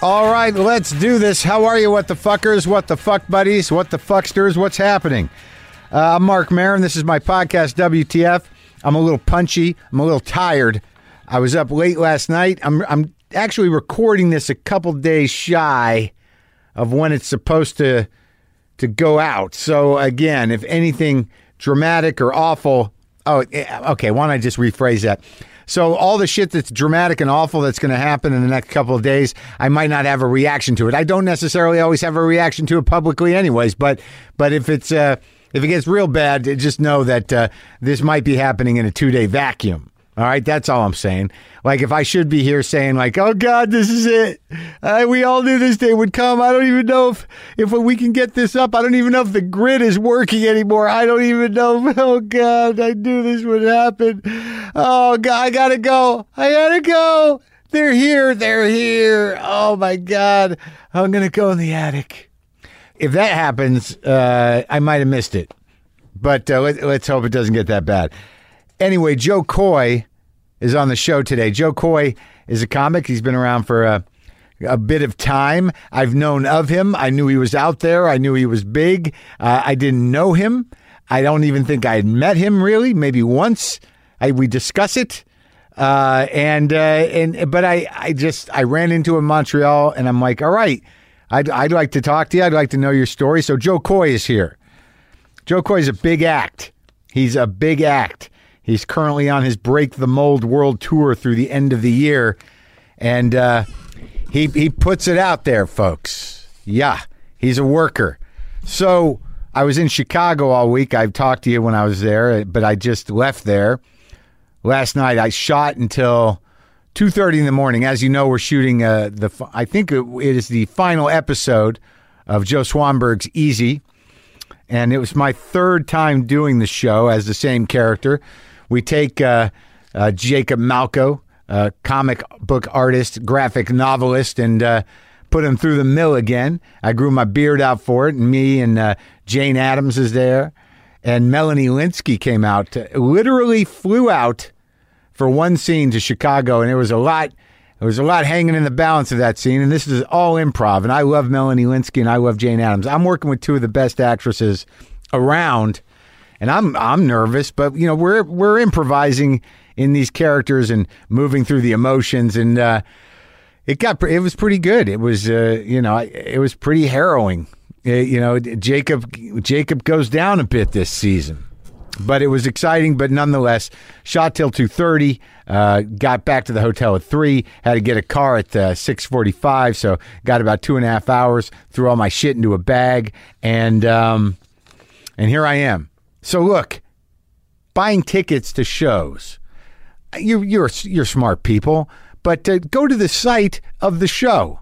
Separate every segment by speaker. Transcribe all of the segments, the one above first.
Speaker 1: All right, let's do this. How are you, what the fuckers, what the fuck buddies, what the fucksters, what's happening? Uh, I'm Mark Marin. This is my podcast, WTF. I'm a little punchy. I'm a little tired. I was up late last night. I'm, I'm actually recording this a couple days shy of when it's supposed to to go out. So again, if anything dramatic or awful, oh, eh, okay. Why don't I just rephrase that? So all the shit that's dramatic and awful that's going to happen in the next couple of days, I might not have a reaction to it. I don't necessarily always have a reaction to it publicly, anyways. But but if it's uh, if it gets real bad, just know that uh, this might be happening in a two day vacuum. All right, that's all I'm saying. Like, if I should be here saying, like, "Oh God, this is it," uh, we all knew this day would come. I don't even know if if we can get this up. I don't even know if the grid is working anymore. I don't even know. Oh God, I knew this would happen. Oh God, I gotta go. I gotta go. They're here. They're here. Oh my God, I'm gonna go in the attic. If that happens, uh, I might have missed it but uh, let, let's hope it doesn't get that bad. Anyway, Joe Coy is on the show today. Joe Coy is a comic. He's been around for a, a bit of time. I've known of him. I knew he was out there. I knew he was big. Uh, I didn't know him. I don't even think I had met him really. Maybe once. I, we discuss it. Uh, and uh, and but I, I just I ran into him in Montreal and I'm like, all right, I'd, I'd like to talk to you. I'd like to know your story. So Joe Coy is here. Joe Coy's a big act. He's a big act. He's currently on his Break the Mold World Tour through the end of the year. And uh, he, he puts it out there, folks. Yeah, he's a worker. So I was in Chicago all week. I've talked to you when I was there, but I just left there last night I shot until 2:30 in the morning. As you know, we're shooting uh, the fi- I think it it is the final episode of Joe Swanberg's Easy, and it was my third time doing the show as the same character. We take uh, uh, Jacob Malco, a comic book artist, graphic novelist, and uh, put him through the mill again. I grew my beard out for it, and me and uh, Jane Addams is there, and Melanie Linsky came out, to- literally flew out for one scene to Chicago, and there was a lot. There was a lot hanging in the balance of that scene, and this is all improv. And I love Melanie Linsky, and I love Jane Addams. I'm working with two of the best actresses around, and I'm I'm nervous, but you know we're we're improvising in these characters and moving through the emotions, and uh, it got pre- it was pretty good. It was uh, you know I- it was pretty harrowing. Uh, you know Jacob Jacob goes down a bit this season but it was exciting. But nonetheless, shot till two thirty. Uh, got back to the hotel at three. Had to get a car at uh, six forty five. So got about two and a half hours. Threw all my shit into a bag, and um, and here I am. So look, buying tickets to shows. You you're you're smart people, but uh, go to the site of the show.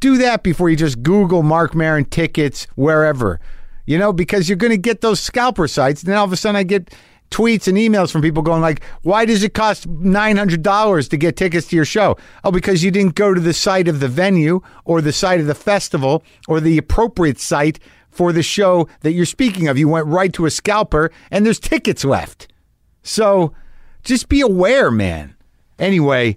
Speaker 1: Do that before you just Google Mark Marin tickets wherever. You know, because you're going to get those scalper sites. And then all of a sudden I get tweets and emails from people going like, why does it cost $900 to get tickets to your show? Oh, because you didn't go to the site of the venue or the site of the festival or the appropriate site for the show that you're speaking of. You went right to a scalper and there's tickets left. So just be aware, man. Anyway,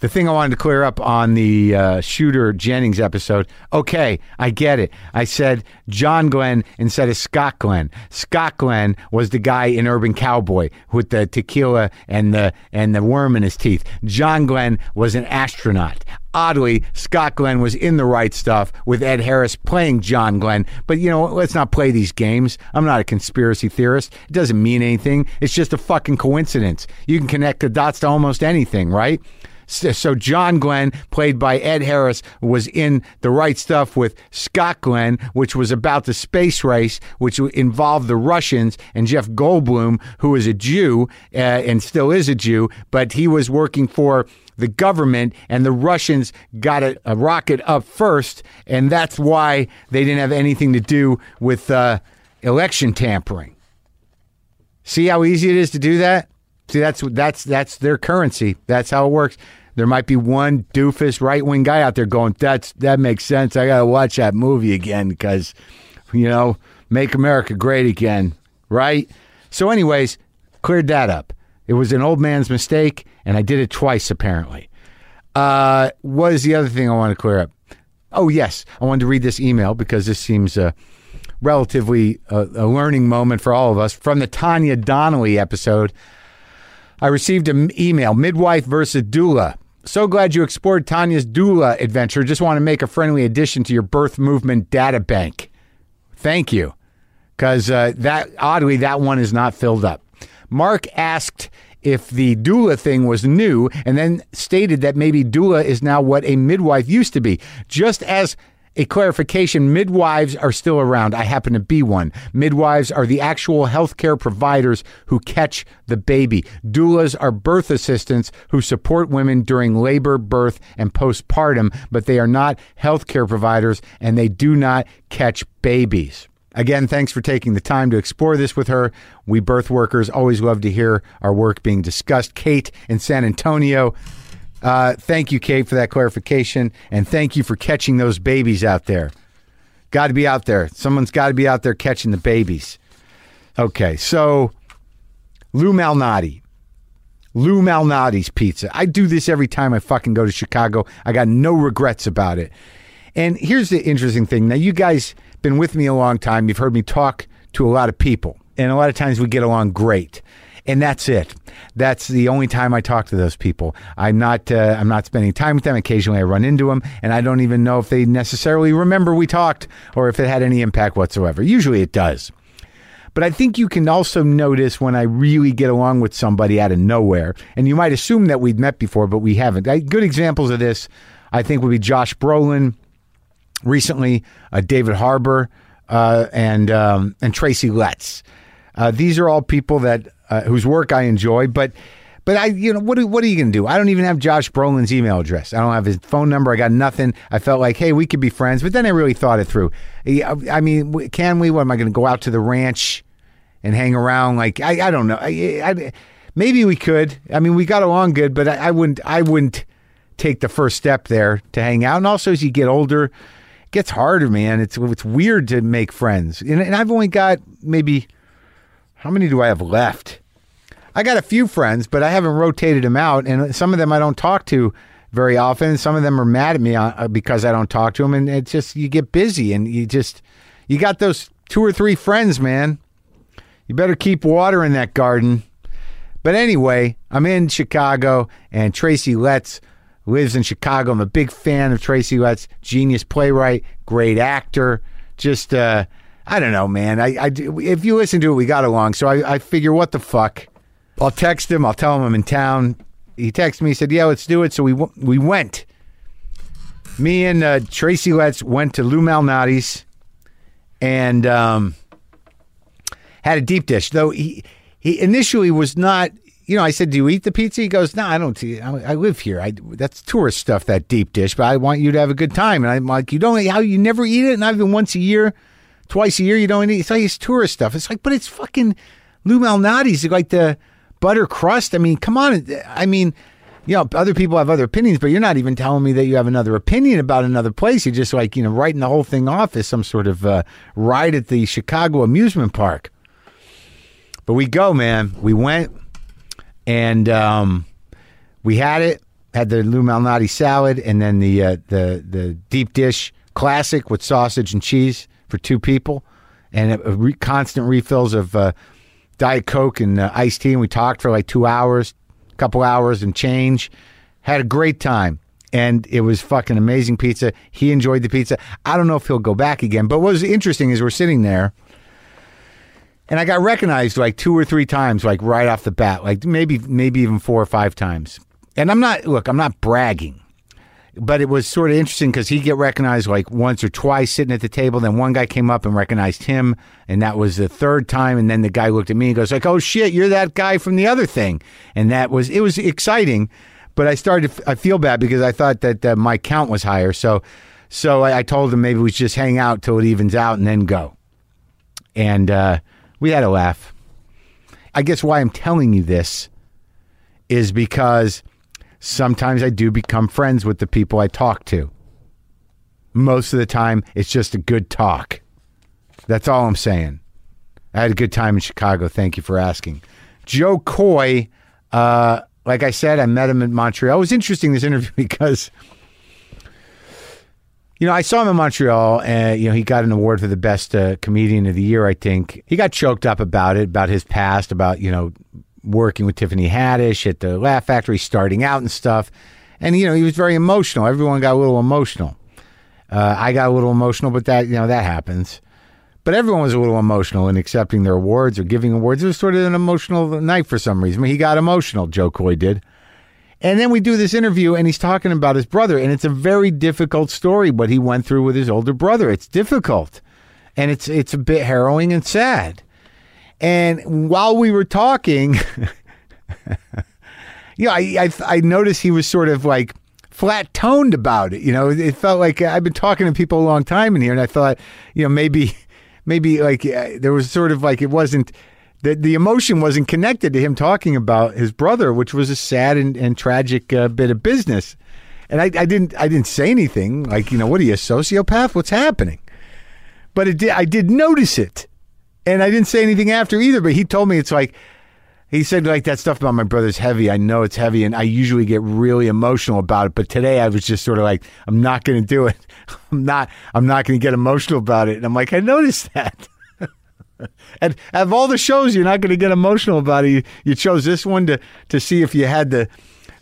Speaker 1: the thing I wanted to clear up on the uh, Shooter Jennings episode. Okay, I get it. I said John Glenn instead of Scott Glenn. Scott Glenn was the guy in Urban Cowboy with the tequila and the and the worm in his teeth. John Glenn was an astronaut. Oddly, Scott Glenn was in the right stuff with Ed Harris playing John Glenn. But you know, let's not play these games. I'm not a conspiracy theorist. It doesn't mean anything. It's just a fucking coincidence. You can connect the dots to almost anything, right? So so John Glenn, played by Ed Harris, was in the right stuff with Scott Glenn, which was about the space race, which involved the Russians and Jeff Goldblum, who is a Jew uh, and still is a Jew, but he was working for the government, and the Russians got a, a rocket up first, and that's why they didn't have anything to do with uh, election tampering. See how easy it is to do that? See, that's that's that's their currency. That's how it works. There might be one doofus right wing guy out there going, "That's that makes sense. I gotta watch that movie again because, you know, make America great again, right?" So, anyways, cleared that up. It was an old man's mistake, and I did it twice apparently. Uh, what is the other thing I want to clear up? Oh, yes. I wanted to read this email because this seems uh, relatively uh, a learning moment for all of us from the Tanya Donnelly episode. I received an email midwife versus doula. So glad you explored Tanya's doula adventure. Just want to make a friendly addition to your birth movement data bank. Thank you. Because uh, that oddly, that one is not filled up. Mark asked if the doula thing was new and then stated that maybe doula is now what a midwife used to be. Just as a clarification midwives are still around. I happen to be one. Midwives are the actual healthcare providers who catch the baby. Doulas are birth assistants who support women during labor, birth, and postpartum, but they are not healthcare providers and they do not catch babies. Again, thanks for taking the time to explore this with her. We birth workers always love to hear our work being discussed. Kate in San Antonio, uh, thank you, Kate, for that clarification. And thank you for catching those babies out there. Got to be out there. Someone's got to be out there catching the babies. Okay, so Lou Malnati. Lou Malnati's pizza. I do this every time I fucking go to Chicago. I got no regrets about it. And here's the interesting thing. Now you guys been with me a long time. You've heard me talk to a lot of people. And a lot of times we get along great. And that's it. That's the only time I talk to those people. I'm not uh, I'm not spending time with them. Occasionally I run into them and I don't even know if they necessarily remember we talked or if it had any impact whatsoever. Usually it does. But I think you can also notice when I really get along with somebody out of nowhere. And you might assume that we've met before, but we haven't. I, good examples of this, I think, would be Josh Brolin recently, uh, David Harbour, uh, and um, and Tracy Letts. Uh, these are all people that uh, whose work I enjoy, but. But I, you know, what are, what are you going to do? I don't even have Josh Brolin's email address. I don't have his phone number. I got nothing. I felt like, hey, we could be friends. But then I really thought it through. Yeah, I I mean, w- can we? What am I going to go out to the ranch and hang around? Like, I, I don't know. I, I, maybe we could. I mean, we got along good, but I, I wouldn't. I wouldn't take the first step there to hang out. And also, as you get older, it gets harder, man. It's it's weird to make friends. And, and I've only got maybe how many do I have left? I got a few friends, but I haven't rotated them out, and some of them I don't talk to very often. and Some of them are mad at me uh, because I don't talk to them, and it's just you get busy, and you just you got those two or three friends, man. You better keep watering that garden. But anyway, I'm in Chicago, and Tracy Letts lives in Chicago. I'm a big fan of Tracy Letts, genius playwright, great actor. Just, uh, I don't know, man. I, I, do- if you listen to it, we got along. So I, I figure, what the fuck? I'll text him. I'll tell him I'm in town. He texted me. He said, "Yeah, let's do it." So we w- we went. Me and uh, Tracy Letts went to Lou Malnati's, and um, had a deep dish though he he initially was not you know i said do you eat the pizza he goes no i don't eat- i I live here I, that's tourist stuff that deep dish but i want you to have a good time and i'm like you don't how you never eat it and i've been once a year twice a year you don't eat it. it's like it's tourist stuff it's like but it's fucking lou malnati's like the butter crust i mean come on i mean you know other people have other opinions but you're not even telling me that you have another opinion about another place you're just like you know writing the whole thing off as some sort of uh, ride at the chicago amusement park but we go, man. We went and um, we had it. Had the Lou Malnati salad and then the uh, the the deep dish classic with sausage and cheese for two people, and a, a re- constant refills of uh, diet coke and uh, iced tea. And we talked for like two hours, couple hours and change. Had a great time, and it was fucking amazing pizza. He enjoyed the pizza. I don't know if he'll go back again, but what was interesting is we're sitting there. And I got recognized like two or three times, like right off the bat, like maybe maybe even four or five times. And I'm not look, I'm not bragging, but it was sort of interesting because he get recognized like once or twice sitting at the table. Then one guy came up and recognized him, and that was the third time. And then the guy looked at me and goes like, "Oh shit, you're that guy from the other thing." And that was it was exciting, but I started to f- I feel bad because I thought that uh, my count was higher, so so I, I told him maybe we should just hang out till it evens out and then go and uh, we had a laugh. I guess why I'm telling you this is because sometimes I do become friends with the people I talk to. Most of the time, it's just a good talk. That's all I'm saying. I had a good time in Chicago. Thank you for asking. Joe Coy uh, Like I said, I met him in Montreal. It was interesting this interview because, you know, I saw him in Montreal, and you know, he got an award for the best uh, comedian of the year. I think he got choked up about it, about his past, about you know, working with Tiffany Haddish at the Laugh Factory, starting out and stuff. And you know, he was very emotional. Everyone got a little emotional. Uh, I got a little emotional, but that you know that happens. But everyone was a little emotional in accepting their awards or giving awards. It was sort of an emotional night for some reason. I mean, he got emotional. Joe Coy did. And then we do this interview, and he's talking about his brother, and it's a very difficult story what he went through with his older brother. It's difficult, and it's it's a bit harrowing and sad. And while we were talking, you know, I, I I noticed he was sort of like flat toned about it. You know, it felt like uh, I've been talking to people a long time in here, and I thought, you know, maybe maybe like uh, there was sort of like it wasn't the the emotion wasn't connected to him talking about his brother, which was a sad and, and tragic uh, bit of business. And I, I didn't I didn't say anything like you know what are you a sociopath? What's happening? But it did, I did notice it, and I didn't say anything after either. But he told me it's like he said like that stuff about my brother's heavy. I know it's heavy, and I usually get really emotional about it. But today, I was just sort of like, I'm not going to do it. I'm not. I'm not going to get emotional about it. And I'm like, I noticed that. and of all the shows, you're not going to get emotional about it. You, you chose this one to to see if you had the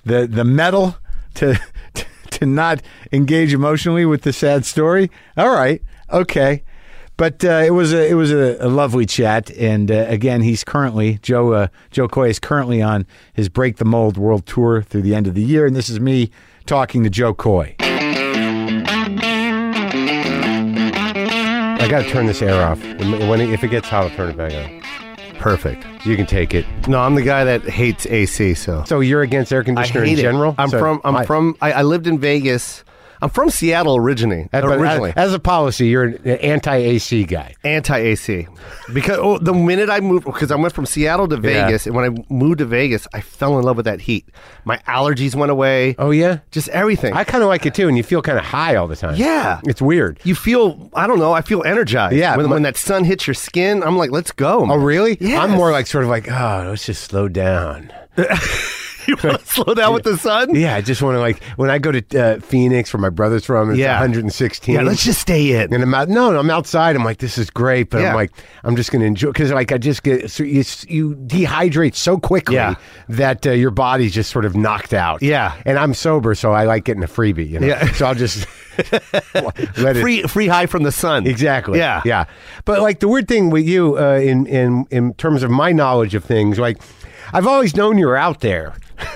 Speaker 1: the the metal to to not engage emotionally with the sad story. All right, okay. But uh, it was a it was a, a lovely chat, and uh, again, he's currently Joe uh, Joe Coy is currently on his Break the Mold World Tour through the end of the year, and this is me talking to Joe Coy.
Speaker 2: I gotta turn this air off. When when it, if it gets hot, I'll turn it back on. Perfect. You can take it.
Speaker 3: No, I'm the guy that hates AC. So
Speaker 2: So you're against air
Speaker 3: I
Speaker 2: conditioner
Speaker 3: hate
Speaker 2: in
Speaker 3: it.
Speaker 2: general?
Speaker 3: I'm
Speaker 2: So
Speaker 3: from. I'm
Speaker 2: I-
Speaker 3: from. I, I lived in Vegas. I'm from Seattle originally.
Speaker 2: but as-
Speaker 3: originally,
Speaker 2: as a policy, you're an anti-AC guy.
Speaker 3: anti AC, because oh, the minute I moved, because I went from Seattle to
Speaker 2: Yeah.
Speaker 3: Vegas, and when I moved to Vegas, I fell in love with that heat. My allergies went away.
Speaker 2: Oh yeah,
Speaker 3: just everything.
Speaker 2: I kind of like it too, and you feel kind of high all the time.
Speaker 3: Yeah.
Speaker 2: it's weird.
Speaker 3: you feel. I don't know. I feel energized.
Speaker 2: Yeah,
Speaker 3: When,
Speaker 2: my-
Speaker 3: when that sun hits your skin, I'm like, let's go.
Speaker 2: Oh really?
Speaker 3: Yeah.
Speaker 2: I'm more like sort of like oh, let's just slow down.
Speaker 3: you want to slow down with the sun?
Speaker 2: Yeah, I just want to like when I go to uh, Phoenix where my brother's from. It's
Speaker 3: Yeah.
Speaker 2: 116.
Speaker 3: Yeah, let's just stay in.
Speaker 2: And I'm out. No, no, I'm outside. I'm like, this is great, but I'm
Speaker 3: Yeah.
Speaker 2: like, I'm just going to enjoy because like I just get so you, you dehydrate so quickly
Speaker 3: Yeah.
Speaker 2: that uh, your body's just sort of knocked out.
Speaker 3: Yeah.
Speaker 2: and I'm sober, so I like getting a freebie. You know,
Speaker 3: Yeah.
Speaker 2: so I'll just let it
Speaker 3: Free, free high from the sun.
Speaker 2: Exactly.
Speaker 3: Yeah.
Speaker 2: Yeah. But like the weird thing with you, uh, in in in terms of my knowledge of things, like I've always known you were out there.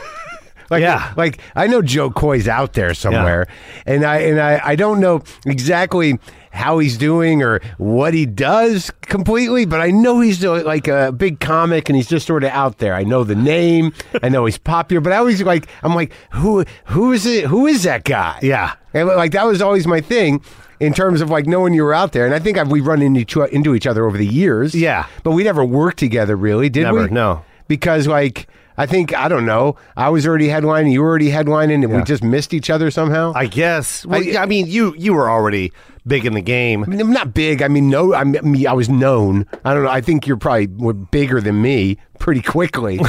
Speaker 2: like,
Speaker 3: Yeah.
Speaker 2: Like I know Joe Coy's out there somewhere, and I and I I don't know exactly how he's doing or what he does completely, but I know he's uh, like a big comic and he's just sort of out there. I know the name, I know he's popular, but I always like I'm like who who is it? Who is that guy?
Speaker 3: Yeah.
Speaker 2: And like that was always my thing in terms of like knowing you were out there. And I think I've, we've run into each, into each other over the years.
Speaker 3: Yeah.
Speaker 2: But we never worked together really, did
Speaker 3: Never,
Speaker 2: we?
Speaker 3: no.
Speaker 2: Because like I think I don't know. I was already headlining, you were already headlining, and we just missed each other somehow.
Speaker 3: I guess. Well,
Speaker 2: I-
Speaker 3: I, mean, you you were already big in the game.
Speaker 2: mean, I'm not big. I mean, no. I mean, I was known. I don't know. I think you're probably were bigger than me pretty quickly.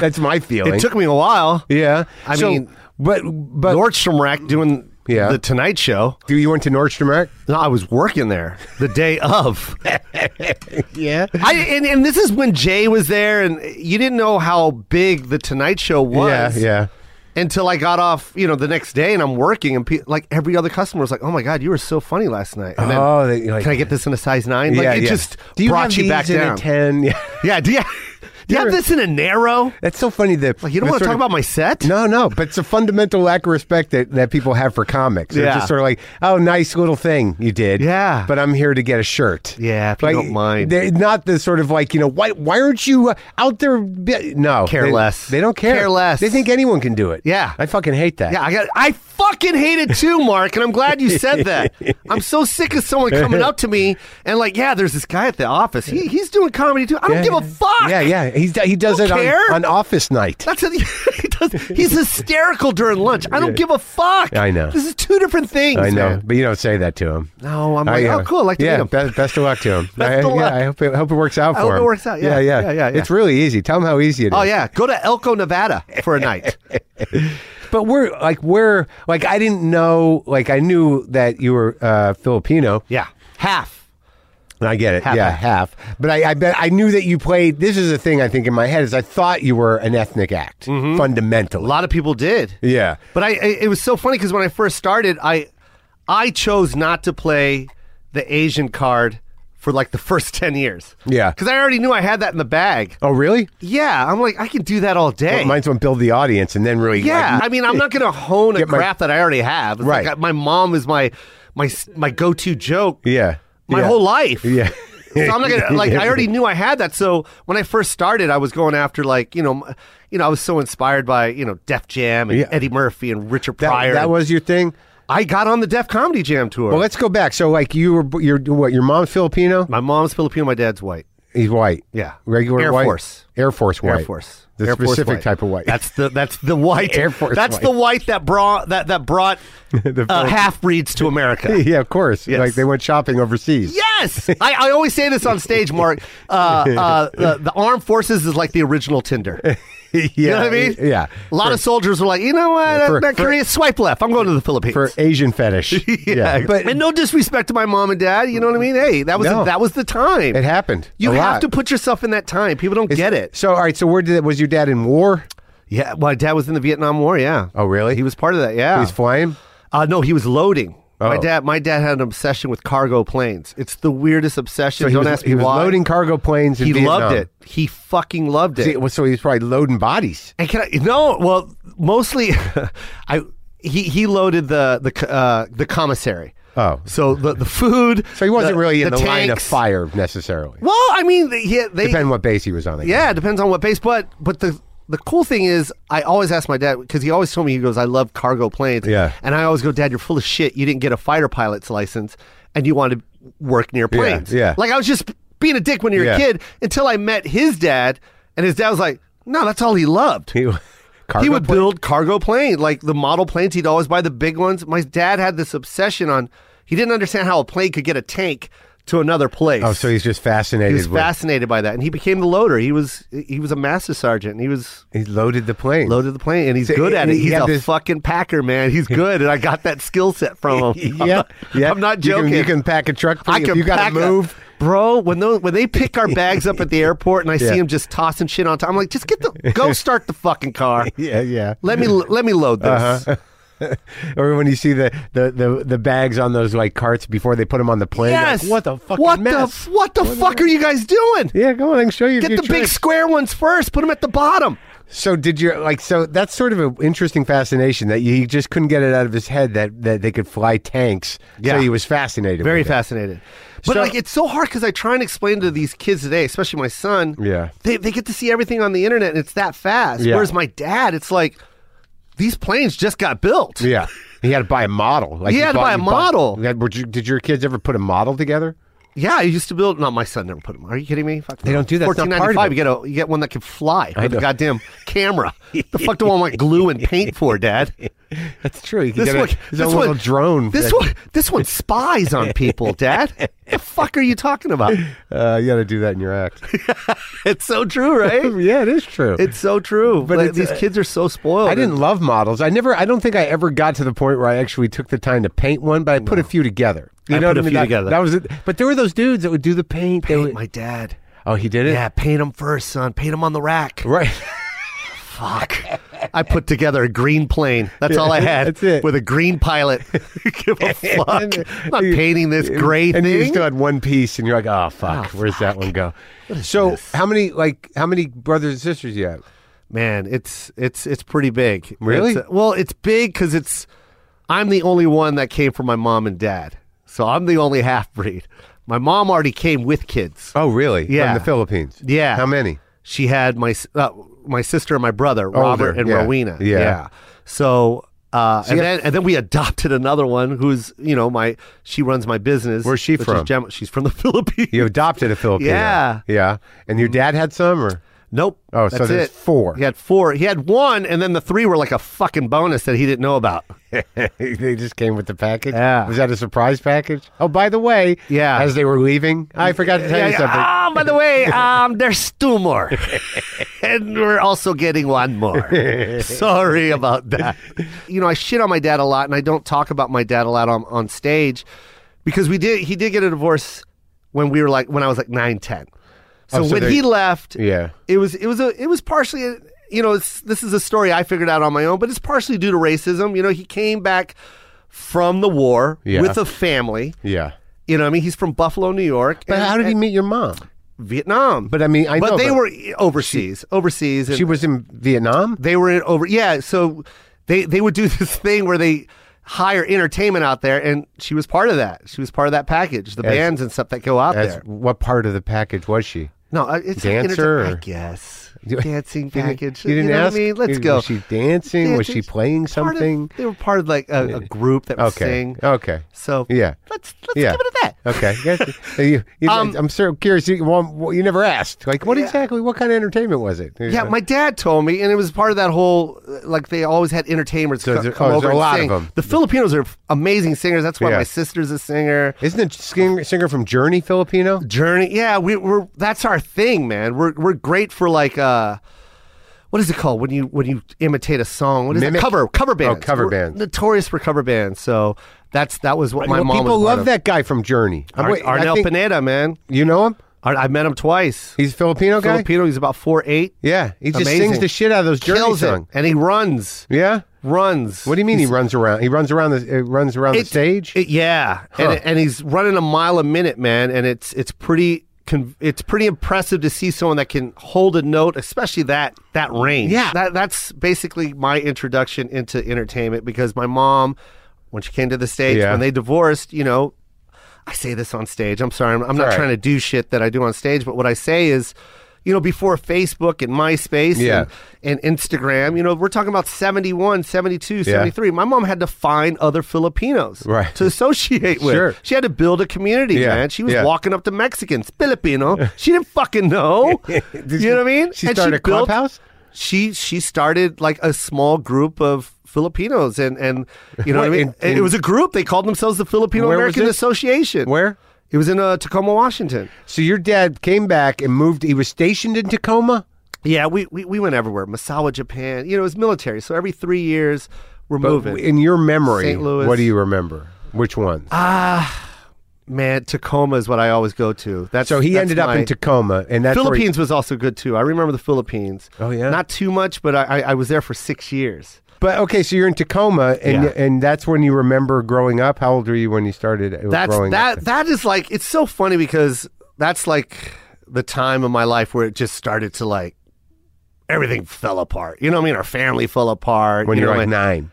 Speaker 2: That's my feeling.
Speaker 3: It took me a while.
Speaker 2: yeah.
Speaker 3: I
Speaker 2: So-
Speaker 3: mean,
Speaker 2: but but
Speaker 3: Nordstrom Rack doing
Speaker 2: Yeah.
Speaker 3: the Tonight Show.
Speaker 2: do you went to Nordstrom Rack?
Speaker 3: No, I was working there the day of.
Speaker 2: Yeah.
Speaker 3: I and, and this is when Jay was there, and you didn't know how big the Tonight Show
Speaker 2: Yeah.
Speaker 3: was.
Speaker 2: Yeah.
Speaker 3: Until I got off, you know, the next day, and I'm working, and pe- like every other customer was like, "Oh my god, you were so funny last night." And
Speaker 2: Oh, they- like-
Speaker 3: can I get this in a size nine? Like,
Speaker 2: yeah,
Speaker 3: it
Speaker 2: yeah.
Speaker 3: just
Speaker 2: do you
Speaker 3: brought
Speaker 2: have
Speaker 3: you
Speaker 2: these
Speaker 3: back
Speaker 2: in
Speaker 3: down.
Speaker 2: A 10? Yeah.
Speaker 3: yeah, do you, do you have
Speaker 2: You're-
Speaker 3: this in a narrow?
Speaker 2: That's so funny that
Speaker 3: Like, you don't
Speaker 2: that
Speaker 3: want to
Speaker 2: sort
Speaker 3: talk
Speaker 2: of-
Speaker 3: about my set?
Speaker 2: No, no, but it's a fundamental lack of respect that, that people have for comics. They're
Speaker 3: Yeah.
Speaker 2: just sort of like, oh, nice little thing you did.
Speaker 3: Yeah.
Speaker 2: But I'm here to get a shirt.
Speaker 3: Yeah, if you
Speaker 2: Like,
Speaker 3: don't mind.
Speaker 2: They're not the sort of like, you know, why why aren't you uh, out there? Be-? No.
Speaker 3: Care
Speaker 2: they-
Speaker 3: less.
Speaker 2: They don't care.
Speaker 3: Care less.
Speaker 2: They think anyone can do it.
Speaker 3: Yeah.
Speaker 2: I fucking hate that.
Speaker 3: Yeah, I got. I fucking hate it too, Mark. And I'm glad you said that. I'm so sick of someone coming up to me and like, yeah, there's this guy at the office. He he's doing comedy too. I don't
Speaker 2: Yeah,
Speaker 3: give a
Speaker 2: yeah.
Speaker 3: fuck.
Speaker 2: Yeah, yeah. He's, he does
Speaker 3: Don't
Speaker 2: it on,
Speaker 3: care.
Speaker 2: on office night.
Speaker 3: That's a, he does, he's hysterical during lunch. I don't give a fuck.
Speaker 2: I know.
Speaker 3: This is two different things.
Speaker 2: I know,
Speaker 3: man.
Speaker 2: but you don't say that to him.
Speaker 3: No, I'm
Speaker 2: I,
Speaker 3: like,
Speaker 2: uh,
Speaker 3: oh, cool. I like to
Speaker 2: yeah,
Speaker 3: meet him.
Speaker 2: Best, best of luck to him.
Speaker 3: Best
Speaker 2: I,
Speaker 3: of
Speaker 2: yeah,
Speaker 3: luck.
Speaker 2: I hope it, hope it works out for
Speaker 3: I hope
Speaker 2: him.
Speaker 3: it works out, yeah,
Speaker 2: yeah,
Speaker 3: yeah, yeah, yeah.
Speaker 2: It's really easy. Tell him how easy it is.
Speaker 3: Oh yeah, go to Elko, Nevada for a night.
Speaker 2: But we're like we're like I didn't know like I knew that you were uh, Filipino.
Speaker 3: yeah, half.
Speaker 2: And I get it.
Speaker 3: Half.
Speaker 2: yeah, half. But I, I bet I knew that you played. This is the thing I think in my head is I thought you were an ethnic act
Speaker 3: Mm-hmm. A
Speaker 2: fundamentally.
Speaker 3: lot of people did.
Speaker 2: Yeah.
Speaker 3: But I, I it was so funny because when I first started, I I chose not to play the Asian card for like the first 10 years.
Speaker 2: Yeah.
Speaker 3: Cuz I already knew I had that in the bag.
Speaker 2: Oh really?
Speaker 3: Yeah, I'm like I can do that all day.
Speaker 2: Mine's one build the audience and then really.
Speaker 3: yeah, I mean I'm not going to hone a
Speaker 2: Get my-
Speaker 3: craft that I already have. It's
Speaker 2: Right.
Speaker 3: like I- my mom is my my s- my go-to joke
Speaker 2: yeah.
Speaker 3: my
Speaker 2: yeah.
Speaker 3: whole life.
Speaker 2: Yeah.
Speaker 3: So I'm not gonna like. I already knew I had that. So when I first started, I was going after like you know, m- you know, I was so inspired by you know Def Jam and
Speaker 2: Yeah.
Speaker 3: Eddie Murphy and Richard
Speaker 2: That,
Speaker 3: Pryor.
Speaker 2: that was your thing.
Speaker 3: I got on the Def Comedy Jam tour.
Speaker 2: Well, let's go back. So like you were your what? Your mom's Filipino.
Speaker 3: my mom's Filipino. My dad's white.
Speaker 2: He's white.
Speaker 3: Yeah.
Speaker 2: Regular
Speaker 3: Air
Speaker 2: white.
Speaker 3: Force.
Speaker 2: Air Force white.
Speaker 3: Air Force.
Speaker 2: The
Speaker 3: Air Force
Speaker 2: specific
Speaker 3: white.
Speaker 2: type of white.
Speaker 3: That's the that's the white
Speaker 2: Air Force
Speaker 3: That's
Speaker 2: white.
Speaker 3: the white that brought that that brought
Speaker 2: The
Speaker 3: uh,
Speaker 2: Phil-
Speaker 3: half breeds to America.
Speaker 2: yeah, of course.
Speaker 3: Yes.
Speaker 2: Like they went shopping overseas.
Speaker 3: Yes, I, I always say this on stage, Mark. Uh, uh, the, the armed forces is like the original Tinder.
Speaker 2: Yeah.
Speaker 3: You know what I mean?
Speaker 2: Yeah.
Speaker 3: A lot of soldiers were like, you know what?
Speaker 2: for-
Speaker 3: I'm not
Speaker 2: for-
Speaker 3: curious. Swipe left. I'm going to the Philippines.
Speaker 2: For Asian fetish.
Speaker 3: yeah.
Speaker 2: But
Speaker 3: and no disrespect to my mom and dad. You know what I mean? Hey, that was
Speaker 2: No.
Speaker 3: that was the time.
Speaker 2: it happened.
Speaker 3: You
Speaker 2: a
Speaker 3: have
Speaker 2: lot.
Speaker 3: to put yourself in that time. People don't get it.
Speaker 2: So all right, so where did it was your dad in war?
Speaker 3: Yeah. My dad was in the Vietnam War. Yeah.
Speaker 2: Oh, really?
Speaker 3: He was part of that. Yeah.
Speaker 2: He's flying?
Speaker 3: uh, no, he was loading. My
Speaker 2: Oh.
Speaker 3: dad, my dad had an obsession with cargo planes. It's the weirdest obsession.
Speaker 2: So he
Speaker 3: Don't
Speaker 2: was,
Speaker 3: ask me
Speaker 2: he was
Speaker 3: why.
Speaker 2: loading cargo planes in
Speaker 3: He
Speaker 2: Vietnam.
Speaker 3: loved it. He fucking loved it.
Speaker 2: See, well, so he was probably loading bodies.
Speaker 3: And can I? No. Well, mostly, I he he loaded the the c- uh, the commissary.
Speaker 2: Oh.
Speaker 3: so the the food.
Speaker 2: So he wasn't really in the, line of
Speaker 3: tanks.
Speaker 2: fire necessarily.
Speaker 3: Well, I mean, they, yeah, they
Speaker 2: Depending what base he was on. I guess.
Speaker 3: yeah, it depends on what base. But but the the cool thing is, I always ask my dad because he always told me he goes, "I love cargo planes."
Speaker 2: Yeah.
Speaker 3: and I always go, "Dad, you're full of shit. You didn't get a fighter pilot's license, and you want to work near planes."
Speaker 2: yeah.
Speaker 3: like I was just being a dick when you're
Speaker 2: Yeah.
Speaker 3: a kid until I met his dad, and his dad was like, "No, that's all he loved."
Speaker 2: He, cargo
Speaker 3: he would
Speaker 2: plane-
Speaker 3: build cargo plane, like the model planes. He'd always buy the big ones. My dad had this obsession on. He didn't understand how a plane could get a tank to another place.
Speaker 2: Oh, so he's just fascinated
Speaker 3: he was
Speaker 2: with
Speaker 3: fascinated by that, and he became the loader. He was he was a master sergeant. and He was
Speaker 2: he loaded the plane.
Speaker 3: loaded the plane, and he's good at
Speaker 2: and
Speaker 3: it.
Speaker 2: he
Speaker 3: He's
Speaker 2: had
Speaker 3: a
Speaker 2: this-
Speaker 3: fucking packer, man. He's good, and I got that skill set from him. I'm
Speaker 2: yeah,
Speaker 3: not-
Speaker 2: yeah.
Speaker 3: I'm not
Speaker 2: You can-
Speaker 3: joking.
Speaker 2: You can, pack a truck.
Speaker 3: I
Speaker 2: pretty-
Speaker 3: can
Speaker 2: You
Speaker 3: pack
Speaker 2: got
Speaker 3: a-
Speaker 2: to move.
Speaker 3: bro. When those, when they pick our bags up at the airport, and I
Speaker 2: Yeah.
Speaker 3: see him just tossing shit on top, I'm like, just get the go start the fucking car.
Speaker 2: Yeah, yeah.
Speaker 3: Let me let me load this.
Speaker 2: Uh-huh. Or when you see the, the, the, the bags on those like carts before they put them on the plane. you're
Speaker 3: Yes.
Speaker 2: Like, what the fuck?
Speaker 3: What the
Speaker 2: mess?
Speaker 3: f- what the fuck are you guys doing?
Speaker 2: yeah, go on. I can show you. a
Speaker 3: Get
Speaker 2: few
Speaker 3: the big
Speaker 2: tricks.
Speaker 3: square ones first. Put them at the bottom.
Speaker 2: So did you like? So that's sort of an interesting fascination that he just couldn't get it out of his head that, that they could fly tanks.
Speaker 3: Yeah.
Speaker 2: So he was fascinated.
Speaker 3: Very
Speaker 2: with it.
Speaker 3: fascinated. But
Speaker 2: So-
Speaker 3: like it's so hard because I try and explain to these kids today, especially my son.
Speaker 2: Yeah.
Speaker 3: they they get to see everything on the internet and it's that fast.
Speaker 2: Yeah.
Speaker 3: Whereas my dad, it's like these planes just got built.
Speaker 2: Yeah, he had to buy a model. Like
Speaker 3: He had to
Speaker 2: bought-
Speaker 3: buy a
Speaker 2: bought-
Speaker 3: model.
Speaker 2: Yeah, were you- did your kids ever put a model together?
Speaker 3: Yeah, I used to build. Not my son never put them. Are you kidding me? Fuck they
Speaker 2: don't do that. It's not
Speaker 3: Fourteen
Speaker 2: part of
Speaker 3: ninety five.
Speaker 2: it.
Speaker 3: You get a you get one that can fly with
Speaker 2: know.
Speaker 3: a goddamn camera. the fuck do I want glue and paint for, Dad?
Speaker 2: That's true. He could
Speaker 3: This
Speaker 2: get a-
Speaker 3: one,
Speaker 2: his
Speaker 3: this
Speaker 2: own
Speaker 3: one,
Speaker 2: little drone.
Speaker 3: This
Speaker 2: that-
Speaker 3: one, this one spies on people, Dad. the fuck are you talking about?
Speaker 2: Uh, you got to do that in your act.
Speaker 3: It's so true, right?
Speaker 2: yeah, it is true.
Speaker 3: It's so true. But
Speaker 2: it's,
Speaker 3: these
Speaker 2: uh,
Speaker 3: kids are so spoiled.
Speaker 2: I didn't love models. I never. I don't think I ever got to the point where I actually took the time to paint one, but I put a few together. You
Speaker 3: I
Speaker 2: know what
Speaker 3: put a
Speaker 2: I mean?
Speaker 3: few
Speaker 2: That-
Speaker 3: together.
Speaker 2: That was it. But there were those dudes that would do the paint. they
Speaker 3: Paint
Speaker 2: would-
Speaker 3: my dad.
Speaker 2: oh, he did it.
Speaker 3: Yeah, paint them first, son. Paint them on the rack.
Speaker 2: Right.
Speaker 3: Fuck. I put together a green plane. That's all I had.
Speaker 2: that's it.
Speaker 3: With a green pilot. Give a fuck. I'm not
Speaker 2: You-
Speaker 3: painting this gray
Speaker 2: and you
Speaker 3: thing.
Speaker 2: still had one piece, and you're like, oh fuck, where's that one go? So how many like how many brothers and sisters you have?
Speaker 3: Man, it's it's it's pretty big.
Speaker 2: Really?
Speaker 3: It's, uh, well, it's big because it's I'm the only one that came from my mom and dad, so I'm the only half breed. My mom already came with kids.
Speaker 2: Oh, really?
Speaker 3: Yeah.
Speaker 2: From the Philippines.
Speaker 3: Yeah.
Speaker 2: How many?
Speaker 3: She had my s- uh, my sister and my brother Robert and
Speaker 2: yeah.
Speaker 3: Rowena.
Speaker 2: Yeah.
Speaker 3: So. Uh, and then and then we adopted another one who's you know my she runs my business.
Speaker 2: Where's she
Speaker 3: which is
Speaker 2: from?
Speaker 3: Gem- she's from the Philippines.
Speaker 2: You adopted a Filipino.
Speaker 3: Yeah.
Speaker 2: Yeah. And your dad had some, or
Speaker 3: Nope.
Speaker 1: Oh, so
Speaker 3: That's
Speaker 1: there's
Speaker 3: it.
Speaker 1: four.
Speaker 3: He had four. He had one, and then the three were like a fucking bonus that he didn't know about.
Speaker 2: they just came with the package.
Speaker 3: Yeah.
Speaker 2: Was that a surprise package? Oh, by the way,
Speaker 3: Yeah.
Speaker 2: As they were leaving, I forgot to tell
Speaker 3: Yeah,
Speaker 2: you
Speaker 3: yeah.
Speaker 2: something.
Speaker 3: Ah, by the way, um, there's two more, and we're also getting one more. Sorry about that. You know, I shit on my dad a lot, and I don't talk about my dad a lot on, on stage because we did. He did get a divorce when we were like when I was like nine, ten. So,
Speaker 2: Oh, so
Speaker 3: when
Speaker 2: they-
Speaker 3: he left,
Speaker 2: Yeah.
Speaker 3: it was it was a it was partially you know it's, this is a story I figured out on my own, but it's partially due to racism. You know, he came back from the war
Speaker 2: Yeah.
Speaker 3: with a family.
Speaker 2: Yeah.
Speaker 3: You know, what I mean, he's from Buffalo, New York.
Speaker 2: But
Speaker 3: and-
Speaker 2: how did he
Speaker 3: and
Speaker 2: meet your mom?
Speaker 3: Vietnam?
Speaker 2: But I mean, I
Speaker 3: but
Speaker 2: know,
Speaker 3: they
Speaker 2: but-
Speaker 3: were overseas, overseas, and
Speaker 2: She was in Vietnam.
Speaker 3: they were in over. Yeah, so they they would do this thing where they hire entertainment out there, and she was part of that. She was part of that package, the bands and stuff that go out
Speaker 2: As
Speaker 3: there.
Speaker 2: what part of the package was she?
Speaker 3: No, uh, it's
Speaker 2: Dancer
Speaker 3: entertain-
Speaker 2: or-
Speaker 3: I guess dancing
Speaker 2: You didn't-
Speaker 3: package.
Speaker 2: You didn't
Speaker 3: know what
Speaker 2: ask.
Speaker 3: I mean, let's
Speaker 2: Was
Speaker 3: go.
Speaker 2: she dancing? Was she
Speaker 3: Dancing.
Speaker 2: playing
Speaker 3: Part of-
Speaker 2: something?
Speaker 3: they were part of like a, a group that was
Speaker 2: Okay.
Speaker 3: singing.
Speaker 2: Okay.
Speaker 3: So
Speaker 2: Yeah.
Speaker 3: let's let's
Speaker 2: Yeah.
Speaker 3: give it a that.
Speaker 2: Okay. Yes. you, you,
Speaker 3: Um,
Speaker 2: I'm so curious. You, well, you never asked. Like, what
Speaker 3: Yeah.
Speaker 2: exactly? What kind of entertainment was it?
Speaker 3: Yeah, my dad told me, and it was part of that whole uh, like they always had entertainers
Speaker 2: So
Speaker 3: co-
Speaker 2: there-
Speaker 3: come
Speaker 2: oh, there's
Speaker 3: over.
Speaker 2: a
Speaker 3: and
Speaker 2: lot of
Speaker 3: sing.
Speaker 2: them.
Speaker 3: The Filipinos are f- amazing singers. That's why
Speaker 2: Yeah.
Speaker 3: my sister's a singer.
Speaker 2: Isn't the singer, singer from Journey Filipino?
Speaker 3: Journey, yeah, we, we're that's our thing, man. We're we're great for like uh, what is it called when you when you imitate a song? What is
Speaker 2: Mimic? Oh,
Speaker 3: it? Cover cover bands.
Speaker 2: cover
Speaker 3: We're
Speaker 2: bands.
Speaker 3: Notorious for cover bands. So that's that was what my
Speaker 2: Well,
Speaker 3: mom.
Speaker 2: people
Speaker 3: was part
Speaker 2: love
Speaker 3: of.
Speaker 2: that guy from Journey. I'm
Speaker 3: Ar-
Speaker 2: wait- I
Speaker 3: Arnel
Speaker 2: think-
Speaker 3: Pineda, man.
Speaker 2: You know him?
Speaker 3: Ar- I met him twice.
Speaker 2: He's a Filipino guy.
Speaker 3: Filipino. He's about four eight.
Speaker 2: Yeah, he just
Speaker 3: Amazing.
Speaker 2: sings the shit out of those Journey
Speaker 3: Kills it,
Speaker 2: songs.
Speaker 3: and he runs.
Speaker 2: Yeah.
Speaker 3: Runs.
Speaker 2: What do you mean he runs around? He runs around the uh, runs around the
Speaker 3: It-
Speaker 2: stage.
Speaker 3: it- yeah, and, and he's running a mile a minute, man, and it's it's pretty con- it's pretty impressive to see someone that can hold a note, especially that that range.
Speaker 2: Yeah.
Speaker 3: that, that's basically my introduction into entertainment because my mom, when she came to the states
Speaker 2: Yeah.
Speaker 3: when they divorced, you know, I say this on stage. I'm sorry, I'm, I'm not
Speaker 2: all right.
Speaker 3: trying to do shit that I do on stage, but what I say is. You know, before Facebook and MySpace
Speaker 2: Yeah.
Speaker 3: and, and Instagram, you know, we're talking about 71, 72, 73. My mom had to find other Filipinos
Speaker 2: Right.
Speaker 3: to associate with.
Speaker 2: Sure.
Speaker 3: She had to build a community,
Speaker 2: Yeah,
Speaker 3: man. She was
Speaker 2: yeah.
Speaker 3: walking up to Mexicans, Filipino. She didn't fucking know. you know what I mean?
Speaker 2: She
Speaker 3: And
Speaker 2: started a
Speaker 3: built-
Speaker 2: clubhouse.
Speaker 3: She she started like a small group of Filipinos, and and you know what, I mean.
Speaker 2: In- in-
Speaker 3: it was a group. They called themselves the Filipino
Speaker 2: Where was
Speaker 3: American
Speaker 2: this?
Speaker 3: Association.
Speaker 2: Where?
Speaker 3: It was in uh, Tacoma, Washington.
Speaker 2: So your dad came back and moved. He was stationed in Tacoma.
Speaker 3: Yeah, we, we, we went everywhere. Misawa, Japan. You know, it was military. So every three years, we're moving.
Speaker 2: In your memory,
Speaker 3: St. Louis. Ah,
Speaker 2: what do you remember? Which one?
Speaker 3: man, Tacoma is what I always go to. That's
Speaker 2: so he
Speaker 3: that's
Speaker 2: ended up
Speaker 3: my-
Speaker 2: in Tacoma, and that's where he-
Speaker 3: Philippines was also good too. I remember the Philippines.
Speaker 2: Oh, yeah?
Speaker 3: not too much, but I, I, I was there for six years.
Speaker 2: but okay, so you're in Tacoma, and
Speaker 3: Yeah.
Speaker 2: and that's when you remember growing up. How old were you when you started uh,
Speaker 3: That's
Speaker 2: growing
Speaker 3: that.
Speaker 2: up?
Speaker 3: That is like it's so funny because that's like the time of my life where it just started to like everything fell apart. You know what I mean? Our family fell apart.
Speaker 2: When
Speaker 3: you
Speaker 2: you
Speaker 3: know
Speaker 2: were like
Speaker 3: what I
Speaker 2: nine,
Speaker 3: mean?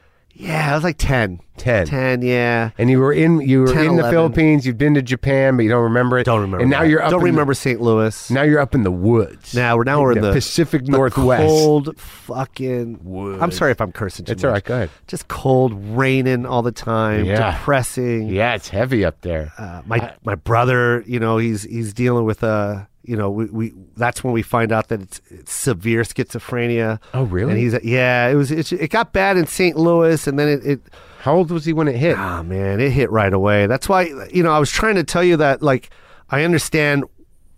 Speaker 3: yeah, I was like 10.
Speaker 2: 10.
Speaker 3: 10, yeah.
Speaker 2: and you were in you were
Speaker 3: 10,
Speaker 2: in the
Speaker 3: 11.
Speaker 2: Philippines. You've been to Japan, but you don't remember it.
Speaker 3: Don't remember.
Speaker 2: And now
Speaker 3: that.
Speaker 2: you're up
Speaker 3: don't
Speaker 2: in the-
Speaker 3: remember St. Louis.
Speaker 2: now you're up in the woods.
Speaker 3: now we're now we're in the
Speaker 2: Pacific
Speaker 3: the
Speaker 2: Northwest.
Speaker 3: Cold fucking. I'm sorry if I'm cursing. Too
Speaker 2: It's all
Speaker 3: much.
Speaker 2: right. Go ahead.
Speaker 3: Just cold, raining all the time.
Speaker 2: Yeah.
Speaker 3: Depressing.
Speaker 2: Yeah, it's heavy up there.
Speaker 3: uh, my my brother, you know, he's he's dealing with uh, you know, we, we that's when we find out that it's, it's severe schizophrenia.
Speaker 2: Oh, really?
Speaker 3: And he's yeah, it was it, it got bad in St. Louis, and then it, it
Speaker 2: How old was he when it hit?
Speaker 3: ah man, it hit right away. That's why you know I was trying to tell you that like I understand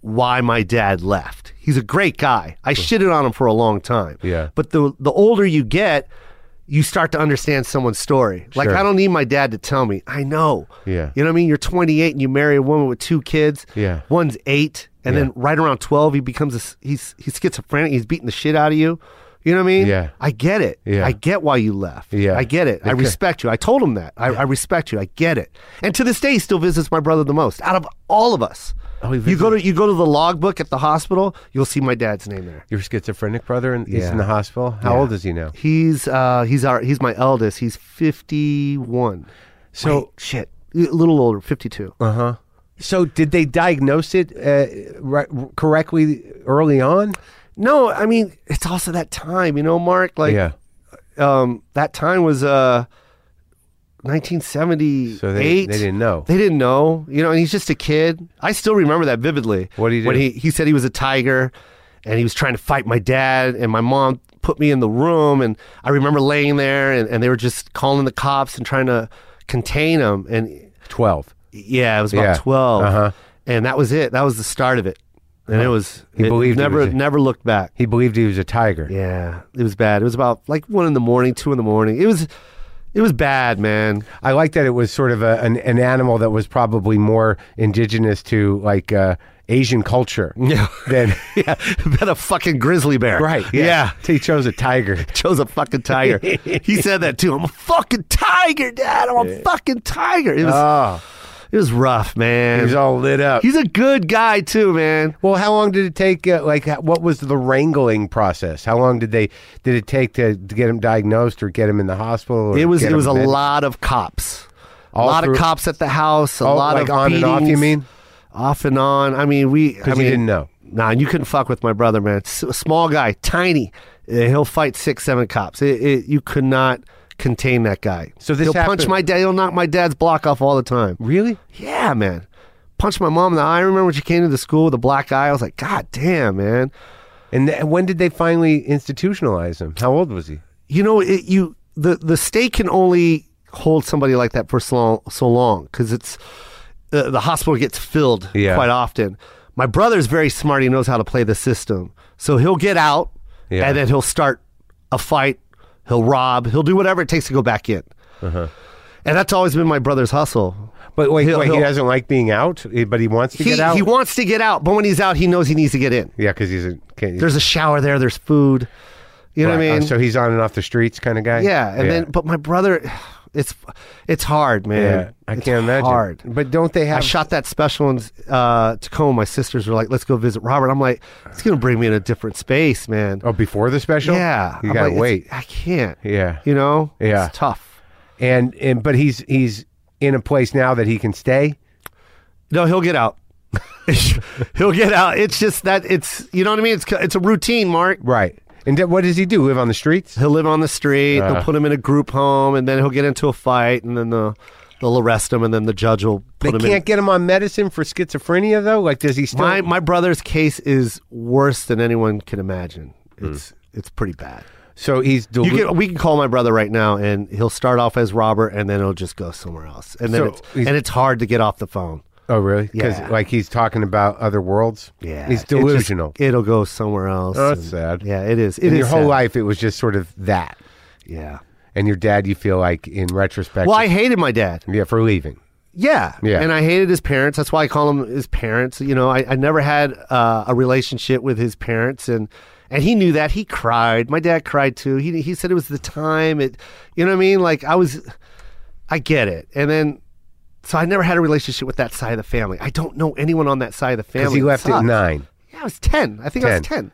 Speaker 3: why my dad left. He's a great guy. I shitted on him for a long time.
Speaker 2: Yeah.
Speaker 3: But the the older you get, you start to understand someone's story. Like
Speaker 2: Sure.
Speaker 3: I don't need my dad to tell me. I know.
Speaker 2: Yeah.
Speaker 3: You know what I mean? You're 28 and you marry a woman with two kids.
Speaker 2: Yeah.
Speaker 3: One's eight, and then right around 12, he becomes a s- he's he's schizophrenic. He's beating the shit out of you. You know what I mean?
Speaker 2: Yeah.
Speaker 3: I get it.
Speaker 2: Yeah.
Speaker 3: I get why you left.
Speaker 2: Yeah.
Speaker 3: I get it. I
Speaker 2: Okay.
Speaker 3: respect you. I told him that. I, I respect you. I get it. And to this day, he still visits my brother the most out of all of us.
Speaker 2: Oh, he
Speaker 3: you go to you go to the logbook at the hospital. You'll see my dad's name there.
Speaker 2: Your schizophrenic brother, and he's
Speaker 3: Yeah.
Speaker 2: in the hospital. How old is he now?
Speaker 3: He's uh he's our he's my eldest. He's fifty one.
Speaker 2: So-
Speaker 3: shit, a little older, fifty two.
Speaker 2: Uh huh. So, did they diagnose it uh, right, correctly early on?
Speaker 3: No, I mean it's also that time, you know, Mark. Like
Speaker 2: yeah.
Speaker 3: um, that time was uh, 1978.
Speaker 2: So they- they didn't know.
Speaker 3: They didn't know. You know, and he's just a kid. I still remember that vividly.
Speaker 2: What'd he do?
Speaker 3: When he, he said he was a tiger and he was trying to fight my dad and my mom put me in the room and I remember laying there and, and they were just calling the cops and trying to contain him and
Speaker 2: 12.
Speaker 3: yeah, it was about
Speaker 2: Yeah.
Speaker 3: 12.
Speaker 2: Uh-huh.
Speaker 3: And that was it. That was the start of it. And it was
Speaker 2: He
Speaker 3: it
Speaker 2: believed he
Speaker 3: never
Speaker 2: was a-
Speaker 3: never looked back.
Speaker 2: He believed he was a tiger.
Speaker 3: Yeah, it was bad. It was about like one in the morning, two in the morning. It was, it was bad, man.
Speaker 2: I like that it was sort of a, an, an animal that was probably more indigenous to like uh, Asian culture.
Speaker 3: Yeah.
Speaker 2: Than,
Speaker 3: yeah, been a fucking grizzly bear.
Speaker 2: right.
Speaker 3: Yeah.
Speaker 2: He chose a tiger.
Speaker 3: Chose a fucking tiger. he said that too. I'm a fucking tiger, Dad. I'm a fucking tiger. It was,
Speaker 2: Oh,
Speaker 3: it was rough, man.
Speaker 2: he was all lit up.
Speaker 3: He's a good guy too, man.
Speaker 2: Well, how long did it take? Uh, like, h- what was the wrangling process? How long did they did it take to, to get him diagnosed or get him in the hospital? Or
Speaker 3: It was
Speaker 2: get
Speaker 3: it was a
Speaker 2: him med-
Speaker 3: lot of cops.
Speaker 2: All
Speaker 3: a lot
Speaker 2: through-
Speaker 3: of cops at the house. A
Speaker 2: Oh,
Speaker 3: lot
Speaker 2: like
Speaker 3: of
Speaker 2: on and off, you
Speaker 3: beatings.
Speaker 2: mean?
Speaker 3: Off and on. I mean, we. Because I
Speaker 2: you
Speaker 3: mean,
Speaker 2: didn't know.
Speaker 3: Nah, you couldn't fuck with my brother, man. S- a small guy, tiny. Uh, he'll fight six, seven cops. It, it, you could not contain that guy.
Speaker 2: So this
Speaker 3: he'll punch
Speaker 2: happened-
Speaker 3: my dad. He'll knock my dad's block off all the time.
Speaker 2: Really?
Speaker 3: Yeah, man. Punch my mom in the eye. I remember when she came to the school with a black eye. I was like, God damn, man.
Speaker 2: And th- when did they finally institutionalize him? How old was he?
Speaker 3: you know, it, you the the state can only hold somebody like that for so long, so long because it's uh, the hospital gets filled
Speaker 2: Yeah.
Speaker 3: quite often. My brother's very smart; he knows how to play the system, so he'll get out
Speaker 2: Yeah.
Speaker 3: and then he'll start a fight. He'll rob. He'll do whatever it takes to go back in.
Speaker 2: Uh-huh.
Speaker 3: And that's always been my brother's hustle.
Speaker 2: But wait,
Speaker 3: He'll-
Speaker 2: wait he
Speaker 3: he'll-
Speaker 2: doesn't like being out, eh, but he wants to
Speaker 3: He,
Speaker 2: get out.
Speaker 3: he wants to get out, but when he's out, he knows he needs to get in.
Speaker 2: yeah, because he's a can,
Speaker 3: There's a shower there. There's food. You know what I
Speaker 2: Right. Oh,
Speaker 3: mean?
Speaker 2: so he's on and off the streets kind of guy.
Speaker 3: Yeah, and then but my brother, it's it's hard, man.
Speaker 2: yeah, I
Speaker 3: It's
Speaker 2: can't imagine.
Speaker 3: Hard.
Speaker 2: But don't they
Speaker 3: I
Speaker 2: have?
Speaker 3: shot that special in uh, Tacoma. My sisters were like, "Let's go visit Robert." I'm like, "It's gonna bring me in a different space, man."
Speaker 2: oh, before the special?
Speaker 3: yeah,
Speaker 2: you
Speaker 3: I'm
Speaker 2: gotta
Speaker 3: like, it's-
Speaker 2: wait.
Speaker 3: I can't.
Speaker 2: Yeah.
Speaker 3: you know.
Speaker 2: Yeah.
Speaker 3: it's tough.
Speaker 2: And and but he's he's in a place now that he can stay.
Speaker 3: No, he'll get out. he'll get out. It's just that it's you know what I mean. It's it's a routine, Mark.
Speaker 2: Right. And d- what does he do? Live on the streets?
Speaker 3: He'll live on the street.
Speaker 2: Uh-huh.
Speaker 3: they'll put him in a group home, and then he'll get into a fight, and then the, they'll arrest him, and then the judge will
Speaker 2: They
Speaker 3: put him in
Speaker 2: can't get him on medicine for schizophrenia though. Like, does he still?
Speaker 3: My my brother's case is worse than anyone can imagine.
Speaker 2: Hmm.
Speaker 3: It's it's pretty bad.
Speaker 2: so he's delu-
Speaker 3: You can, we can call my brother right now, and he'll start off as Robert, and then he'll just go somewhere else, and then
Speaker 2: So
Speaker 3: it's,
Speaker 2: he's-
Speaker 3: and it's hard to get off the phone.
Speaker 2: oh really? Because
Speaker 3: Yeah.
Speaker 2: like he's talking about other worlds.
Speaker 3: Yeah,
Speaker 2: he's
Speaker 3: it just-
Speaker 2: delusional.
Speaker 3: it'll go somewhere else.
Speaker 2: Oh, that's
Speaker 3: and-
Speaker 2: sad.
Speaker 3: Yeah, it is. It is
Speaker 2: in your whole
Speaker 3: sad.
Speaker 2: life, it was just sort of that.
Speaker 3: Yeah.
Speaker 2: And your dad, you feel like in retrospect,
Speaker 3: Well, I hated my dad.
Speaker 2: yeah, for leaving.
Speaker 3: Yeah.
Speaker 2: Yeah.
Speaker 3: And I hated his parents. That's why I call him his parents. You know, I, I never had uh, a relationship with his parents and and he knew that. He cried. My dad cried too. He he said it was the time. It you know what I mean? Like I was I get it. And then so I never had a relationship with that side of the family. I don't know anyone on that side of the
Speaker 2: Because
Speaker 3: family.
Speaker 2: he left
Speaker 3: it
Speaker 2: at
Speaker 3: sucks.
Speaker 2: nine.
Speaker 3: Yeah, I was ten. I think I was
Speaker 2: 10.
Speaker 3: ten.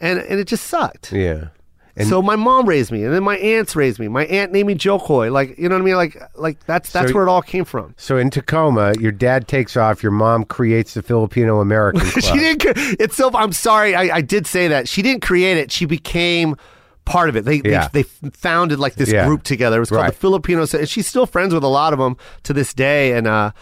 Speaker 3: And and it just sucked.
Speaker 2: Yeah. And
Speaker 3: so my mom raised me, and then my aunts raised me. My aunt named me Jokoi. Like you know what I mean? Like like that's that's
Speaker 2: So-
Speaker 3: where it all came from.
Speaker 2: so in Tacoma, your dad takes off. Your mom creates the Filipino American Club.
Speaker 3: she didn't. cre- It's so. I'm sorry. I, I did say that she didn't create it. She became part of it. They
Speaker 2: Yeah.
Speaker 3: they, they founded like this
Speaker 2: Yeah.
Speaker 3: group together. It was called
Speaker 2: Right.
Speaker 3: the Filipinos. And she's still friends with a lot of them to this day. And uh,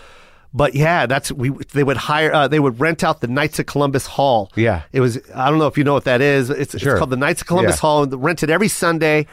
Speaker 3: but yeah, that's we. They would hire. Uh, they would rent out the Knights of Columbus Hall.
Speaker 2: Yeah.
Speaker 3: it was. I don't know if you know what that is. It's,
Speaker 2: Sure.
Speaker 3: it's called the Knights of Columbus
Speaker 2: Yeah.
Speaker 3: Hall. And rented every Sunday.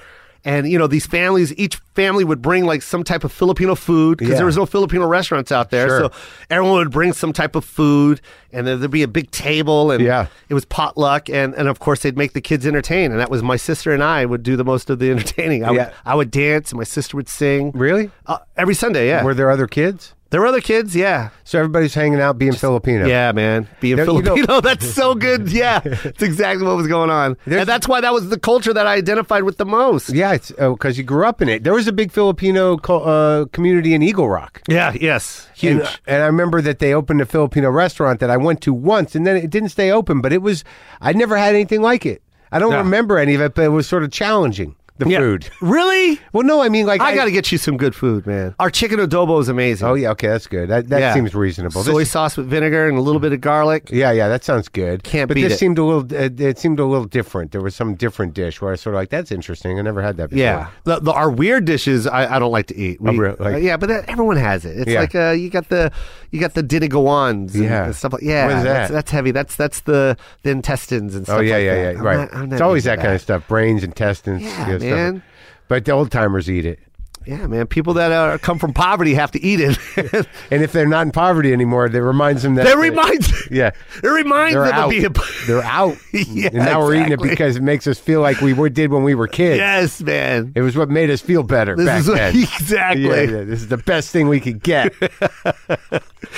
Speaker 3: And you know these families, each family would bring like some type of Filipino food because
Speaker 2: Yeah.
Speaker 3: there was no Filipino restaurants out there.
Speaker 2: Sure.
Speaker 3: So everyone would bring some type of food and then there'd be a big table and
Speaker 2: Yeah.
Speaker 3: it was potluck and, and of course they'd make the kids entertain and that was my sister and I would do the most of the entertaining. I
Speaker 2: Yeah.
Speaker 3: would I would dance and my sister would sing.
Speaker 2: Really?
Speaker 3: Uh, every Sunday, yeah.
Speaker 2: Were there other kids?
Speaker 3: there were other kids, yeah.
Speaker 2: So everybody's hanging out being Filipino.
Speaker 3: Yeah, man. Being
Speaker 2: There- you know-
Speaker 3: Filipino, that's so good. Yeah. It's exactly what was going on.
Speaker 2: There's-
Speaker 3: and that's why that was the culture that I identified with the most.
Speaker 2: Yeah, it's because you grew up in it. There was a big Filipino co- uh, community in Eagle Rock.
Speaker 3: Yeah, yes.
Speaker 2: And,
Speaker 3: Huge.
Speaker 2: uh, and I remember that they opened a Filipino restaurant that I went to once, and then it didn't stay open, but it was, I never had anything like it. I don't
Speaker 3: Yeah.
Speaker 2: remember any of it, but it was sort of challenging the
Speaker 3: Yeah.
Speaker 2: food.
Speaker 3: Really?
Speaker 2: Well, no, I mean like
Speaker 3: I got to get you some good food, man. Our chicken adobo is amazing.
Speaker 2: Oh yeah, okay, that's good. That that
Speaker 3: Yeah.
Speaker 2: seems reasonable.
Speaker 3: Soy
Speaker 2: This-
Speaker 3: sauce with vinegar and a little bit of garlic.
Speaker 2: yeah, yeah, that sounds good.
Speaker 3: Can't
Speaker 2: but
Speaker 3: beat
Speaker 2: this
Speaker 3: it.
Speaker 2: seemed a little. It, it seemed a little different. There was some different dish where I was sort of like, "That's interesting. I never had that before."
Speaker 3: Yeah, the, the, our weird dishes I, I don't like to eat.
Speaker 2: Oh,
Speaker 3: We-
Speaker 2: really? Like-
Speaker 3: uh, yeah, but that, everyone has it. It's
Speaker 2: Yeah.
Speaker 3: like uh, you got the you got the dinigawans and,
Speaker 2: Yeah.
Speaker 3: and stuff like yeah.
Speaker 2: What is
Speaker 3: That's,
Speaker 2: that?
Speaker 3: that's heavy. That's that's the the intestines and stuff.
Speaker 2: Oh yeah,
Speaker 3: like
Speaker 2: yeah,
Speaker 3: that.
Speaker 2: yeah.
Speaker 3: I'm
Speaker 2: right.
Speaker 3: not- I'm not
Speaker 2: it's always
Speaker 3: into
Speaker 2: that, kind of stuff. Brains, intestines.
Speaker 3: Yeah,
Speaker 2: you know, stuff.
Speaker 3: man.
Speaker 2: But the old timers eat it,
Speaker 3: Yeah, man. People that are, come from poverty have to eat it.
Speaker 2: and if they're not in poverty anymore, that reminds them that
Speaker 3: that reminds
Speaker 2: Yeah.
Speaker 3: it reminds
Speaker 2: They're
Speaker 3: them
Speaker 2: out.
Speaker 3: of being.
Speaker 2: They're out.
Speaker 3: Yeah,
Speaker 2: and now we're eating it
Speaker 3: exactly.
Speaker 2: because it makes us feel like we were, did when we were kids.
Speaker 3: Yes, man.
Speaker 2: It was what made us feel better
Speaker 3: This
Speaker 2: back
Speaker 3: is
Speaker 2: then.
Speaker 3: exactly.
Speaker 2: Yeah, yeah, this is the best thing we could get.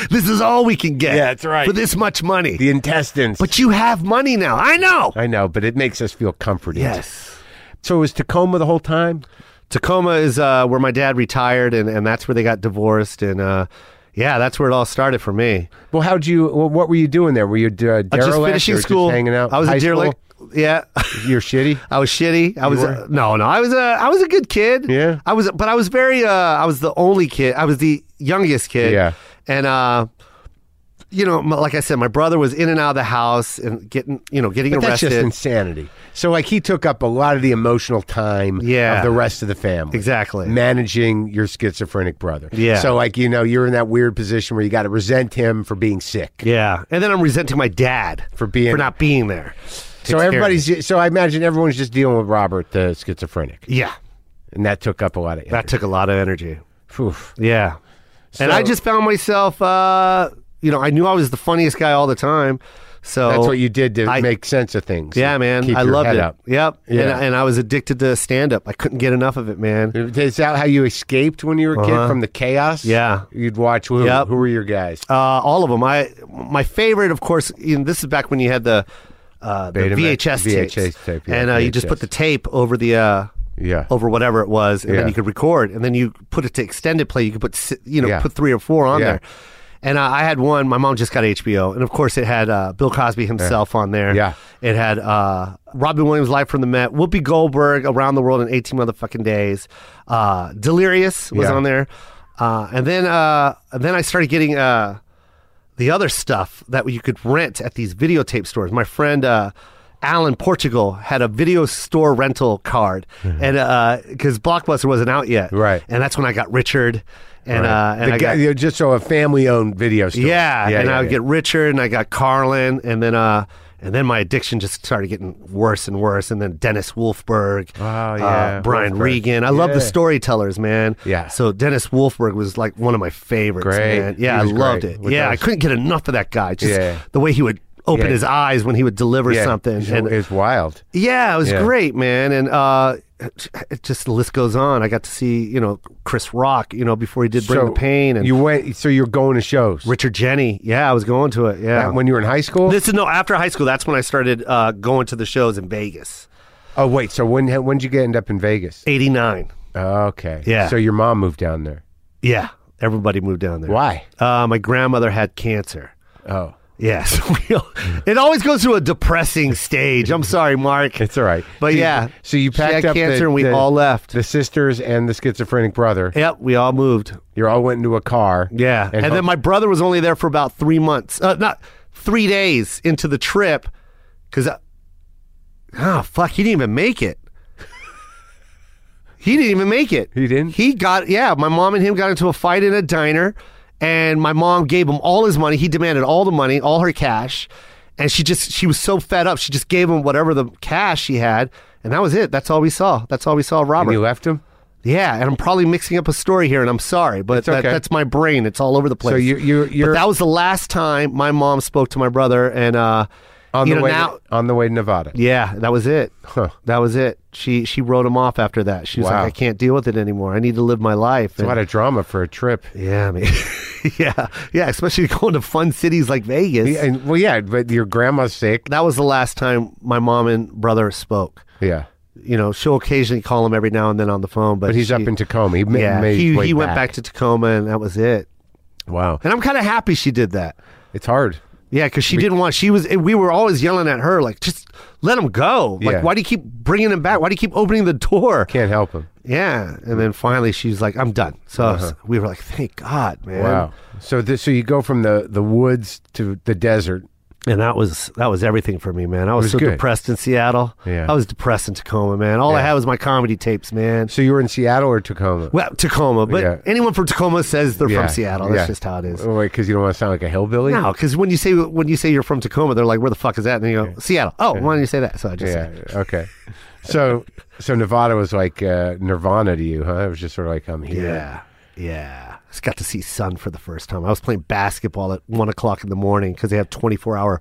Speaker 3: This is all we can get.
Speaker 2: Yeah, that's right.
Speaker 3: For this much money.
Speaker 2: the intestines.
Speaker 3: but you have money now. I know.
Speaker 2: I know, but it makes us feel comforted.
Speaker 3: Yes.
Speaker 2: So it was Tacoma the whole time?
Speaker 3: Tacoma is uh, where my dad retired, and, and that's where they got divorced. And uh, yeah, that's where it all started for me.
Speaker 2: Well, how'd you, well, what were you doing there? Were you uh, derelict
Speaker 3: I was just
Speaker 2: or
Speaker 3: finishing school.
Speaker 2: Just hanging out?
Speaker 3: I was
Speaker 2: High
Speaker 3: a deer
Speaker 2: school?
Speaker 3: like, yeah.
Speaker 2: You're shitty?
Speaker 3: I was shitty. I was
Speaker 2: were?
Speaker 3: uh, no, no. I was a I was a good kid.
Speaker 2: Yeah.
Speaker 3: I was, but I was very. Uh, I was the only kid. I was the youngest kid.
Speaker 2: Yeah.
Speaker 3: And uh, you know, my, like I said, my brother was in and out of the house and getting, you know, getting
Speaker 2: But that's
Speaker 3: arrested.
Speaker 2: just insanity. So, like, he took up a lot of the emotional time
Speaker 3: Yeah.
Speaker 2: of the rest of the family.
Speaker 3: Exactly.
Speaker 2: Managing your schizophrenic brother.
Speaker 3: Yeah.
Speaker 2: So, like, you know, you're in that weird position where you got to resent him for being sick.
Speaker 3: yeah. And then I'm resenting my dad
Speaker 2: For being-
Speaker 3: for not being there.
Speaker 2: So
Speaker 3: Takes care of me.
Speaker 2: everybody's. So I imagine everyone's just dealing with Robert, the schizophrenic,
Speaker 3: yeah.
Speaker 2: and that took up a lot of.
Speaker 3: That took a lot of energy.
Speaker 2: Oof.
Speaker 3: Yeah.
Speaker 2: So-
Speaker 3: and I just found myself, uh, you know, I knew I was the funniest guy all the time. So
Speaker 2: That's what you did to
Speaker 3: I-
Speaker 2: make sense of things.
Speaker 3: Yeah, man.
Speaker 2: Keep
Speaker 3: I
Speaker 2: your
Speaker 3: loved
Speaker 2: head
Speaker 3: it.
Speaker 2: up.
Speaker 3: Yep.
Speaker 2: Yeah.
Speaker 3: And, and I was addicted to stand up. I couldn't get enough of it, man.
Speaker 2: Is that how you escaped when you were a kid from the chaos?
Speaker 3: Uh-huh. Yeah.
Speaker 2: You'd watch. Who,
Speaker 3: Yep.
Speaker 2: who were your guys?
Speaker 3: Uh, all of them. I my favorite, of course. You know, this is back when you had the, uh, the
Speaker 2: Betamax,
Speaker 3: VHS tapes.
Speaker 2: VHS tape, yeah,
Speaker 3: and uh, you just put
Speaker 2: VHS.
Speaker 3: the tape over the uh,
Speaker 2: Yeah.
Speaker 3: over whatever it was, and
Speaker 2: Yeah.
Speaker 3: then you could record, and then you put it to extended play. You could put si- you know
Speaker 2: Yeah.
Speaker 3: put three or four on
Speaker 2: Yeah.
Speaker 3: there. And uh, I had one. My mom just got HBO, and of course it had uh, Bill Cosby himself on there.
Speaker 2: Yeah.
Speaker 3: It had uh, Robin Williams live from the Met, Whoopi Goldberg around the world in eighteen motherfucking days. Uh, Delirious was
Speaker 2: Yeah.
Speaker 3: on there, uh, and then uh, and then I started getting. Uh, the other stuff that you could rent at these videotape stores. My friend uh, Alan Portugal had a video store rental card, and because Blockbuster wasn't out yet,
Speaker 2: Mm-hmm. Right.
Speaker 3: And that's when I got Richard, and uh, and
Speaker 2: the guy,
Speaker 3: I got,
Speaker 2: you know, just so a family-owned video store.
Speaker 3: yeah, and I would
Speaker 2: yeah.
Speaker 3: get Richard, and I got Carlin, and then uh, and then my addiction just started getting worse and worse, and then Dennis Wolfberg,
Speaker 2: Oh, yeah,
Speaker 3: uh, Brian
Speaker 2: Wolfberg.
Speaker 3: Regan. I love
Speaker 2: Yeah.
Speaker 3: the storytellers, man.
Speaker 2: Yeah.
Speaker 3: So Dennis Wolfberg was like one of my favorites,
Speaker 2: Great.
Speaker 3: man. Yeah,
Speaker 2: He
Speaker 3: I
Speaker 2: was
Speaker 3: loved
Speaker 2: great
Speaker 3: it.
Speaker 2: with
Speaker 3: Yeah,
Speaker 2: those.
Speaker 3: I couldn't get enough of that guy. Just
Speaker 2: Yeah.
Speaker 3: the way he would open
Speaker 2: Yeah.
Speaker 3: his eyes when he would deliver
Speaker 2: Yeah.
Speaker 3: something,
Speaker 2: It's,
Speaker 3: and
Speaker 2: it's wild.
Speaker 3: yeah, it was
Speaker 2: Yeah.
Speaker 3: great, man. And uh, it just the list goes on. I got to see you know Chris Rock, you know, before he did Bring
Speaker 2: so
Speaker 3: the Pain, and
Speaker 2: you went. So you're going to shows.
Speaker 3: Richard Jenny. Yeah, I was going to it. Yeah.
Speaker 2: That- Uh, When you were in high school.
Speaker 3: This is no after high school. That's when I started uh, going to the shows in Vegas.
Speaker 2: oh wait. So when when did you get end up in Vegas?
Speaker 3: Eighty nine.
Speaker 2: Okay.
Speaker 3: Yeah.
Speaker 2: So your mom moved down there.
Speaker 3: Yeah, everybody moved down there.
Speaker 2: Why?
Speaker 3: Uh, my grandmother had cancer.
Speaker 2: Oh.
Speaker 3: Yes, it always goes through a depressing stage. I'm sorry, Mark.
Speaker 2: It's all right.
Speaker 3: But
Speaker 2: So you-
Speaker 3: yeah,
Speaker 2: so you
Speaker 3: she had
Speaker 2: packed up the-
Speaker 3: cancer, and we
Speaker 2: the-
Speaker 3: all left.
Speaker 2: The sisters and the schizophrenic brother.
Speaker 3: yep, we all moved.
Speaker 2: You all went into a car.
Speaker 3: Yeah, and, then my brother was only there for about three months, uh, not three days into the trip, because, oh fuck, he didn't even make it. he didn't even make it.
Speaker 2: He didn't?
Speaker 3: He got yeah. My mom and him got into a fight in a diner, and my mom gave him all his money. He demanded all the money, all her cash, and she just she was so fed up. She just gave him whatever the cash she had, and that was it. That's all we saw. That's all we saw. of Robert.
Speaker 2: you left him.
Speaker 3: Yeah, and I'm probably mixing up a story here, and I'm sorry, but that,
Speaker 2: okay.
Speaker 3: that's my brain. It's all over the place.
Speaker 2: So you- you're- you're-
Speaker 3: but that was the last time my mom spoke to my brother, and uh,
Speaker 2: On
Speaker 3: you
Speaker 2: the
Speaker 3: know,
Speaker 2: way
Speaker 3: now,
Speaker 2: on the way to Nevada.
Speaker 3: yeah, that was it.
Speaker 2: Huh.
Speaker 3: That was it. She she wrote him off after that. She was
Speaker 2: Wow.
Speaker 3: like, I can't deal with it anymore. I need to live my life.
Speaker 2: A
Speaker 3: And-
Speaker 2: lot of drama for a trip.
Speaker 3: yeah, I mean, yeah, yeah, especially going to fun cities like Vegas.
Speaker 2: Yeah, and, well, yeah, but your grandma's sick.
Speaker 3: That was the last time my mom and brother spoke.
Speaker 2: Yeah,
Speaker 3: You know, she'll occasionally call him every now and then on the phone, but,
Speaker 2: but he's up
Speaker 3: she-
Speaker 2: in Tacoma. He ma-
Speaker 3: yeah,
Speaker 2: made his
Speaker 3: he
Speaker 2: way
Speaker 3: he went back to Tacoma, and that was it.
Speaker 2: Wow,
Speaker 3: And I'm kind of happy she did that.
Speaker 2: it's hard.
Speaker 3: Yeah, because she didn't want. She was. We were always yelling at her, like, just let him go. Like,
Speaker 2: Yeah.
Speaker 3: why do you keep bringing him back? Why do you keep opening the door?
Speaker 2: Can't help him.
Speaker 3: Yeah. And then finally she's like, I'm done. So we were like, thank God, man.
Speaker 2: Uh-huh. Wow. So this, so you go from the the woods to the desert.
Speaker 3: And that was that was everything for me, man. I was,
Speaker 2: was
Speaker 3: so
Speaker 2: good.
Speaker 3: depressed in Seattle.
Speaker 2: Yeah.
Speaker 3: I was depressed in Tacoma, man. All I
Speaker 2: Yeah.
Speaker 3: had was my comedy tapes, man.
Speaker 2: So you were in Seattle or Tacoma?
Speaker 3: Well, Tacoma, but
Speaker 2: Yeah.
Speaker 3: anyone from Tacoma says they're
Speaker 2: Yeah.
Speaker 3: from Seattle. That's
Speaker 2: Yeah.
Speaker 3: just how it is.
Speaker 2: Oh, wait, because you don't want to sound like a hillbilly.
Speaker 3: No, because when you say when you say you're from Tacoma, they're like, "Where the fuck is that?" And then you go, "Seattle." Oh, why didn't you say that? So I just
Speaker 2: Yeah. Okay. So so Nevada was like uh, Nirvana to you, huh? It was just sort of like I'm here.
Speaker 3: Yeah. Yeah. I just got to see sun for the first time. I was playing basketball at one o'clock in the morning because they have 24 hour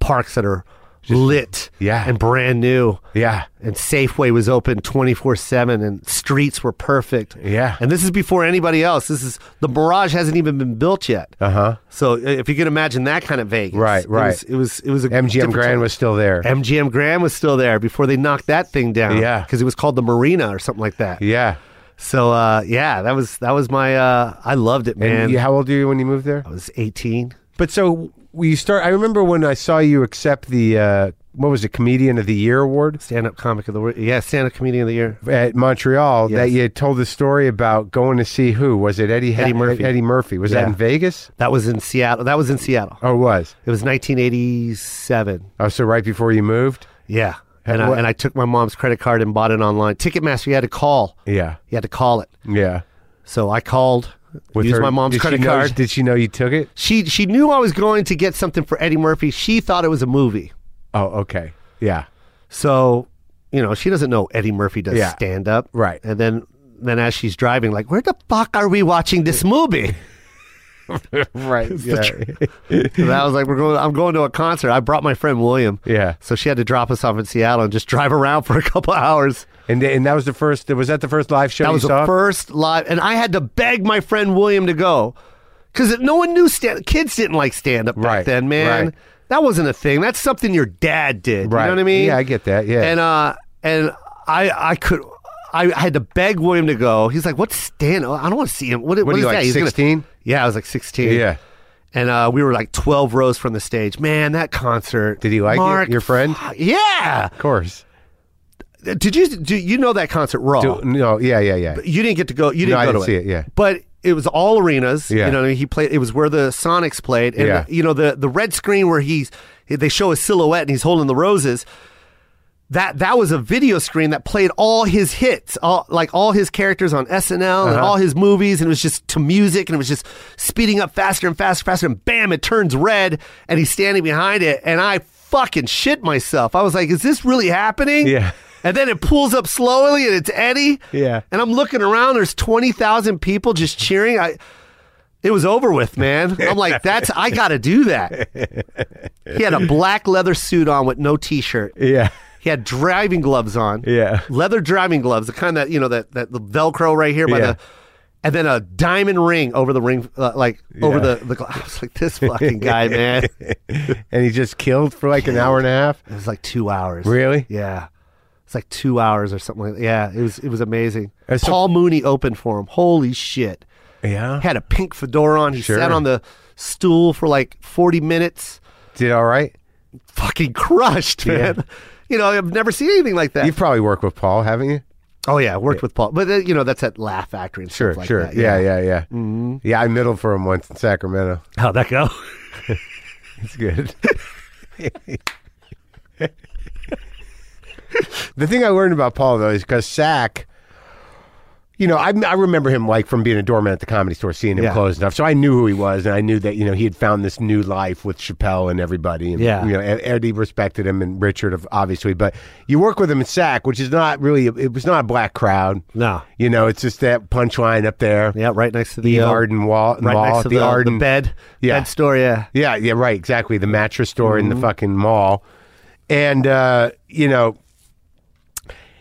Speaker 3: parks that are lit
Speaker 2: yeah.
Speaker 3: and brand new.
Speaker 2: Yeah.
Speaker 3: And Safeway was open 24 7 and streets were perfect.
Speaker 2: Yeah.
Speaker 3: And this is before anybody else. This is the barrage hasn't even been built yet.
Speaker 2: Uh huh.
Speaker 3: So uh, if you can imagine that kind of Vegas.
Speaker 2: Right, right.
Speaker 3: It was, it was, it was a
Speaker 2: MGM
Speaker 3: different
Speaker 2: Grand
Speaker 3: time.
Speaker 2: was still there.
Speaker 3: MGM Grand was still there before they knocked that thing down.
Speaker 2: Yeah.
Speaker 3: Because it was called the Marina or something like that.
Speaker 2: yeah.
Speaker 3: So uh, yeah, that was that was my uh, I loved it, man.
Speaker 2: And you, how old were you when you moved there?
Speaker 3: I was 18.
Speaker 2: But so we start. I remember when I saw you accept the uh, what was it, Comedian of the Year award
Speaker 3: Stand up comic of the world. Yeah, stand up comedian of the year.
Speaker 2: at Montreal. That
Speaker 3: Yes.
Speaker 2: you told the story about going to see who was it? Eddie Ha-
Speaker 3: Eddie Murphy.
Speaker 2: Eddie Murphy was that
Speaker 3: Yeah.
Speaker 2: in Vegas?
Speaker 3: That was in Seattle. That was in Seattle.
Speaker 2: Oh, it was
Speaker 3: It was 1987.
Speaker 2: oh so right before you moved?
Speaker 3: Yeah. And I,
Speaker 2: What-
Speaker 3: and I took my mom's credit card and bought it online. Ticketmaster, you had to call.
Speaker 2: Yeah,
Speaker 3: You had to call it.
Speaker 2: yeah.
Speaker 3: So I called, used my mom's
Speaker 2: did she
Speaker 3: credit
Speaker 2: know-
Speaker 3: card.
Speaker 2: Did she know you took it?
Speaker 3: She she knew I was going to get something for Eddie Murphy. She thought it was a movie.
Speaker 2: Oh, okay. Yeah,
Speaker 3: So, you know, she doesn't know Eddie Murphy does
Speaker 2: Yeah.
Speaker 3: stand up.
Speaker 2: Right.
Speaker 3: And then then as she's driving, like, where the fuck are we watching this movie?
Speaker 2: right. yeah.
Speaker 3: and I was like, We're going I'm going to a concert. I brought my friend William.
Speaker 2: Yeah.
Speaker 3: So she had to drop us off in Seattle and just drive around for a couple hours.
Speaker 2: and th- and that was the first. Was that the first live show?
Speaker 3: That
Speaker 2: you
Speaker 3: was
Speaker 2: saw?
Speaker 3: the first live and I had to beg my friend William to go. Cause no one knew stand kids didn't like stand up back
Speaker 2: Right.
Speaker 3: then, man.
Speaker 2: Right.
Speaker 3: That wasn't a thing. That's something your dad did.
Speaker 2: Right.
Speaker 3: You know what I mean?
Speaker 2: Yeah, I get that. Yeah.
Speaker 3: and uh and I I could I had to beg William to go. He's like, "What's Stan? Oh, I don't want to see him. What,
Speaker 2: what
Speaker 3: what
Speaker 2: are
Speaker 3: is
Speaker 2: you
Speaker 3: that?
Speaker 2: like?
Speaker 3: He's gonna-
Speaker 2: Sixteen.
Speaker 3: yeah, I was like sixteen.
Speaker 2: Yeah.
Speaker 3: and uh, we were like twelve rows from the stage. Man, that concert.
Speaker 2: Did he like it?
Speaker 3: Mark,
Speaker 2: Your friend?
Speaker 3: fuck, Yeah.
Speaker 2: Of course.
Speaker 3: Did you do you know that concert raw?
Speaker 2: Do- no. Yeah. Yeah. Yeah.
Speaker 3: you didn't get to go. You didn't
Speaker 2: No, I
Speaker 3: go
Speaker 2: didn't
Speaker 3: to
Speaker 2: see it, yeah.
Speaker 3: but it was all arenas.
Speaker 2: Yeah.
Speaker 3: you know what I mean? he played. It was where the Sonics played, and
Speaker 2: Yeah.
Speaker 3: the- you know the the red screen where he's they show his silhouette and he's holding the roses. That that was a video screen that played all his hits, all like all his characters on SNL and
Speaker 2: Uh-huh.
Speaker 3: all his movies, and it was just to music, and it was just speeding up faster and faster, faster, and bam, it turns red, and he's standing behind it, and I fucking shit myself. I was like, is this really happening?
Speaker 2: Yeah.
Speaker 3: And then it pulls up slowly, and it's Eddie.
Speaker 2: Yeah.
Speaker 3: And I'm looking around. There's twenty thousand people just cheering. I, it was over with, man. I'm like, that's I got to do that. He had a black leather suit on with no t-shirt.
Speaker 2: Yeah.
Speaker 3: He had driving gloves on.
Speaker 2: Yeah.
Speaker 3: Leather driving gloves, the kind that you know that that the Velcro right here by
Speaker 2: Yeah.
Speaker 3: the. And then a diamond ring over the ring, uh, like over the, the. gla- I was like, this fucking guy, man. It
Speaker 2: and he just killed for like an hour and a half.
Speaker 3: was like two hours.
Speaker 2: Really?
Speaker 3: Yeah. It's like two hours or something. like that. Yeah, it was it was amazing.
Speaker 2: And Uh, so-
Speaker 3: Paul Mooney opened for him. Holy shit!
Speaker 2: Yeah.
Speaker 3: Had a pink fedora on. He
Speaker 2: Sure.
Speaker 3: sat on the stool for like forty minutes.
Speaker 2: Did all right.
Speaker 3: Fucking crushed, man. You know, I've never seen anything like that.
Speaker 2: You've probably worked with Paul, haven't you?
Speaker 3: oh yeah, I worked with Paul, but uh, you know that's at Laugh Factory and
Speaker 2: Sure.
Speaker 3: stuff like
Speaker 2: sure.
Speaker 3: that. Mm-hmm.
Speaker 2: yeah. Yeah. Yeah. Yeah. I middled for him once in Sacramento.
Speaker 3: How'd that go?
Speaker 2: It's good. the thing I learned about Paul though is because Sack, you know, I, I remember him like from being a doorman at the comedy store, seeing him
Speaker 3: Yeah.
Speaker 2: close enough, so I knew who he was, and I knew that you know he had found this new life with Chappelle and everybody. And,
Speaker 3: Yeah.
Speaker 2: you know, Ed- Eddie respected him and Richard of- obviously, but you work with him in Sack, which is not really it was not a black crowd.
Speaker 3: No.
Speaker 2: you know, it's just that punchline up there,
Speaker 3: Yeah, right next to the
Speaker 2: the
Speaker 3: uh,
Speaker 2: Arden wall,
Speaker 3: right
Speaker 2: mall,
Speaker 3: next to
Speaker 2: the,
Speaker 3: the,
Speaker 2: Arden
Speaker 3: the bed,
Speaker 2: Yeah.
Speaker 3: bed store. Yeah,
Speaker 2: yeah, yeah, right, exactly. The mattress store
Speaker 3: Mm-hmm.
Speaker 2: in the fucking mall, and uh, you know,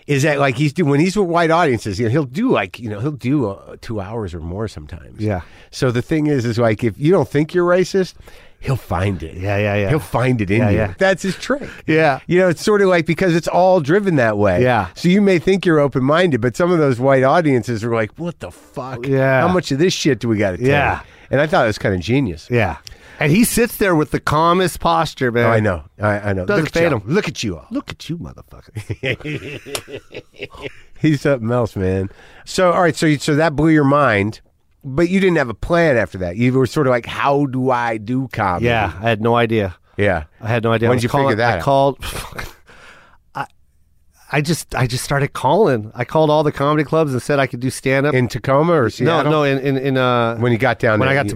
Speaker 2: is that like he's doing when he's with white audiences? You know, he'll do like you know he'll do uh, two hours or more sometimes.
Speaker 3: Yeah.
Speaker 2: So the thing is, is like if you don't think you're racist, he'll find it.
Speaker 3: Yeah, yeah, yeah.
Speaker 2: He'll find it in
Speaker 3: Yeah,
Speaker 2: you.
Speaker 3: yeah.
Speaker 2: That's his trick.
Speaker 3: Yeah.
Speaker 2: You know, it's sort of like because it's all driven that way.
Speaker 3: Yeah.
Speaker 2: So you may think you're open minded, but some of those white audiences are like, "What the fuck?
Speaker 3: Yeah.
Speaker 2: How much of this shit do we got to take?"
Speaker 3: Yeah.
Speaker 2: And I thought it was kind of genius.
Speaker 3: yeah. And he sits there with the calmest posture, man.
Speaker 2: Oh, I know. I, I know.
Speaker 3: Doesn't
Speaker 2: Look at
Speaker 3: fade
Speaker 2: y'all.
Speaker 3: him.
Speaker 2: Look at you all.
Speaker 3: Look at you, motherfucker.
Speaker 2: He's something else, man. So, all right. So, you- so that blew your mind, but you didn't have a plan after that. You were sort of like, "How do I do comedy?"
Speaker 3: yeah, I had no idea.
Speaker 2: yeah.
Speaker 3: I had no idea. I
Speaker 2: When
Speaker 3: was
Speaker 2: did you
Speaker 3: calling-
Speaker 2: figure that
Speaker 3: I
Speaker 2: out?
Speaker 3: called. I- I just I just started calling. I called all the comedy clubs and said I could do stand up.
Speaker 2: In Tacoma or
Speaker 3: No,
Speaker 2: Seattle?
Speaker 3: no, in in, in uh when,
Speaker 2: When you got down
Speaker 3: I
Speaker 2: there,
Speaker 3: got
Speaker 2: you-
Speaker 3: to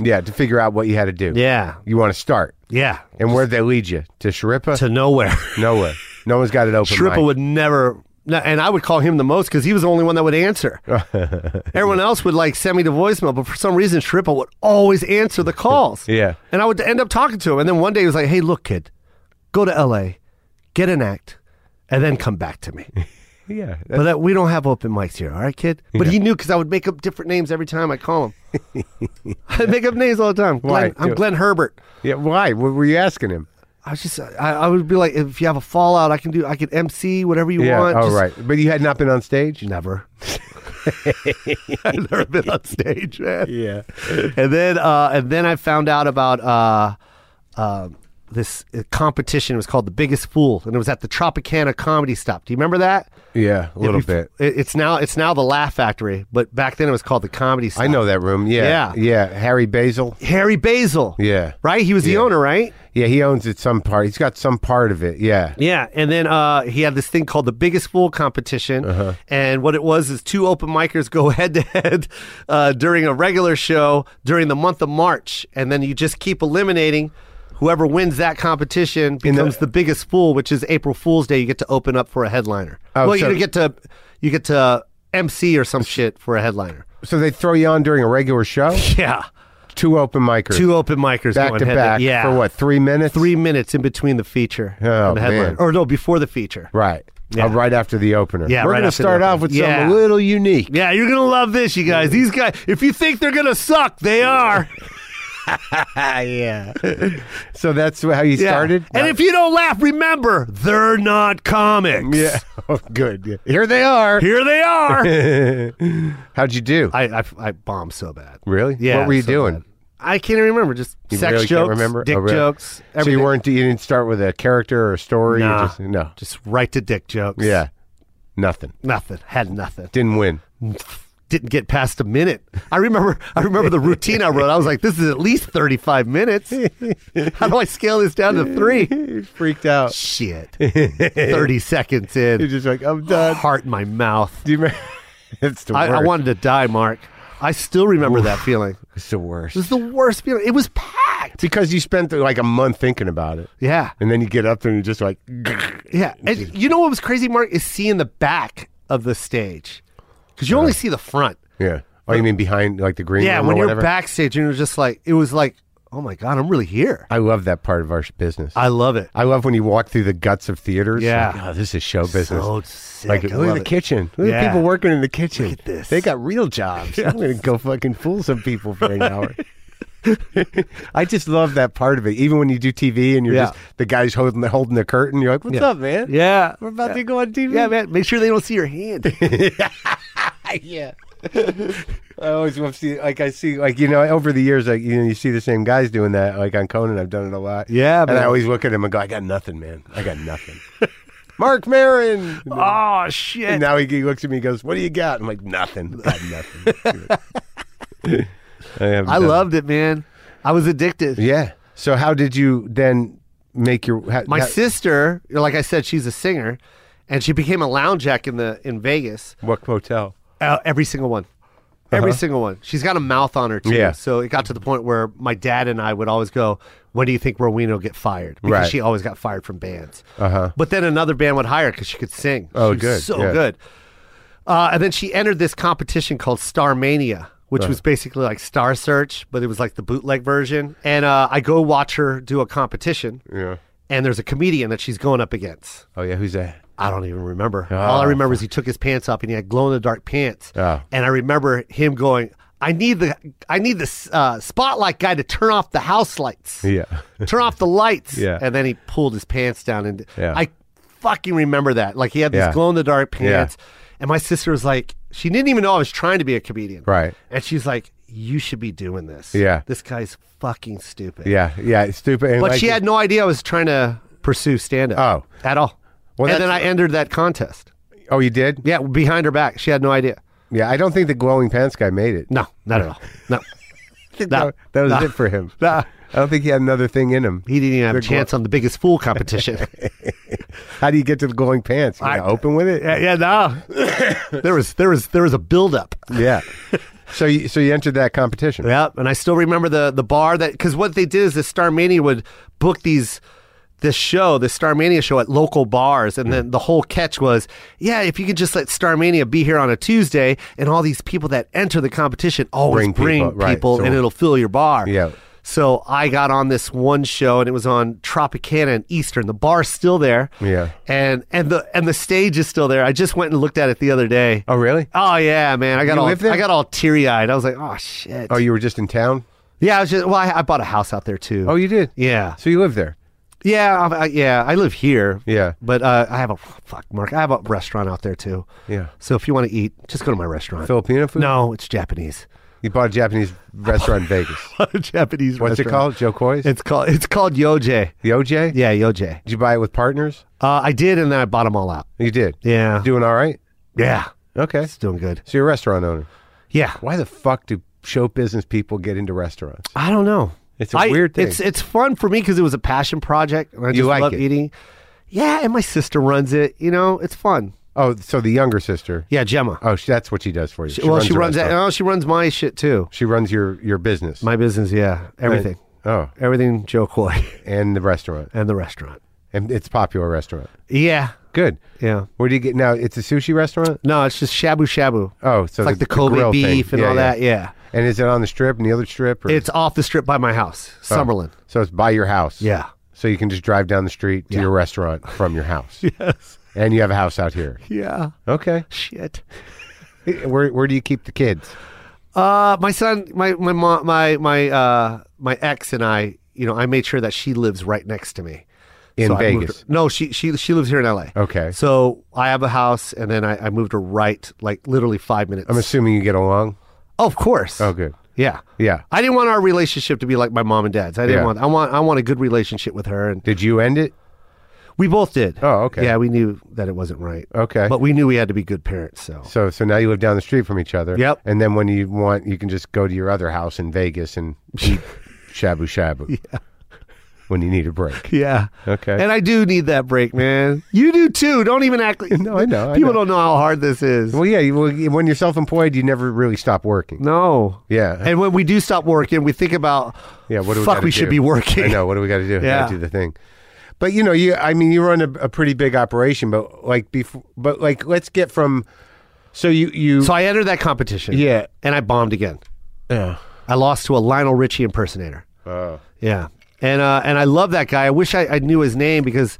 Speaker 2: yeah, to figure out what you had to do.
Speaker 3: Yeah,
Speaker 2: you want to start,
Speaker 3: yeah,
Speaker 2: and where'd they lead you? To Sharippa?
Speaker 3: to nowhere.
Speaker 2: Nowhere. No one's got it open.
Speaker 3: Shrippa
Speaker 2: mic.
Speaker 3: would never. no, And I would call him the most because he was the only one that would answer. Everyone else would like send me the voicemail, but for some reason, Shrippa would always answer the calls.
Speaker 2: Yeah.
Speaker 3: And I would end up talking to him. And then one day he was like, hey, look, kid, go to LA, get an act, and then come back to me.
Speaker 2: Yeah.
Speaker 3: But that, we don't have open mics here, all right, kid? But he knew because I would make up different names every time I call him. I make up names all the time. Glenn,
Speaker 2: Why?
Speaker 3: I'm
Speaker 2: Do-
Speaker 3: Glenn Herbert.
Speaker 2: Yeah. Why? What were you asking him?
Speaker 3: I was just, I, I would be like, if you have a fallout, I can do, I can MC whatever you
Speaker 2: Yeah.
Speaker 3: want.
Speaker 2: oh,
Speaker 3: just-
Speaker 2: right. But you had not been on stage.
Speaker 3: Never. I've never been on stage, man.
Speaker 2: Yeah.
Speaker 3: And then, uh, and then I found out about uh, uh, this uh, competition. It was called The Biggest Fool, and it was at the Tropicana Comedy Stop. Do you remember that?
Speaker 2: Yeah. A little bit.
Speaker 3: It- it's now it's now the Laugh Factory, but back then it was called the Comedy Stop.
Speaker 2: I know that room. Yeah.
Speaker 3: Yeah.
Speaker 2: Harry Basil.
Speaker 3: Harry Basil.
Speaker 2: Yeah.
Speaker 3: Right. He was the
Speaker 2: Yeah.
Speaker 3: owner, right?
Speaker 2: Yeah. He owns it. Some part. He's got some part of it. Yeah.
Speaker 3: Yeah, and then uh, he had this thing called the Biggest Fool competition,
Speaker 2: Uh-huh.
Speaker 3: and what it was is two open micers go head to head uh, during a regular show during the month of March, and then you just keep eliminating. Whoever wins that competition becomes the biggest fool, which is April Fool's Day. You get to open up for a headliner.
Speaker 2: Oh,
Speaker 3: well,
Speaker 2: so-
Speaker 3: you get to you get to MC or some shit for a headliner.
Speaker 2: So they throw you on during a regular show.
Speaker 3: Yeah,
Speaker 2: Two open micers.
Speaker 3: two open micers
Speaker 2: back
Speaker 3: going
Speaker 2: to
Speaker 3: head
Speaker 2: back.
Speaker 3: yeah,
Speaker 2: For what? Three minutes.
Speaker 3: Three minutes in between the feature,
Speaker 2: Oh,
Speaker 3: and the headliner,
Speaker 2: man.
Speaker 3: or no, before the feature.
Speaker 2: Right. Uh, right after the opener.
Speaker 3: Yeah,
Speaker 2: We're
Speaker 3: right
Speaker 2: gonna
Speaker 3: after the
Speaker 2: start
Speaker 3: opener.
Speaker 2: off with
Speaker 3: Yeah.
Speaker 2: something a little unique.
Speaker 3: Yeah, you're gonna love this, you guys. These guys, if you think they're gonna suck, they are.
Speaker 2: yeah. so that's how you
Speaker 3: Yeah.
Speaker 2: started.
Speaker 3: And if you don't laugh, remember they're not comics.
Speaker 2: yeah. Oh, good. Yeah. Here they are.
Speaker 3: Here they are.
Speaker 2: How'd you do?
Speaker 3: I, I I bombed so bad.
Speaker 2: really?
Speaker 3: Yeah.
Speaker 2: What were you
Speaker 3: so
Speaker 2: doing?
Speaker 3: bad. I can't even remember. Just
Speaker 2: You
Speaker 3: sex
Speaker 2: really
Speaker 3: jokes,
Speaker 2: can't remember?
Speaker 3: dick
Speaker 2: Oh, really?
Speaker 3: jokes.
Speaker 2: So
Speaker 3: Everything.
Speaker 2: you weren't. You didn't start with a character or a story. You
Speaker 3: Nah.
Speaker 2: just- no.
Speaker 3: just right to dick jokes.
Speaker 2: Yeah. Nothing.
Speaker 3: nothing. Had nothing.
Speaker 2: Didn't win.
Speaker 3: Didn't get past a minute. I remember. I remember the routine I wrote. I was like, "This is at least thirty-five minutes. How do I scale this down to three?
Speaker 2: You freaked out.
Speaker 3: Shit. 30 seconds
Speaker 2: You're
Speaker 3: in.
Speaker 2: just like, I'm done.
Speaker 3: Heart in my mouth.
Speaker 2: Do you remember? it's the
Speaker 3: I,
Speaker 2: worst.
Speaker 3: I wanted to die, Mark. I still remember that feeling. It
Speaker 2: It's the worst.
Speaker 3: was the worst feeling. It was packed.
Speaker 2: Because you spent like a month thinking about it,
Speaker 3: Yeah.
Speaker 2: and then you get up there and you're just like,
Speaker 3: Yeah. And you know what was crazy, Mark, is seeing the back of the stage. Because you only
Speaker 2: Uh-huh.
Speaker 3: see the front.
Speaker 2: yeah. Oh, you mean behind like the green
Speaker 3: Yeah.
Speaker 2: room
Speaker 3: When
Speaker 2: or
Speaker 3: you're
Speaker 2: whatever?
Speaker 3: backstage and you're just like, it was like, oh my God, I'm really here.
Speaker 2: I love that part of our business. I,
Speaker 3: I love it.
Speaker 2: love when you walk through the guts of theaters.
Speaker 3: Yeah.
Speaker 2: Like, oh, this is show business.
Speaker 3: So sick.
Speaker 2: like,
Speaker 3: I
Speaker 2: look
Speaker 3: love
Speaker 2: at the
Speaker 3: it.
Speaker 2: kitchen. Look at
Speaker 3: Yeah.
Speaker 2: people working in the kitchen.
Speaker 3: at this.
Speaker 2: They got real jobs. I'm going to go fucking fool some people for an hour. I just love that part of it. Even when you do TV and you're
Speaker 3: Yeah.
Speaker 2: just the guy's holding the, holding the curtain, you're like, "What's up, man?
Speaker 3: Yeah.
Speaker 2: We're about to go on TV."
Speaker 3: Yeah, man. Make sure they don't see your hand.
Speaker 2: yeah. I always want to see, like, I see, like, you know, over the years, like, you know, you see the same guys doing that, like on Conan, I've done it a lot.
Speaker 3: Yeah,
Speaker 2: and
Speaker 3: man.
Speaker 2: I always look at him and go, I got nothing, man. I got nothing. Mark Marin.
Speaker 3: oh, shit.
Speaker 2: And now he, he looks at me and goes, What do you got? I'm like, Nothing. I got nothing. I, haven't
Speaker 3: I
Speaker 2: done-
Speaker 3: loved it, man. I was addicted.
Speaker 2: Yeah. So, how did you then make your. How,
Speaker 3: My
Speaker 2: how-
Speaker 3: sister, like I said, she's a singer, and she became a lounge act in the in Vegas.
Speaker 2: What hotel?
Speaker 3: Uh, every single one, every single one. She's got a mouth on her too.
Speaker 2: Uh-huh. Yeah.
Speaker 3: So it got to the point where my dad and I would always go, "When do you think Rowena will get fired?" Because
Speaker 2: Right. Uh-huh.
Speaker 3: she always got fired from bands. But then another band would hire because she could sing.
Speaker 2: Oh,
Speaker 3: She was
Speaker 2: good,
Speaker 3: so
Speaker 2: yeah.
Speaker 3: good. Uh, and then she entered this competition called Star Mania, which
Speaker 2: Uh-huh.
Speaker 3: was basically like Star Search, but it was like the bootleg version. And uh, I go watch her do a competition.
Speaker 2: Yeah.
Speaker 3: And there's a comedian that she's going up against.
Speaker 2: Oh, yeah. Who's that?
Speaker 3: I don't even remember. All I
Speaker 2: Ah.
Speaker 3: remember is he took his pants off and he had glow in the dark pants.
Speaker 2: Oh.
Speaker 3: And I remember him going, "I need the I need the uh, spotlight guy to turn off the house lights.
Speaker 2: Yeah.
Speaker 3: turn off the lights."
Speaker 2: Yeah.
Speaker 3: And then he pulled his pants down, and
Speaker 2: Yeah.
Speaker 3: I fucking remember that. Like he had these
Speaker 2: Yeah.
Speaker 3: glow in the dark
Speaker 2: Yeah.
Speaker 3: pants, and my sister was like, she didn't even know I was trying to be a comedian,
Speaker 2: Right.
Speaker 3: And she's like, you should be doing this.
Speaker 2: Yeah.
Speaker 3: This guy's fucking stupid.
Speaker 2: Yeah, yeah, it's stupid. And
Speaker 3: But
Speaker 2: like-
Speaker 3: she had no idea I was trying to pursue stand up.
Speaker 2: Oh.
Speaker 3: At all.
Speaker 2: Well,
Speaker 3: and then I
Speaker 2: that's-
Speaker 3: entered that contest.
Speaker 2: Oh, you did?
Speaker 3: Yeah, behind her back. She had no idea.
Speaker 2: Yeah, I don't think the glowing pants guy made it.
Speaker 3: No, not at all. No. no.
Speaker 2: that was
Speaker 3: No.
Speaker 2: it for him.
Speaker 3: Nah.
Speaker 2: I don't think he had another thing in him.
Speaker 3: He didn't even have a
Speaker 2: glo-
Speaker 3: chance on the biggest fool competition.
Speaker 2: How do you get to the glowing pants? You
Speaker 3: I-
Speaker 2: gotta open with it?
Speaker 3: yeah, no. there was there was there was a buildup.
Speaker 2: Yeah. so you so you entered that competition.
Speaker 3: Yep, and I still remember the the bar that because what they did is the Star Mania would book these this show, the Star Mania show at local bars, and
Speaker 2: Mm.
Speaker 3: then the whole catch was, yeah, if you could just let Star Mania be here on a Tuesday, and all these people that enter the competition always
Speaker 2: Bring
Speaker 3: bring,
Speaker 2: people, right, so-
Speaker 3: and it'll fill your bar.
Speaker 2: Yeah.
Speaker 3: So I got on this one show, and it was on Tropicana and Eastern. The bar's still there.
Speaker 2: Yeah.
Speaker 3: and and the and the stage is still there. I just went and looked at it the other day.
Speaker 2: Oh, really?
Speaker 3: Oh yeah, man! I got
Speaker 2: You
Speaker 3: all
Speaker 2: lived there?
Speaker 3: I got all teary eyed. I was like, oh shit.
Speaker 2: Oh, you were just in town?
Speaker 3: Yeah, I was just well. I, I bought a house out there too.
Speaker 2: Oh, you did?
Speaker 3: yeah,
Speaker 2: So you live there?
Speaker 3: yeah, I, I, yeah. I live here.
Speaker 2: Yeah.
Speaker 3: but uh, I have a fuck, Mark. I have a restaurant out there too.
Speaker 2: Yeah.
Speaker 3: So if you want to eat, just go to my restaurant.
Speaker 2: Filipino food?
Speaker 3: No, it's Japanese.
Speaker 2: You bought a Japanese restaurant in Vegas.
Speaker 3: Japanese.
Speaker 2: What's it
Speaker 3: restaurant.
Speaker 2: called? Joe Coy's?
Speaker 3: It's called it's called Yoje.
Speaker 2: the OJ?
Speaker 3: Yeah, Yoje.
Speaker 2: Did you buy it with partners?
Speaker 3: Uh, I did, and then I bought them all out.
Speaker 2: You did.
Speaker 3: Yeah,
Speaker 2: Doing all right?
Speaker 3: yeah.
Speaker 2: Okay.
Speaker 3: It's doing good.
Speaker 2: So you're a restaurant owner.
Speaker 3: Yeah.
Speaker 2: Why the fuck do show business people get into restaurants?
Speaker 3: I don't know.
Speaker 2: It's a
Speaker 3: I-
Speaker 2: weird thing.
Speaker 3: It's it's fun for me because it was a passion project. And I just
Speaker 2: like
Speaker 3: love
Speaker 2: it?
Speaker 3: eating. Yeah, and my sister runs it. You know, it's fun.
Speaker 2: Oh, so the younger sister.
Speaker 3: Yeah, Gemma.
Speaker 2: Oh, she, that's what she does for you.
Speaker 3: well,
Speaker 2: runs
Speaker 3: she
Speaker 2: a
Speaker 3: runs that.
Speaker 2: restaurant.
Speaker 3: Oh, she runs my shit too.
Speaker 2: She runs your your business.
Speaker 3: My business, yeah, everything,
Speaker 2: oh,
Speaker 3: everything. Joe Coy
Speaker 2: and the restaurant,
Speaker 3: and the restaurant.
Speaker 2: and it's a popular restaurant.
Speaker 3: Yeah,
Speaker 2: Good.
Speaker 3: yeah.
Speaker 2: Where do you get now? It's a sushi restaurant.
Speaker 3: No, it's just shabu shabu.
Speaker 2: Oh, so
Speaker 3: it's like the
Speaker 2: grill
Speaker 3: Kobe beef
Speaker 2: thing.
Speaker 3: and
Speaker 2: Yeah,
Speaker 3: all
Speaker 2: yeah.
Speaker 3: that. Yeah,
Speaker 2: And is it on the strip? Near the strip? Or?
Speaker 3: it's off the strip by my house,
Speaker 2: Oh.
Speaker 3: Summerlin.
Speaker 2: So it's by your house.
Speaker 3: Yeah.
Speaker 2: So you can just drive down the street to
Speaker 3: Yeah.
Speaker 2: your restaurant from your house.
Speaker 3: Yes.
Speaker 2: And you have a house out here.
Speaker 3: Yeah.
Speaker 2: Okay.
Speaker 3: Shit.
Speaker 2: Where where do you keep the kids?
Speaker 3: Uh, my son, my my mom, my my uh, my ex and I, you know, I made sure that she lives right next to me
Speaker 2: In
Speaker 3: I moved
Speaker 2: Vegas?
Speaker 3: her- No, she she she lives here in L.A.
Speaker 2: Okay.
Speaker 3: So I have a house, and then I, I moved her right, like literally five minutes.
Speaker 2: I'm assuming you get along.
Speaker 3: of course.
Speaker 2: Oh, good.
Speaker 3: Yeah.
Speaker 2: Yeah.
Speaker 3: I didn't want our relationship to be like my mom and dad's. I didn't
Speaker 2: Yeah.
Speaker 3: want. I want. I want a good relationship with her, and
Speaker 2: Did you end it?
Speaker 3: we both did.
Speaker 2: Oh, okay.
Speaker 3: Yeah, we knew that it wasn't right.
Speaker 2: Okay.
Speaker 3: But we knew we had to be good parents. So.
Speaker 2: So so now you live down the street from each other.
Speaker 3: Yep.
Speaker 2: And then when you want, you can just go to your other house in Vegas and eat shabu shabu. Yeah. When you need a break.
Speaker 3: Yeah.
Speaker 2: Okay.
Speaker 3: And I do need that break, man. You do too. Don't even act. Like,
Speaker 2: No, I know, I
Speaker 3: People
Speaker 2: know.
Speaker 3: don't know how hard this is.
Speaker 2: Well, yeah. You, well, you- when you're self-employed, you never really stop working.
Speaker 3: No.
Speaker 2: Yeah.
Speaker 3: And when we do stop working, we think about.
Speaker 2: yeah. What do we?
Speaker 3: fuck?
Speaker 2: gotta
Speaker 3: We should
Speaker 2: do?
Speaker 3: be working.
Speaker 2: I know. What do we got to do?
Speaker 3: Yeah.
Speaker 2: Gotta do the thing. But you know, you. I mean, you run a, a pretty big operation, but like before, but like let's get from. So you you.
Speaker 3: So I entered that competition.
Speaker 2: Yeah.
Speaker 3: And I bombed again.
Speaker 2: Yeah.
Speaker 3: I lost to a Lionel Richie impersonator.
Speaker 2: Oh.
Speaker 3: Yeah. And uh, and I love that guy. I wish I, I knew his name because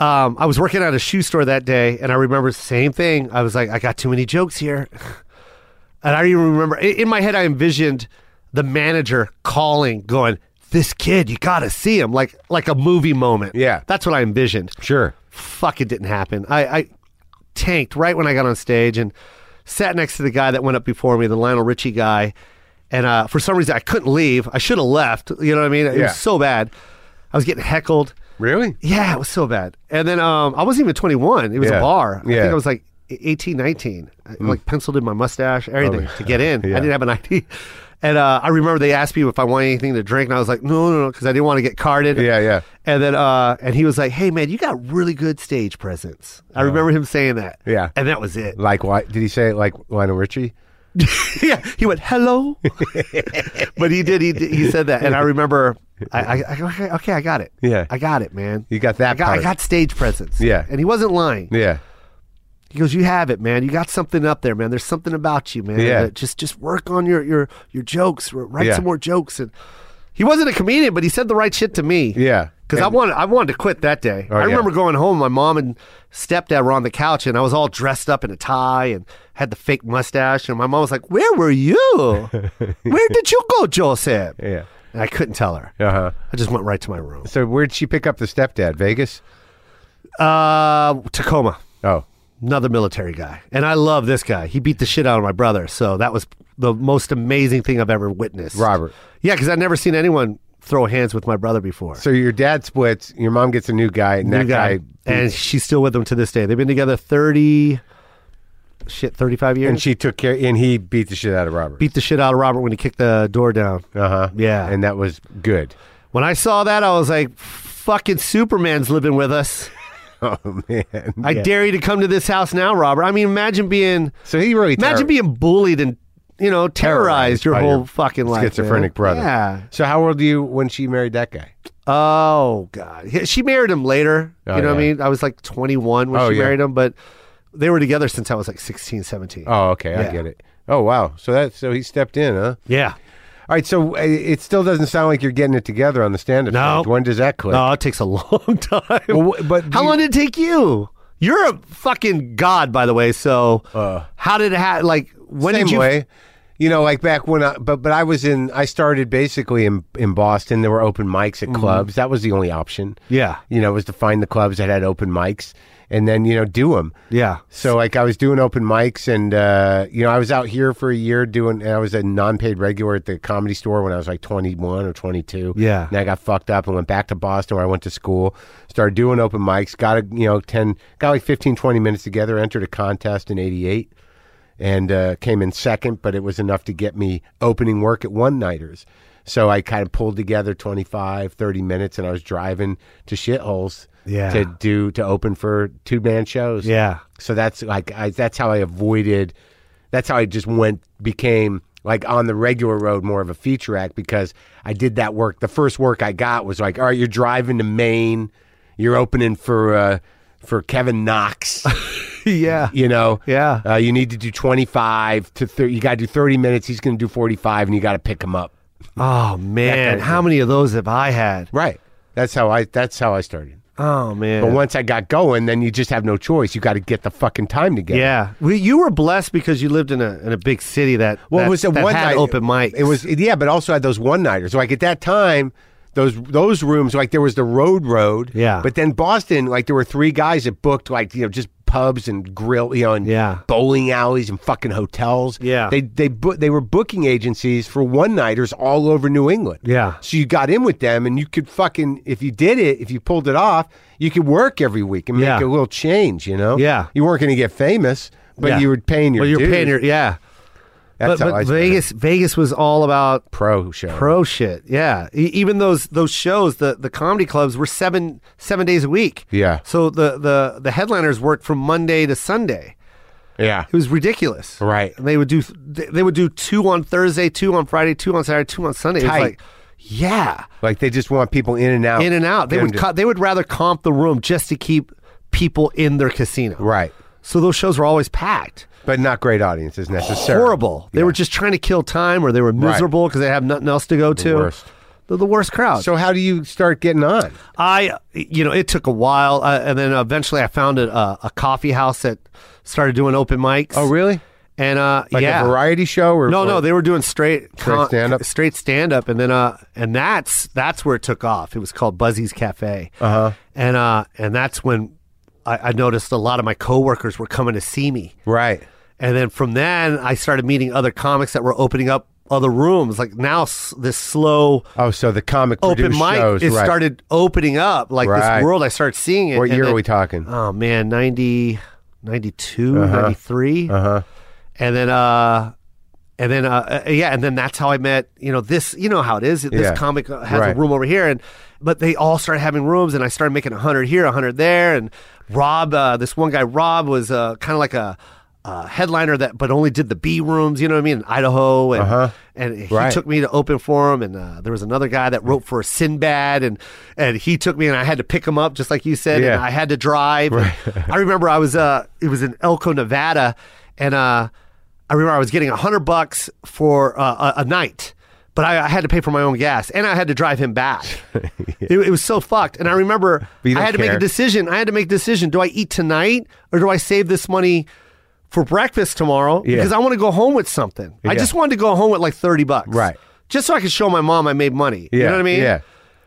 Speaker 3: um, I was working at a shoe store that day, and I remember the same thing. I was like, I got too many jokes here, and I even remember in, in my head I envisioned the manager calling, going, "This kid, you got to see him," like like a movie moment.
Speaker 2: Yeah.
Speaker 3: that's what I envisioned.
Speaker 2: Sure.
Speaker 3: Fuck, it didn't happen. I, I tanked right when I got on stage and sat next to the guy that went up before me, the Lionel Richie guy. And uh, for some reason, I couldn't leave. I should have left. You know what I mean? It
Speaker 2: Yeah.
Speaker 3: was so bad. I was getting heckled.
Speaker 2: Really?
Speaker 3: Yeah, it was so bad. And then um, I wasn't even 21. It was
Speaker 2: Yeah.
Speaker 3: a bar. I
Speaker 2: Yeah. Mm.
Speaker 3: think I was like 18, 19. I, Like penciled in my mustache, everything to get in.
Speaker 2: Oh, Yeah.
Speaker 3: I didn't have an ID. And uh, I remember they asked me if I wanted anything to drink, and I was like, no, no, no, because I didn't want to get carded.
Speaker 2: Yeah, yeah.
Speaker 3: And then, uh, and he was like, "Hey, man, you got really good stage presence." I remember him saying that.
Speaker 2: Uh-huh. Yeah.
Speaker 3: and that was it.
Speaker 2: Like why? Did he say it like Lionel Richie?
Speaker 3: yeah, he went, "Hello," but he did. He did, he said that, and I remember. I, I, I okay, okay, I got it.
Speaker 2: Yeah.
Speaker 3: I got it, man.
Speaker 2: You got that
Speaker 3: I got,
Speaker 2: part.
Speaker 3: I got stage presence.
Speaker 2: Yeah.
Speaker 3: and he wasn't lying.
Speaker 2: Yeah.
Speaker 3: He goes, "You have it, man. You got something up there, man. There's something about you, man.
Speaker 2: Yeah.
Speaker 3: Uh, Just just work on your your your jokes. R- Write
Speaker 2: Yeah.
Speaker 3: some more jokes." And he wasn't a comedian, but he said the right shit to me.
Speaker 2: Yeah. Oh,
Speaker 3: Because I wanted, I wanted to quit that day. I
Speaker 2: yeah.
Speaker 3: remember going home. My mom and stepdad were on the couch, and I was all dressed up in a tie and had the fake mustache. And my mom was like, "Where were you? Where did you go, Joseph?"
Speaker 2: Yeah.
Speaker 3: And I couldn't tell her.
Speaker 2: Uh huh.
Speaker 3: I just went right to my room.
Speaker 2: So where'd she pick up the stepdad? Vegas.
Speaker 3: Uh, Tacoma,
Speaker 2: Oh.
Speaker 3: another military guy. And I love this guy. He beat the shit out of my brother. So that was the most amazing thing I've ever witnessed.
Speaker 1: Robert.
Speaker 3: Yeah, because I've never seen anyone throw hands with my brother before.
Speaker 2: So your dad splits, your mom gets a new guy, and that
Speaker 3: New guy.
Speaker 2: guy,
Speaker 3: and she's still with him to this day. They've been together 30, shit, 35 years.
Speaker 2: and she took care, and he beat the shit out of Robert.
Speaker 3: beat the shit out of Robert when he kicked the door down.
Speaker 2: Uh huh.
Speaker 3: Yeah.
Speaker 2: and that was good.
Speaker 3: When I saw that, I was like, fucking Superman's living with us.
Speaker 2: Oh man,
Speaker 3: I dare you to come to this house now, Robert. I mean, imagine being
Speaker 2: so he really
Speaker 3: imagine
Speaker 2: terror-
Speaker 3: being bullied and you know terrorized,
Speaker 2: Terrorized
Speaker 3: your
Speaker 2: by
Speaker 3: whole
Speaker 2: your
Speaker 3: fucking life. man.
Speaker 2: schizophrenic brother.
Speaker 3: Yeah.
Speaker 2: So how old were you when she married that guy?
Speaker 3: Oh god. Yeah, She married him later.
Speaker 2: Oh,
Speaker 3: you know what I
Speaker 2: yeah.
Speaker 3: mean? I was like 21 when
Speaker 2: Oh,
Speaker 3: she
Speaker 2: yeah.
Speaker 3: married him, but they were together since I was like 16, 17.
Speaker 2: Oh, okay, I
Speaker 3: Yeah.
Speaker 2: get it. Oh wow, so that so he stepped in, huh?
Speaker 3: Yeah.
Speaker 2: All right, so uh, it still doesn't sound like you're getting it together on the stand-up.
Speaker 3: No.
Speaker 2: stage. when does that click?
Speaker 3: No, Oh, it takes a long time.
Speaker 2: Well, wh- but
Speaker 3: how
Speaker 2: you-
Speaker 3: long did it take you? You're a fucking god, by the way. So, how did it ha- like? When
Speaker 2: Uh. Same
Speaker 3: did you?
Speaker 2: way. You know, like back when I but but I was in I started basically in in Boston. There were open mics at clubs. That was the only option.
Speaker 3: Yeah,
Speaker 2: You know, was to find the clubs that had open mics and then you know do them.
Speaker 3: yeah.
Speaker 2: So like I was doing open mics and uh, you know I was out here for a year doing and I was a non-paid regular at the comedy store when I was like 21 or 22.
Speaker 3: Yeah.
Speaker 2: And I got fucked up and went back to Boston where I went to school, started doing open mics, got a, you know 10 got like 15 20 minutes together, entered a contest in 88 and uh, came in second, but it was enough to get me opening work at one nighters. So I kind of pulled together 25, 30 minutes, and I was driving to shitholes
Speaker 3: Yeah.
Speaker 2: to do to open for two man shows.
Speaker 3: Yeah.
Speaker 2: So that's like I, that's how I avoided. That's how I just went became like on the regular road more of a feature act because I did that work. The first work I got was like, all right, you're driving to Maine, you're opening for uh, for Kevin Knox.
Speaker 3: yeah.
Speaker 2: You know,
Speaker 3: Yeah.
Speaker 2: Uh, you need to do 25 to 30. You got to do 30 minutes. He's going to do 45, and you got to pick him up.
Speaker 3: Oh man, how many of those have I had?
Speaker 2: Right. That's how I. That's how I started.
Speaker 3: Oh man.
Speaker 2: But once I got going, then you just have no choice. You got to get the fucking time together.
Speaker 3: yeah, well, you were blessed because you lived in a in a big city that
Speaker 2: Well,
Speaker 3: that,
Speaker 2: it was the
Speaker 3: that
Speaker 2: one
Speaker 3: had
Speaker 2: night
Speaker 3: open mics.
Speaker 2: It was yeah, but also had those one nighters. Like at that time, those those rooms like there was the road road.
Speaker 3: Yeah.
Speaker 2: But then Boston, like there were three guys that booked like you know just pubs and grill you know and
Speaker 3: Yeah.
Speaker 2: bowling alleys and fucking hotels.
Speaker 3: Yeah.
Speaker 2: They they bu- they were booking agencies for one nighters all over New England.
Speaker 3: Yeah.
Speaker 2: So you got in with them and you could fucking if you did it if you pulled it off you could work every week and
Speaker 3: Yeah.
Speaker 2: make a little change. You know.
Speaker 3: Yeah.
Speaker 2: You weren't going to get famous. But
Speaker 3: Yeah.
Speaker 2: you were paying your
Speaker 3: well, you're
Speaker 2: dues.
Speaker 3: paying your yeah.
Speaker 2: That's
Speaker 3: but
Speaker 2: how I
Speaker 3: but
Speaker 2: started.
Speaker 3: Vegas Vegas was all about
Speaker 2: pro show.
Speaker 3: pro shit. Yeah, E- even those those shows, the the comedy clubs were seven seven days a week.
Speaker 2: Yeah.
Speaker 3: So the the the headliners worked from Monday to Sunday.
Speaker 2: Yeah.
Speaker 3: It was ridiculous.
Speaker 2: Right.
Speaker 3: And they would do they they would do two on Thursday, two on Friday, two on Saturday, two on Sunday. It was
Speaker 2: Tight. Oh,
Speaker 3: like, yeah,
Speaker 2: Like they just want people in and out.
Speaker 3: in and out. They
Speaker 2: Get
Speaker 3: would
Speaker 2: them
Speaker 3: co- they would rather comp the room just to keep people in their casino.
Speaker 2: to- right.
Speaker 3: So those shows were always packed.
Speaker 2: But not great audiences necessarily.
Speaker 3: Horrible. They
Speaker 2: Yeah.
Speaker 3: were just trying to kill time or they were miserable because they have nothing else to go to.
Speaker 2: worst.
Speaker 3: They're the worst crowd.
Speaker 2: So how do you start getting on?
Speaker 3: I, you know, it took a while, uh, and then eventually I found a, a, a coffee house that started doing open mics.
Speaker 2: Oh, really?
Speaker 3: And uh,
Speaker 2: Like
Speaker 3: Oh, yeah,
Speaker 2: a variety show or
Speaker 3: no,
Speaker 2: or-
Speaker 3: no, they were doing straight con-
Speaker 2: stand-up?
Speaker 3: straight stand up, and then uh, and that's that's where it took off. It was called Buzzy's Cafe, uh-huh. and uh, and that's when I, I noticed a lot of my coworkers were coming to see me,
Speaker 2: right.
Speaker 3: and then from then I started meeting other comics that were opening up other rooms. Like now, s- this slow
Speaker 2: Oh, so the comic
Speaker 3: open
Speaker 2: produced
Speaker 3: mic
Speaker 2: shows
Speaker 3: it
Speaker 2: right.
Speaker 3: started opening up like
Speaker 2: Right.
Speaker 3: this world i started seeing it
Speaker 2: What
Speaker 3: and
Speaker 2: year
Speaker 3: then-
Speaker 2: are we talking?
Speaker 3: oh man 90 92 93 uh-huh and then uh and then uh uh, yeah and then that's how i met you know this you know how it is this
Speaker 2: Yeah.
Speaker 3: comic has
Speaker 2: Right.
Speaker 3: a room over here and but they all started having rooms and i started making 100 here 100 there and rob uh, this one guy rob was uh, kind of like a uh, headliner that but only did the b rooms you know what i mean in idaho and and he
Speaker 2: Uh-huh. Right.
Speaker 3: took took me to open for him, and uh, there was another guy that wrote for Sinbad, and and he took me, and I had to pick him up, just like you said,
Speaker 2: Yeah.
Speaker 3: and I had to drive. And I remember I was uh, it was in Elko, Nevada, and uh, I remember I was getting a hundred bucks for uh, a, a night. But I, I had to pay for my own gas, and I had to drive him back. it, it was so fucked. And I remember I
Speaker 2: But you don't
Speaker 3: had to make
Speaker 2: care.
Speaker 3: a decision. I had to make a decision: do I eat tonight, or do I save this money for breakfast tomorrow? Because I want to go home with something. I
Speaker 2: Yeah.
Speaker 3: just wanted to go home with like thirty bucks
Speaker 2: Right.
Speaker 3: just so I could show my mom I made money. You
Speaker 2: Yeah,
Speaker 3: know what I mean?
Speaker 2: yeah.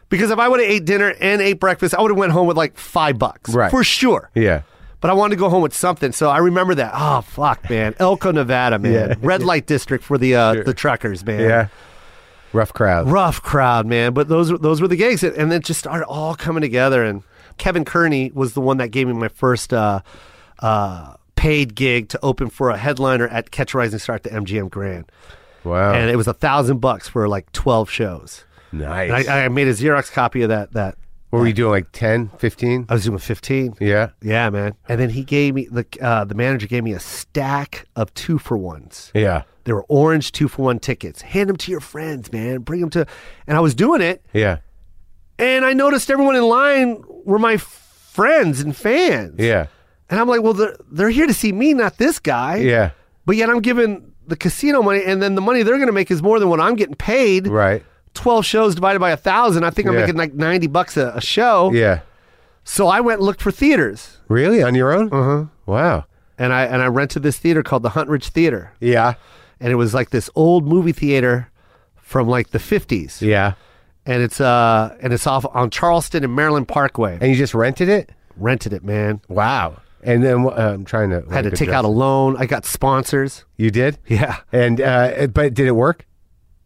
Speaker 3: Because if I would have ate dinner and ate breakfast, I would have went home with like five bucks,
Speaker 2: Right.
Speaker 3: For sure.
Speaker 2: yeah.
Speaker 3: But I wanted to go home with something, so I remember that. Oh fuck, man, Elko, Nevada, man,
Speaker 2: Yeah.
Speaker 3: red light district for the uh, the truckers, man.
Speaker 2: Yeah.
Speaker 1: Rough crowd.
Speaker 3: rough crowd, man. But those were- those were the gigs, and and it just started all coming together. And Kevin Kearney was the one that gave me my first uh, uh, paid gig to open for a headliner at Catch a Rising Star at the MGM Grand,
Speaker 2: Wow.
Speaker 3: and it was a thousand bucks for like twelve shows. And
Speaker 2: nice.
Speaker 3: I, I made a Xerox copy of that. That
Speaker 2: what were you doing, like 10, 15?
Speaker 3: I was doing fifteen.
Speaker 2: yeah.
Speaker 3: Yeah, man. And then he gave me the uh, the manager gave me a stack of two for ones.
Speaker 2: Yeah.
Speaker 3: They were orange two for one tickets. Hand them to your friends, man. Bring them to. And I was doing it,
Speaker 2: Yeah.
Speaker 3: and I noticed everyone in line were my f- friends and fans.
Speaker 2: Yeah.
Speaker 3: And I'm like, well, they're, they're here to see me, not this guy.
Speaker 2: Yeah.
Speaker 3: But yet I'm giving the casino money, and then the money they're going to make is more than what I'm getting paid.
Speaker 2: Right.
Speaker 3: 12 shows divided by a 1,000. I think I'm
Speaker 2: Yeah.
Speaker 3: making like 90 bucks a, a show.
Speaker 2: Yeah.
Speaker 3: So I went and looked for theaters.
Speaker 2: Really? On your own? Uh huh.
Speaker 3: Mm-hmm.
Speaker 2: Wow.
Speaker 3: And I, and I rented this theater called the Hunt Ridge Theater.
Speaker 2: Yeah.
Speaker 3: And it was like this old movie theater from like the 50s.
Speaker 2: Yeah.
Speaker 3: And it's uh and it's off on Charleston and Maryland Parkway.
Speaker 2: And you just rented it?
Speaker 3: rented it, man.
Speaker 2: Wow. And then uh, I'm trying to.
Speaker 3: had to take out a loan. I got sponsors.
Speaker 2: You did?
Speaker 3: Yeah.
Speaker 2: And uh, but did it work?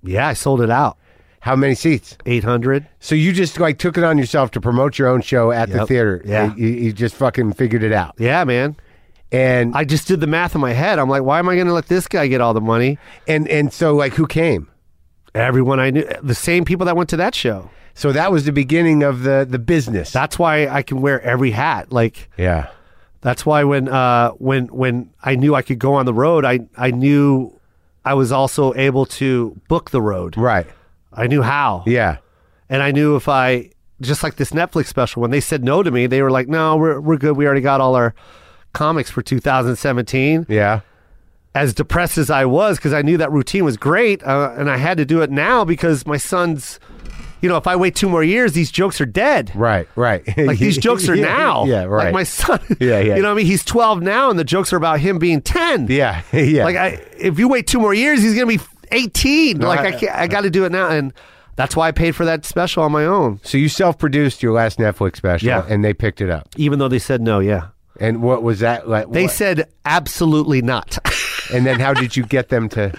Speaker 3: Yeah, I sold it out.
Speaker 2: How many seats?
Speaker 3: 800.
Speaker 2: So you just like took it on yourself to promote your own show at the
Speaker 3: Yep.
Speaker 2: theater.
Speaker 3: Yeah.
Speaker 2: You, you just fucking figured it out.
Speaker 3: Yeah, man.
Speaker 2: And
Speaker 3: I just did the math in my head. I'm like, why am I going to let this guy get all the money?
Speaker 2: and and so like who came?
Speaker 3: Everyone I knew, the same people that went to that show.
Speaker 2: So that was the beginning of the the business.
Speaker 3: That's why I can wear every hat. Like,
Speaker 2: yeah.
Speaker 3: that's why when uh, when when I knew I could go on the road, I I knew I was also able to book the road.
Speaker 2: Right.
Speaker 3: I knew how.
Speaker 2: Yeah.
Speaker 3: And I knew if I just like this Netflix special, when they said no to me, they were like, "No, we're we're good. We already got all our comics for 2017."
Speaker 2: Yeah.
Speaker 3: As depressed as I was, because I knew that routine was great, uh, and I had to do it now because my son's, you know, if I wait two more years, these jokes are dead.
Speaker 2: Right. Right.
Speaker 3: Like these jokes are
Speaker 2: Yeah,
Speaker 3: now.
Speaker 2: Yeah. Right.
Speaker 3: Like my son.
Speaker 2: Yeah, yeah.
Speaker 3: You know what I mean? He's 12 now, and the jokes are about him being 10.
Speaker 2: yeah. yeah.
Speaker 3: Like I, if you wait two more years, he's gonna be 18. Like I, can't, I got to do it now, and that's why I paid for that special on my own.
Speaker 2: so you self produced your last Netflix special.
Speaker 3: Yeah.
Speaker 2: And they picked it up.
Speaker 3: even though they said no yeah
Speaker 2: And what was that like?
Speaker 3: they
Speaker 2: what-
Speaker 3: said absolutely not
Speaker 2: and then how did you get them to?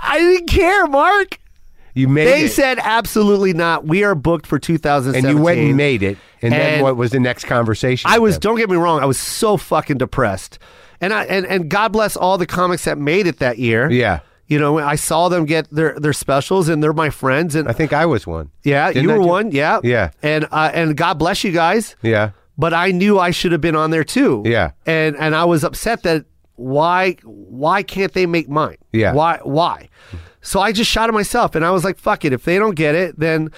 Speaker 3: i didn't care mark
Speaker 2: You made
Speaker 3: they
Speaker 2: it.
Speaker 3: said absolutely not we are booked for 2017
Speaker 2: and you went and made it. And, then
Speaker 3: And-
Speaker 2: what was the next conversation?
Speaker 3: i
Speaker 2: with
Speaker 3: was
Speaker 2: them?
Speaker 3: don't get me wrong i was so fucking depressed and i and, and god bless all the comics that made it that year
Speaker 2: Yeah.
Speaker 3: you know i saw them get their their specials and they're my friends and
Speaker 2: I think I was one.
Speaker 3: yeah
Speaker 2: Didn't
Speaker 3: you
Speaker 2: I
Speaker 3: were
Speaker 2: do-
Speaker 3: one yeah
Speaker 2: Yeah.
Speaker 3: and uh, and god bless you guys
Speaker 2: Yeah.
Speaker 3: but I knew I should have been on there too.
Speaker 2: Yeah.
Speaker 3: And and I was upset that why why can't they make mine?
Speaker 2: Yeah.
Speaker 3: Why why? So I just shot at myself and I was like, fuck it. If they don't get it, then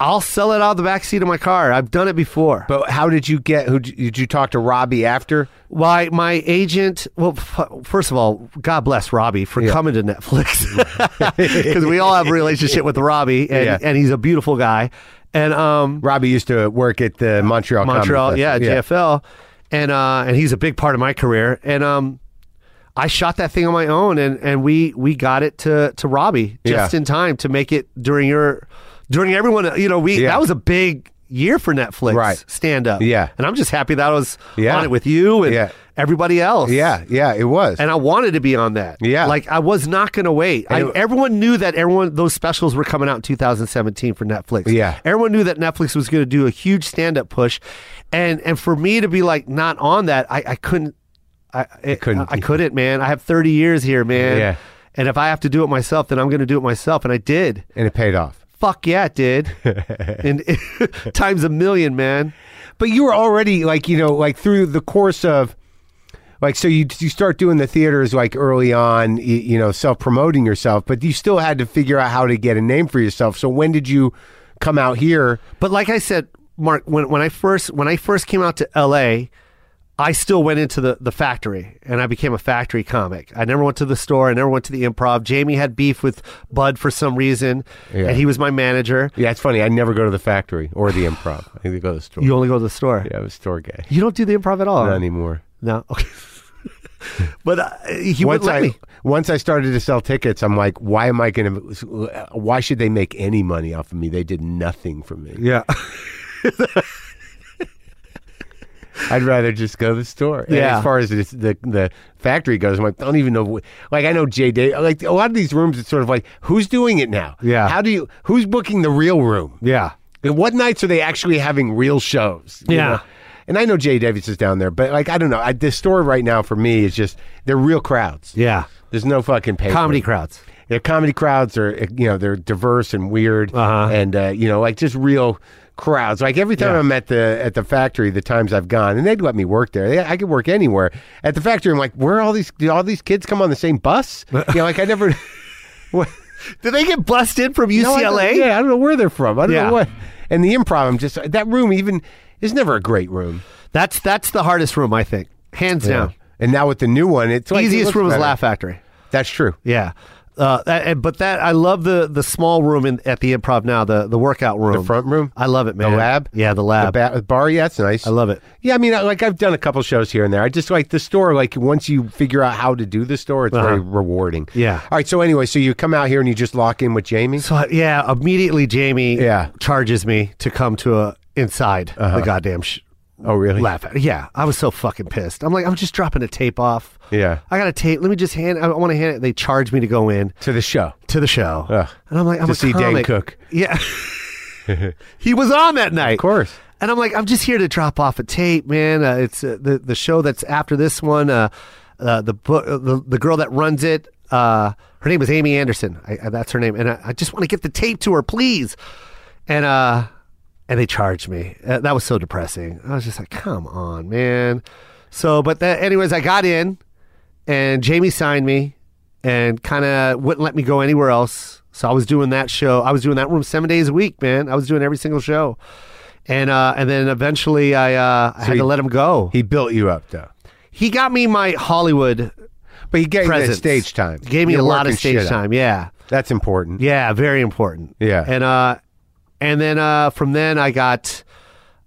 Speaker 3: I'll sell it out of the back seat of my car. I've done it before.
Speaker 2: But how did you get? Who did you talk to Robbie after?
Speaker 3: Why my agent? Well, f- first of all, God bless Robbie for coming to Netflix because we all have a relationship with Robbie, and,
Speaker 2: Yeah.
Speaker 3: and he's a beautiful guy. And um,
Speaker 2: Robbie used to work at the Montreal. Comedy
Speaker 3: Montreal, yeah,
Speaker 2: Festival.
Speaker 3: JFL, and uh, and he's a big part of my career. And um, I shot that thing on my own, and and we we got it to to Robbie just
Speaker 2: Yeah.
Speaker 3: in time to make it during your during everyone. You know, we
Speaker 2: Yeah.
Speaker 3: that was a big year for Netflix
Speaker 2: Right.
Speaker 3: stand up.
Speaker 2: Yeah.
Speaker 3: and I'm just happy that I was
Speaker 2: Yeah.
Speaker 3: on it with you and
Speaker 2: Yeah.
Speaker 3: everybody else.
Speaker 2: yeah, yeah, It was.
Speaker 3: And I wanted to be on that.
Speaker 2: Yeah.
Speaker 3: Like I was not going to wait. I,
Speaker 2: And it-
Speaker 3: everyone knew that everyone those specials were coming out in 2017 for Netflix.
Speaker 2: Yeah.
Speaker 3: Everyone knew that Netflix was going to do a huge stand up push, and and for me to be like not on that, I, I couldn't. I it,
Speaker 2: couldn't.
Speaker 3: I, couldn't, man. I have 30 years here, man.
Speaker 2: Mm-hmm. Yeah.
Speaker 3: And if I have to do it myself, then I'm going to do it myself. And I did.
Speaker 2: and it paid off.
Speaker 3: Fuck yeah, it did. and times a million, man.
Speaker 2: But you were already like you know like through the course of like so you you start doing the theaters like early on you, you know self promoting yourself, but you still had to figure out how to get a name for yourself. So when did you come out here?
Speaker 3: But like I said, Mark, when, when I first when I first came out to LA, I still went into the, the factory and I became a factory comic. I never went to the store, I never went to the improv. Jamie had beef with Bud for some reason,
Speaker 2: Yeah.
Speaker 3: and he was my manager.
Speaker 2: Yeah, it's funny. I never go to the factory or the improv. I think I go to the store.
Speaker 3: You only go to the store.
Speaker 2: yeah, I was a store guy.
Speaker 3: You don't do the improv at all.
Speaker 2: Not anymore.
Speaker 3: No. Okay. but uh, he
Speaker 2: once
Speaker 3: wouldn't let
Speaker 2: I
Speaker 3: me.
Speaker 2: once I started to sell tickets, I'm like, why am I going to? Why should they make any money off of me? They did nothing for me.
Speaker 3: Yeah.
Speaker 2: I'd rather just go to the store. And
Speaker 3: Yeah.
Speaker 2: as far as this, the the factory goes, I'm like, I don't even know. What, like, I know Jay Day. Like a lot of these rooms, it's sort of like, who's doing it now?
Speaker 1: Yeah.
Speaker 2: How do you? Who's booking the real room?
Speaker 1: Yeah.
Speaker 2: And what nights are they actually having real shows? you
Speaker 3: Yeah.
Speaker 2: know? And I know Jay Davis is down there, but like I don't know. I, this store right now for me is just they're real crowds.
Speaker 3: Yeah.
Speaker 2: There's no fucking paper.
Speaker 3: Comedy crowds.
Speaker 2: Their comedy crowds are, you know, they're diverse and weird,
Speaker 3: Uh-huh.
Speaker 2: and uh, you know, like just real crowds. Like every time I'm at the at the factory, the times I've gone, and they'd let me work there. They, I could work anywhere at the factory. I'm like, where are all these? Do all these kids come on the same bus? you know, like I never. What-
Speaker 3: Did they get bussed in from
Speaker 2: no, I don't-
Speaker 3: UCLA?
Speaker 2: yeah, I don't know where they're from. I don't
Speaker 3: Yeah.
Speaker 2: know what. And the improv, I'm just that room even is never a great room.
Speaker 3: That's that's the hardest room, I think, hands down.
Speaker 2: And now with the new one, it's like, it
Speaker 3: Easiest
Speaker 2: looks
Speaker 3: room is
Speaker 2: better.
Speaker 3: Laugh Factory.
Speaker 2: That's true.
Speaker 3: Yeah. Uh, that- and- but that I love the the small room in, at the improv now the the workout room
Speaker 2: The front room?
Speaker 3: I love it man
Speaker 2: The lab?
Speaker 3: yeah the
Speaker 2: The
Speaker 3: lab
Speaker 2: ba- bar, yeah, it's nice.
Speaker 3: I love it
Speaker 2: Yeah, I mean, I- like I've done a couple shows here and there. I just like the store. Like once you figure out how to do the store, it's very rewarding.
Speaker 3: Uh-huh. Yeah.
Speaker 2: All right. So anyway, so you come out here and you just lock in with Jamie.
Speaker 3: so I- yeah immediately Jamie
Speaker 2: Yeah. Uh-huh.
Speaker 3: charges me to come to a inside the goddamn sh-
Speaker 2: oh, really?
Speaker 3: laugh at. Yeah, I was so fucking pissed. I'm like, I'm just dropping a tape off.
Speaker 2: Yeah.
Speaker 3: I got a tape. Let me just hand. I want to hand it. They charge me to go in
Speaker 2: To the show.
Speaker 3: to the show,
Speaker 2: Ugh.
Speaker 3: and I'm like, I'm
Speaker 2: To
Speaker 3: a
Speaker 2: see Dan
Speaker 3: comic.
Speaker 2: Cook.
Speaker 3: Yeah, he was on that night, of
Speaker 2: course.
Speaker 3: And I'm like, I'm just here to drop off a tape, man. Uh, it's uh, the the show that's after this one. Uh, uh, the book, uh, the the girl that runs it. Uh, her name is Amy Anderson. I, I- that's her name, and I, I just want to get the tape to her, please. And uh, and they charged me. Uh, that was so depressing. I was just like, come on, man. So, but that, anyways, I got in, and Jamie signed me, and kind of wouldn't let me go anywhere else. So I was doing that show. I was doing that room seven days a week, man. I was doing every single show, and uh, and then eventually I uh, I had
Speaker 2: he-
Speaker 3: to let him go. He,
Speaker 2: He built you up though,
Speaker 3: got me my Hollywood
Speaker 2: but he gave you
Speaker 3: presence,
Speaker 2: that stage time.
Speaker 3: Gave me
Speaker 2: You're
Speaker 3: a lot
Speaker 2: working
Speaker 3: of stage
Speaker 2: shit out.
Speaker 3: time. Yeah.
Speaker 2: That's important.
Speaker 3: Yeah, very important.
Speaker 2: Yeah.
Speaker 3: And uh and then uh from then I got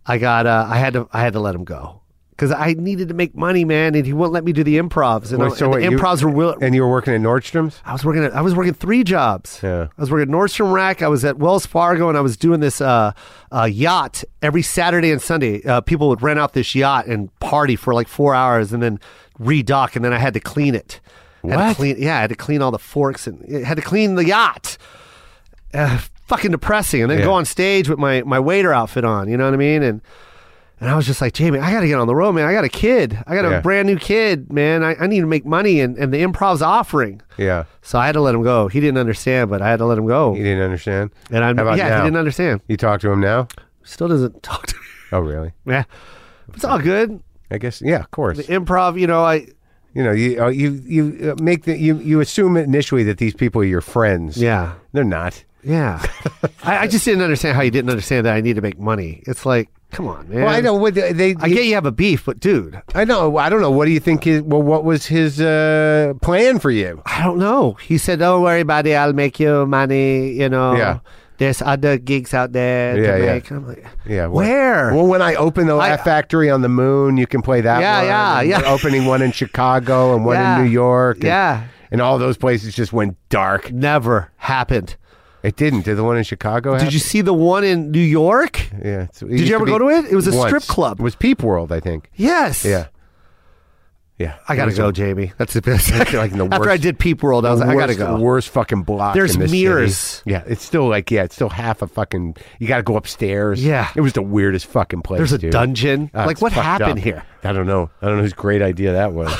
Speaker 3: I got uh I had to I had to let him go. Cuz I needed to make money, man, and he wouldn't let me do the improvs and,
Speaker 2: Wait,
Speaker 3: I-
Speaker 2: so
Speaker 3: and
Speaker 2: wait,
Speaker 3: the
Speaker 2: you-
Speaker 3: improvs were will-
Speaker 2: And you were working at Nordstrom's.
Speaker 3: I was working at, I was working three jobs.
Speaker 2: Yeah.
Speaker 3: I was working at Nordstrom Rack, I was at Wells Fargo and I was doing this uh, uh yacht every Saturday and Sunday. Uh, people would rent out this yacht and party for like 4 hours and then redock and then I had to clean it. Had to
Speaker 2: What?
Speaker 3: clean- yeah, I had to clean all the forks and had to clean the yacht Uh, fucking depressing. And then
Speaker 2: Yeah.
Speaker 3: go on stage with my my waiter outfit on. You know what I mean? And and I was just like, Jamie, I got to get on the road, man. I got a kid. I got
Speaker 2: Yeah.
Speaker 3: a brand new kid, man. I, I need to make money, and, and the improv's offering.
Speaker 2: Yeah.
Speaker 3: So I had to let him go. He didn't understand, but I had to let him go.
Speaker 2: He didn't understand.
Speaker 3: And I'm
Speaker 2: How about
Speaker 3: yeah,
Speaker 2: now?
Speaker 3: he didn't understand.
Speaker 2: You talk to him now.
Speaker 3: Still doesn't talk to me.
Speaker 2: Oh, really?
Speaker 3: Yeah, it's all good.
Speaker 2: I guess. Yeah, of course.
Speaker 3: The improv, you know, I
Speaker 2: you know, you uh, you you uh, make the you you assume initially that these people are your friends.
Speaker 3: yeah.
Speaker 2: They're not.
Speaker 3: Yeah, I, I just didn't understand how you didn't understand that I need to make money. It's like, come on, man.
Speaker 2: Well, I know what they. they
Speaker 3: I get you have a beef, but dude,
Speaker 2: I know. I don't know. What do you think? His, well, what was his uh, plan for you?
Speaker 3: I don't know. He said, "Don't worry about it. I'll make you money." You know,
Speaker 2: Yeah.
Speaker 3: There's other gigs out there.
Speaker 2: Yeah,
Speaker 3: to
Speaker 2: yeah.
Speaker 3: make. I'm like,
Speaker 2: Yeah. what-
Speaker 3: Where?
Speaker 2: Well, when I open the
Speaker 3: I-
Speaker 2: Laugh Factory on the Moon, you can play that.
Speaker 3: Yeah,
Speaker 2: one,
Speaker 3: yeah,
Speaker 2: and
Speaker 3: yeah.
Speaker 2: We're opening one in Chicago and one
Speaker 3: Yeah.
Speaker 2: in New York. and-
Speaker 3: Yeah.
Speaker 2: And all those places just went dark.
Speaker 3: Never happened.
Speaker 2: It didn't. Did the one in Chicago?
Speaker 3: Did you see the one in New York?
Speaker 2: Yeah. it's- it
Speaker 3: you
Speaker 2: used
Speaker 3: ever
Speaker 2: be-
Speaker 3: go to it? It was a strip
Speaker 2: once.
Speaker 3: club.
Speaker 2: It was Peep World, I think.
Speaker 3: Yes.
Speaker 2: Yeah. Yeah.
Speaker 3: I
Speaker 2: It
Speaker 3: gotta
Speaker 2: was a-
Speaker 3: go, Jamie. That's the best.
Speaker 2: like the
Speaker 3: After
Speaker 2: worst-
Speaker 3: I did Peep World, I was
Speaker 2: the
Speaker 3: like, I gotta
Speaker 2: worst-
Speaker 3: go.
Speaker 2: the worst fucking block.
Speaker 3: There's
Speaker 2: in this
Speaker 3: mirrors.
Speaker 2: city. Yeah, it's still like yeah, it's still half a fucking. You got to go upstairs.
Speaker 3: Yeah.
Speaker 2: it was the weirdest fucking place.
Speaker 3: There's a
Speaker 2: dude.
Speaker 3: dungeon.
Speaker 2: Ah,
Speaker 3: like,
Speaker 2: it's
Speaker 3: what
Speaker 2: fucked
Speaker 3: happened
Speaker 2: up.
Speaker 3: here?
Speaker 2: I don't know. I don't know whose great idea that was.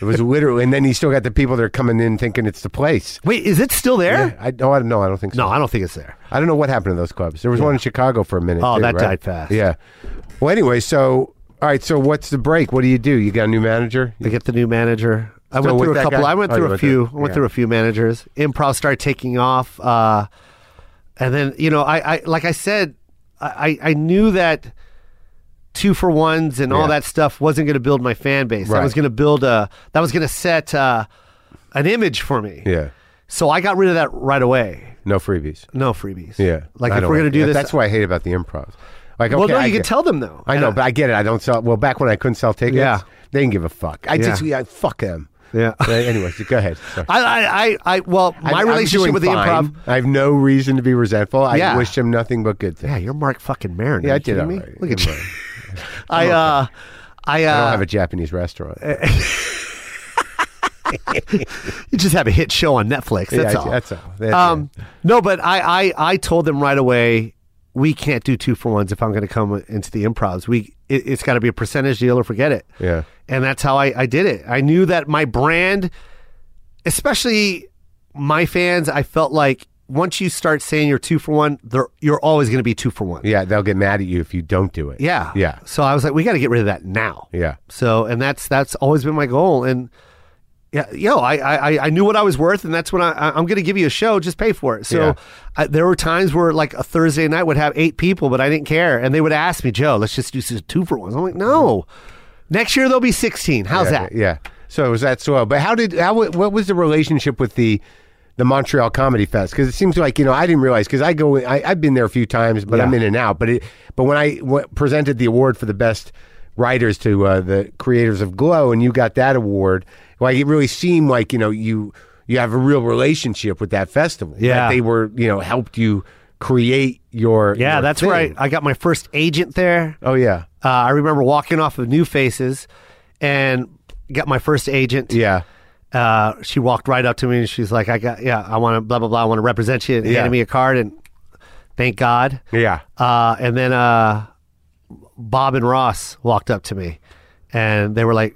Speaker 2: it was literally, and then you still got the people that are coming in thinking it's the place.
Speaker 3: Wait, is it still there?
Speaker 2: Yeah, I no, I don't know. I don't think so.
Speaker 3: No, I don't think it's there.
Speaker 2: I don't know what happened to those clubs. There was one in Chicago for a minute.
Speaker 3: Oh,
Speaker 2: too,
Speaker 3: that
Speaker 2: right?
Speaker 3: died fast.
Speaker 2: Yeah. Well, anyway, so all right. So what's the break? What do you do? You got a new manager?
Speaker 3: I get the new manager. I
Speaker 2: Still
Speaker 3: went
Speaker 2: with
Speaker 3: through a
Speaker 2: that
Speaker 3: couple.
Speaker 2: guy?
Speaker 3: I went
Speaker 2: Oh,
Speaker 3: through
Speaker 2: you
Speaker 3: a
Speaker 2: went
Speaker 3: few.
Speaker 2: through-
Speaker 3: I went
Speaker 2: yeah.
Speaker 3: through a few managers. Improv started taking off, uh, and then you know, I, I like I said, I, I I knew that two for ones and
Speaker 2: Yeah.
Speaker 3: all that stuff wasn't going to build my fan base. That
Speaker 2: Right.
Speaker 3: was going to build a. That was going to set uh, an image for me.
Speaker 2: Yeah.
Speaker 3: So I got rid of that right away.
Speaker 2: No freebies.
Speaker 3: No freebies.
Speaker 2: Yeah.
Speaker 3: Like
Speaker 2: I
Speaker 3: if
Speaker 2: don't
Speaker 3: we're going to
Speaker 2: like
Speaker 3: do
Speaker 2: that.
Speaker 3: this,
Speaker 2: That's what I hate about the improv. Like,
Speaker 3: well,
Speaker 2: okay,
Speaker 3: no,
Speaker 2: I
Speaker 3: you can
Speaker 2: get-
Speaker 3: tell them though.
Speaker 2: I know, but I get it. I don't sell. Well, back when I couldn't sell tickets,
Speaker 3: Yeah.
Speaker 2: they didn't give a fuck. I just, yeah, fuck them.
Speaker 3: Yeah.
Speaker 2: Uh, anyways, go ahead. Sorry.
Speaker 3: I, I, I, I, well, my
Speaker 2: I'm- I'm
Speaker 3: relationship
Speaker 2: doing
Speaker 3: with the
Speaker 2: fine.
Speaker 3: improv.
Speaker 2: I have no reason to be resentful. I
Speaker 3: Yeah.
Speaker 2: wish him nothing but good things.
Speaker 3: Yeah, you're Mark fucking Maron.
Speaker 2: Yeah,
Speaker 3: Are
Speaker 2: I
Speaker 3: you
Speaker 2: did
Speaker 3: kidding me?
Speaker 2: alright.
Speaker 3: Look at you. I uh, I, uh, eh,
Speaker 2: I don't have a Japanese restaurant.
Speaker 3: you just have a hit show on Netflix. That's
Speaker 2: Yeah,
Speaker 3: all.
Speaker 2: that's all. That's
Speaker 3: um, No, but I, I, I told them right away, we can't do two for ones if I'm going to come into the improvs. We, it, it's got to be a percentage deal or forget it.
Speaker 2: Yeah.
Speaker 3: And that's how I, I did it. I knew that my brand, especially my fans, I felt like once you start saying you're two for one, they're, you're always going to be two for one.
Speaker 2: yeah, they'll get mad at you if you don't do it.
Speaker 3: Yeah.
Speaker 2: Yeah.
Speaker 3: So I was like, we got to get rid of that now.
Speaker 2: Yeah.
Speaker 3: So, and that's that's always been my goal. And yeah, yo, I I, I knew what I was worth, and that's when I I- I'm going to give you a show. Just pay for it. So
Speaker 2: Yeah.
Speaker 3: I, there were times where like a Thursday night would have eight people, but I didn't care, and they would ask me, Joe, let's just do s- two for ones. I'm like, no. Next year there'll be 16.
Speaker 2: yeah,
Speaker 3: How's that?
Speaker 2: Yeah. So it was that swell. But how did how what was the relationship with the the Montreal Comedy Fest? Because it seems like you know I didn't realize because I go I, I've been there a few times, but I'm in and out. But it but when I w- presented the award for the best writers to uh, the creators of Glow, and you got that award, like it really seemed like you know you you have a real relationship with that festival. that
Speaker 3: Yeah.
Speaker 2: they were you know helped you create your
Speaker 3: Yeah,
Speaker 2: your
Speaker 3: that's
Speaker 2: thing.
Speaker 3: where I, I got my first agent there.
Speaker 2: Oh yeah,
Speaker 3: Uh, I remember walking off of New Faces, and got my first agent.
Speaker 2: yeah.
Speaker 3: uh, she walked right up to me and she's like, "I got yeah, I want to blah blah blah, I want to represent you." And
Speaker 2: Yeah.
Speaker 3: handed me a card and thank God.
Speaker 2: Yeah.
Speaker 3: Uh, and then uh, Bob and Ross walked up to me and they were like,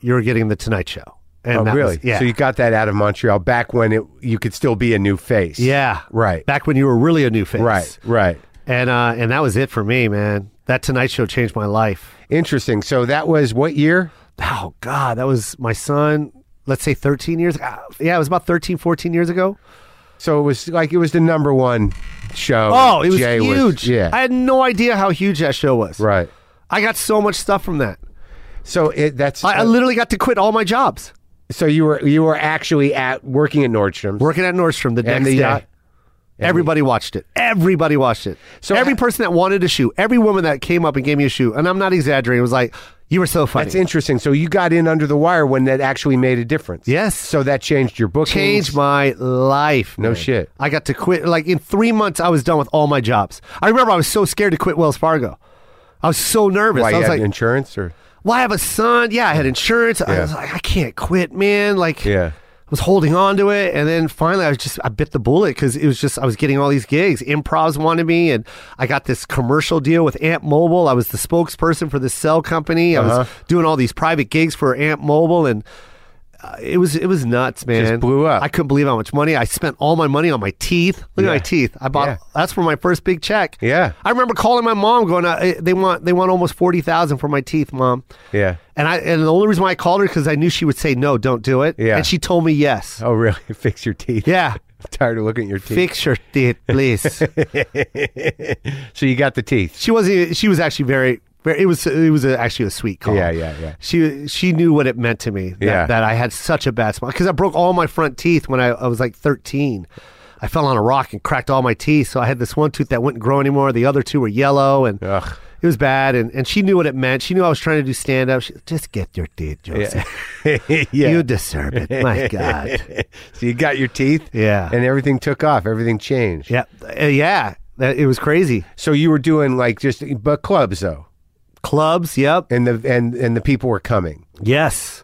Speaker 3: "You're getting the Tonight Show." And
Speaker 2: Oh,
Speaker 3: that
Speaker 2: really?
Speaker 3: was- yeah.
Speaker 2: So you got that out of Montreal back when it you could still be a new face.
Speaker 3: yeah.
Speaker 2: Right.
Speaker 3: Back when you were really a new face.
Speaker 2: Right. Right.
Speaker 3: And uh, and that was it for me, man. That Tonight Show changed my life.
Speaker 2: Interesting. So that was what year?
Speaker 3: Oh God, that was my son. Let's say 13 years. ah, Yeah, it was about 13, 14 years ago.
Speaker 2: So it was like it was the number one show.
Speaker 3: Oh, it was
Speaker 2: Jay
Speaker 3: huge.
Speaker 2: yeah.
Speaker 3: I had no idea how huge that show was.
Speaker 2: right.
Speaker 3: I got so much stuff from that.
Speaker 2: So it that's
Speaker 3: I, I literally got to quit all my jobs
Speaker 2: so you were you were actually at working at Nordstrom's.
Speaker 3: working at Nordstrom the
Speaker 2: And
Speaker 3: next
Speaker 2: the
Speaker 3: day.
Speaker 2: yacht.
Speaker 3: Everybody watched it. Everybody watched it.
Speaker 2: So-
Speaker 3: So every person that wanted a shoe, every woman that came up and gave me a shoe, and I'm not exaggerating, was like, "You were so funny."
Speaker 2: That's interesting. So you got in under the wire when that actually made a difference.
Speaker 3: Yes.
Speaker 2: So that changed your bookings.
Speaker 3: Changed my life.
Speaker 2: No
Speaker 3: man.
Speaker 2: shit.
Speaker 3: I got to quit. Like in three months, I was done with all my jobs. I remember I was so scared to quit Wells Fargo. I was so nervous.
Speaker 2: Why,
Speaker 3: I
Speaker 2: you
Speaker 3: was
Speaker 2: had
Speaker 3: like,
Speaker 2: insurance or
Speaker 3: well, I have a son. Yeah, I had insurance. I
Speaker 2: Yeah.
Speaker 3: was like, I can't quit, man. Like,
Speaker 2: Yeah.
Speaker 3: I was holding on to it, and then finally, I was just I bit the bullet because it was just I was getting all these gigs. Improvs wanted me, and I got this commercial deal with Amp Mobile. I was the spokesperson for the cell company. I
Speaker 2: Uh-huh.
Speaker 3: was doing all these private gigs for Amp Mobile, and uh, it was it was nuts, man.
Speaker 2: blew up.
Speaker 3: I couldn't believe how much money I spent. All my money on my teeth. Look at my teeth. I bought.
Speaker 2: Yeah.
Speaker 3: That's for my first big check.
Speaker 2: Yeah.
Speaker 3: I remember calling my mom, going, uh, "They want they want almost forty thousand for my teeth, mom."
Speaker 2: Yeah.
Speaker 3: And I and the only reason why I called her because I knew she would say no, don't do it.
Speaker 2: Yeah.
Speaker 3: And she told me yes.
Speaker 2: Oh really? Fix your teeth.
Speaker 3: Yeah.
Speaker 2: I'm tired of looking at your teeth.
Speaker 3: Fix your teeth, please.
Speaker 2: so you got the teeth.
Speaker 3: she wasn't. e, She was actually very. very it was. It was a, actually a sweet call.
Speaker 2: Yeah, yeah, yeah.
Speaker 3: She she knew what it meant to me. That,
Speaker 2: Yeah.
Speaker 3: That I had such a bad smile because I broke all my front teeth when I, I was like thirteen. I fell on a rock and cracked all my teeth. So I had this one tooth that wouldn't grow anymore. The other two were yellow and.
Speaker 2: Ugh.
Speaker 3: It was bad, and, and she knew what it meant. She knew I was trying to do stand up. Just get your teeth, Joseph.
Speaker 2: yeah.
Speaker 3: You deserve it. My God.
Speaker 2: so you got your teeth.
Speaker 3: Yeah.
Speaker 2: And everything took off. Everything changed.
Speaker 3: Yeah, uh, yeah. That, it was crazy.
Speaker 2: So you were doing like just but clubs though,
Speaker 3: Clubs, yep.
Speaker 2: and the and and the people were coming.
Speaker 3: Yes,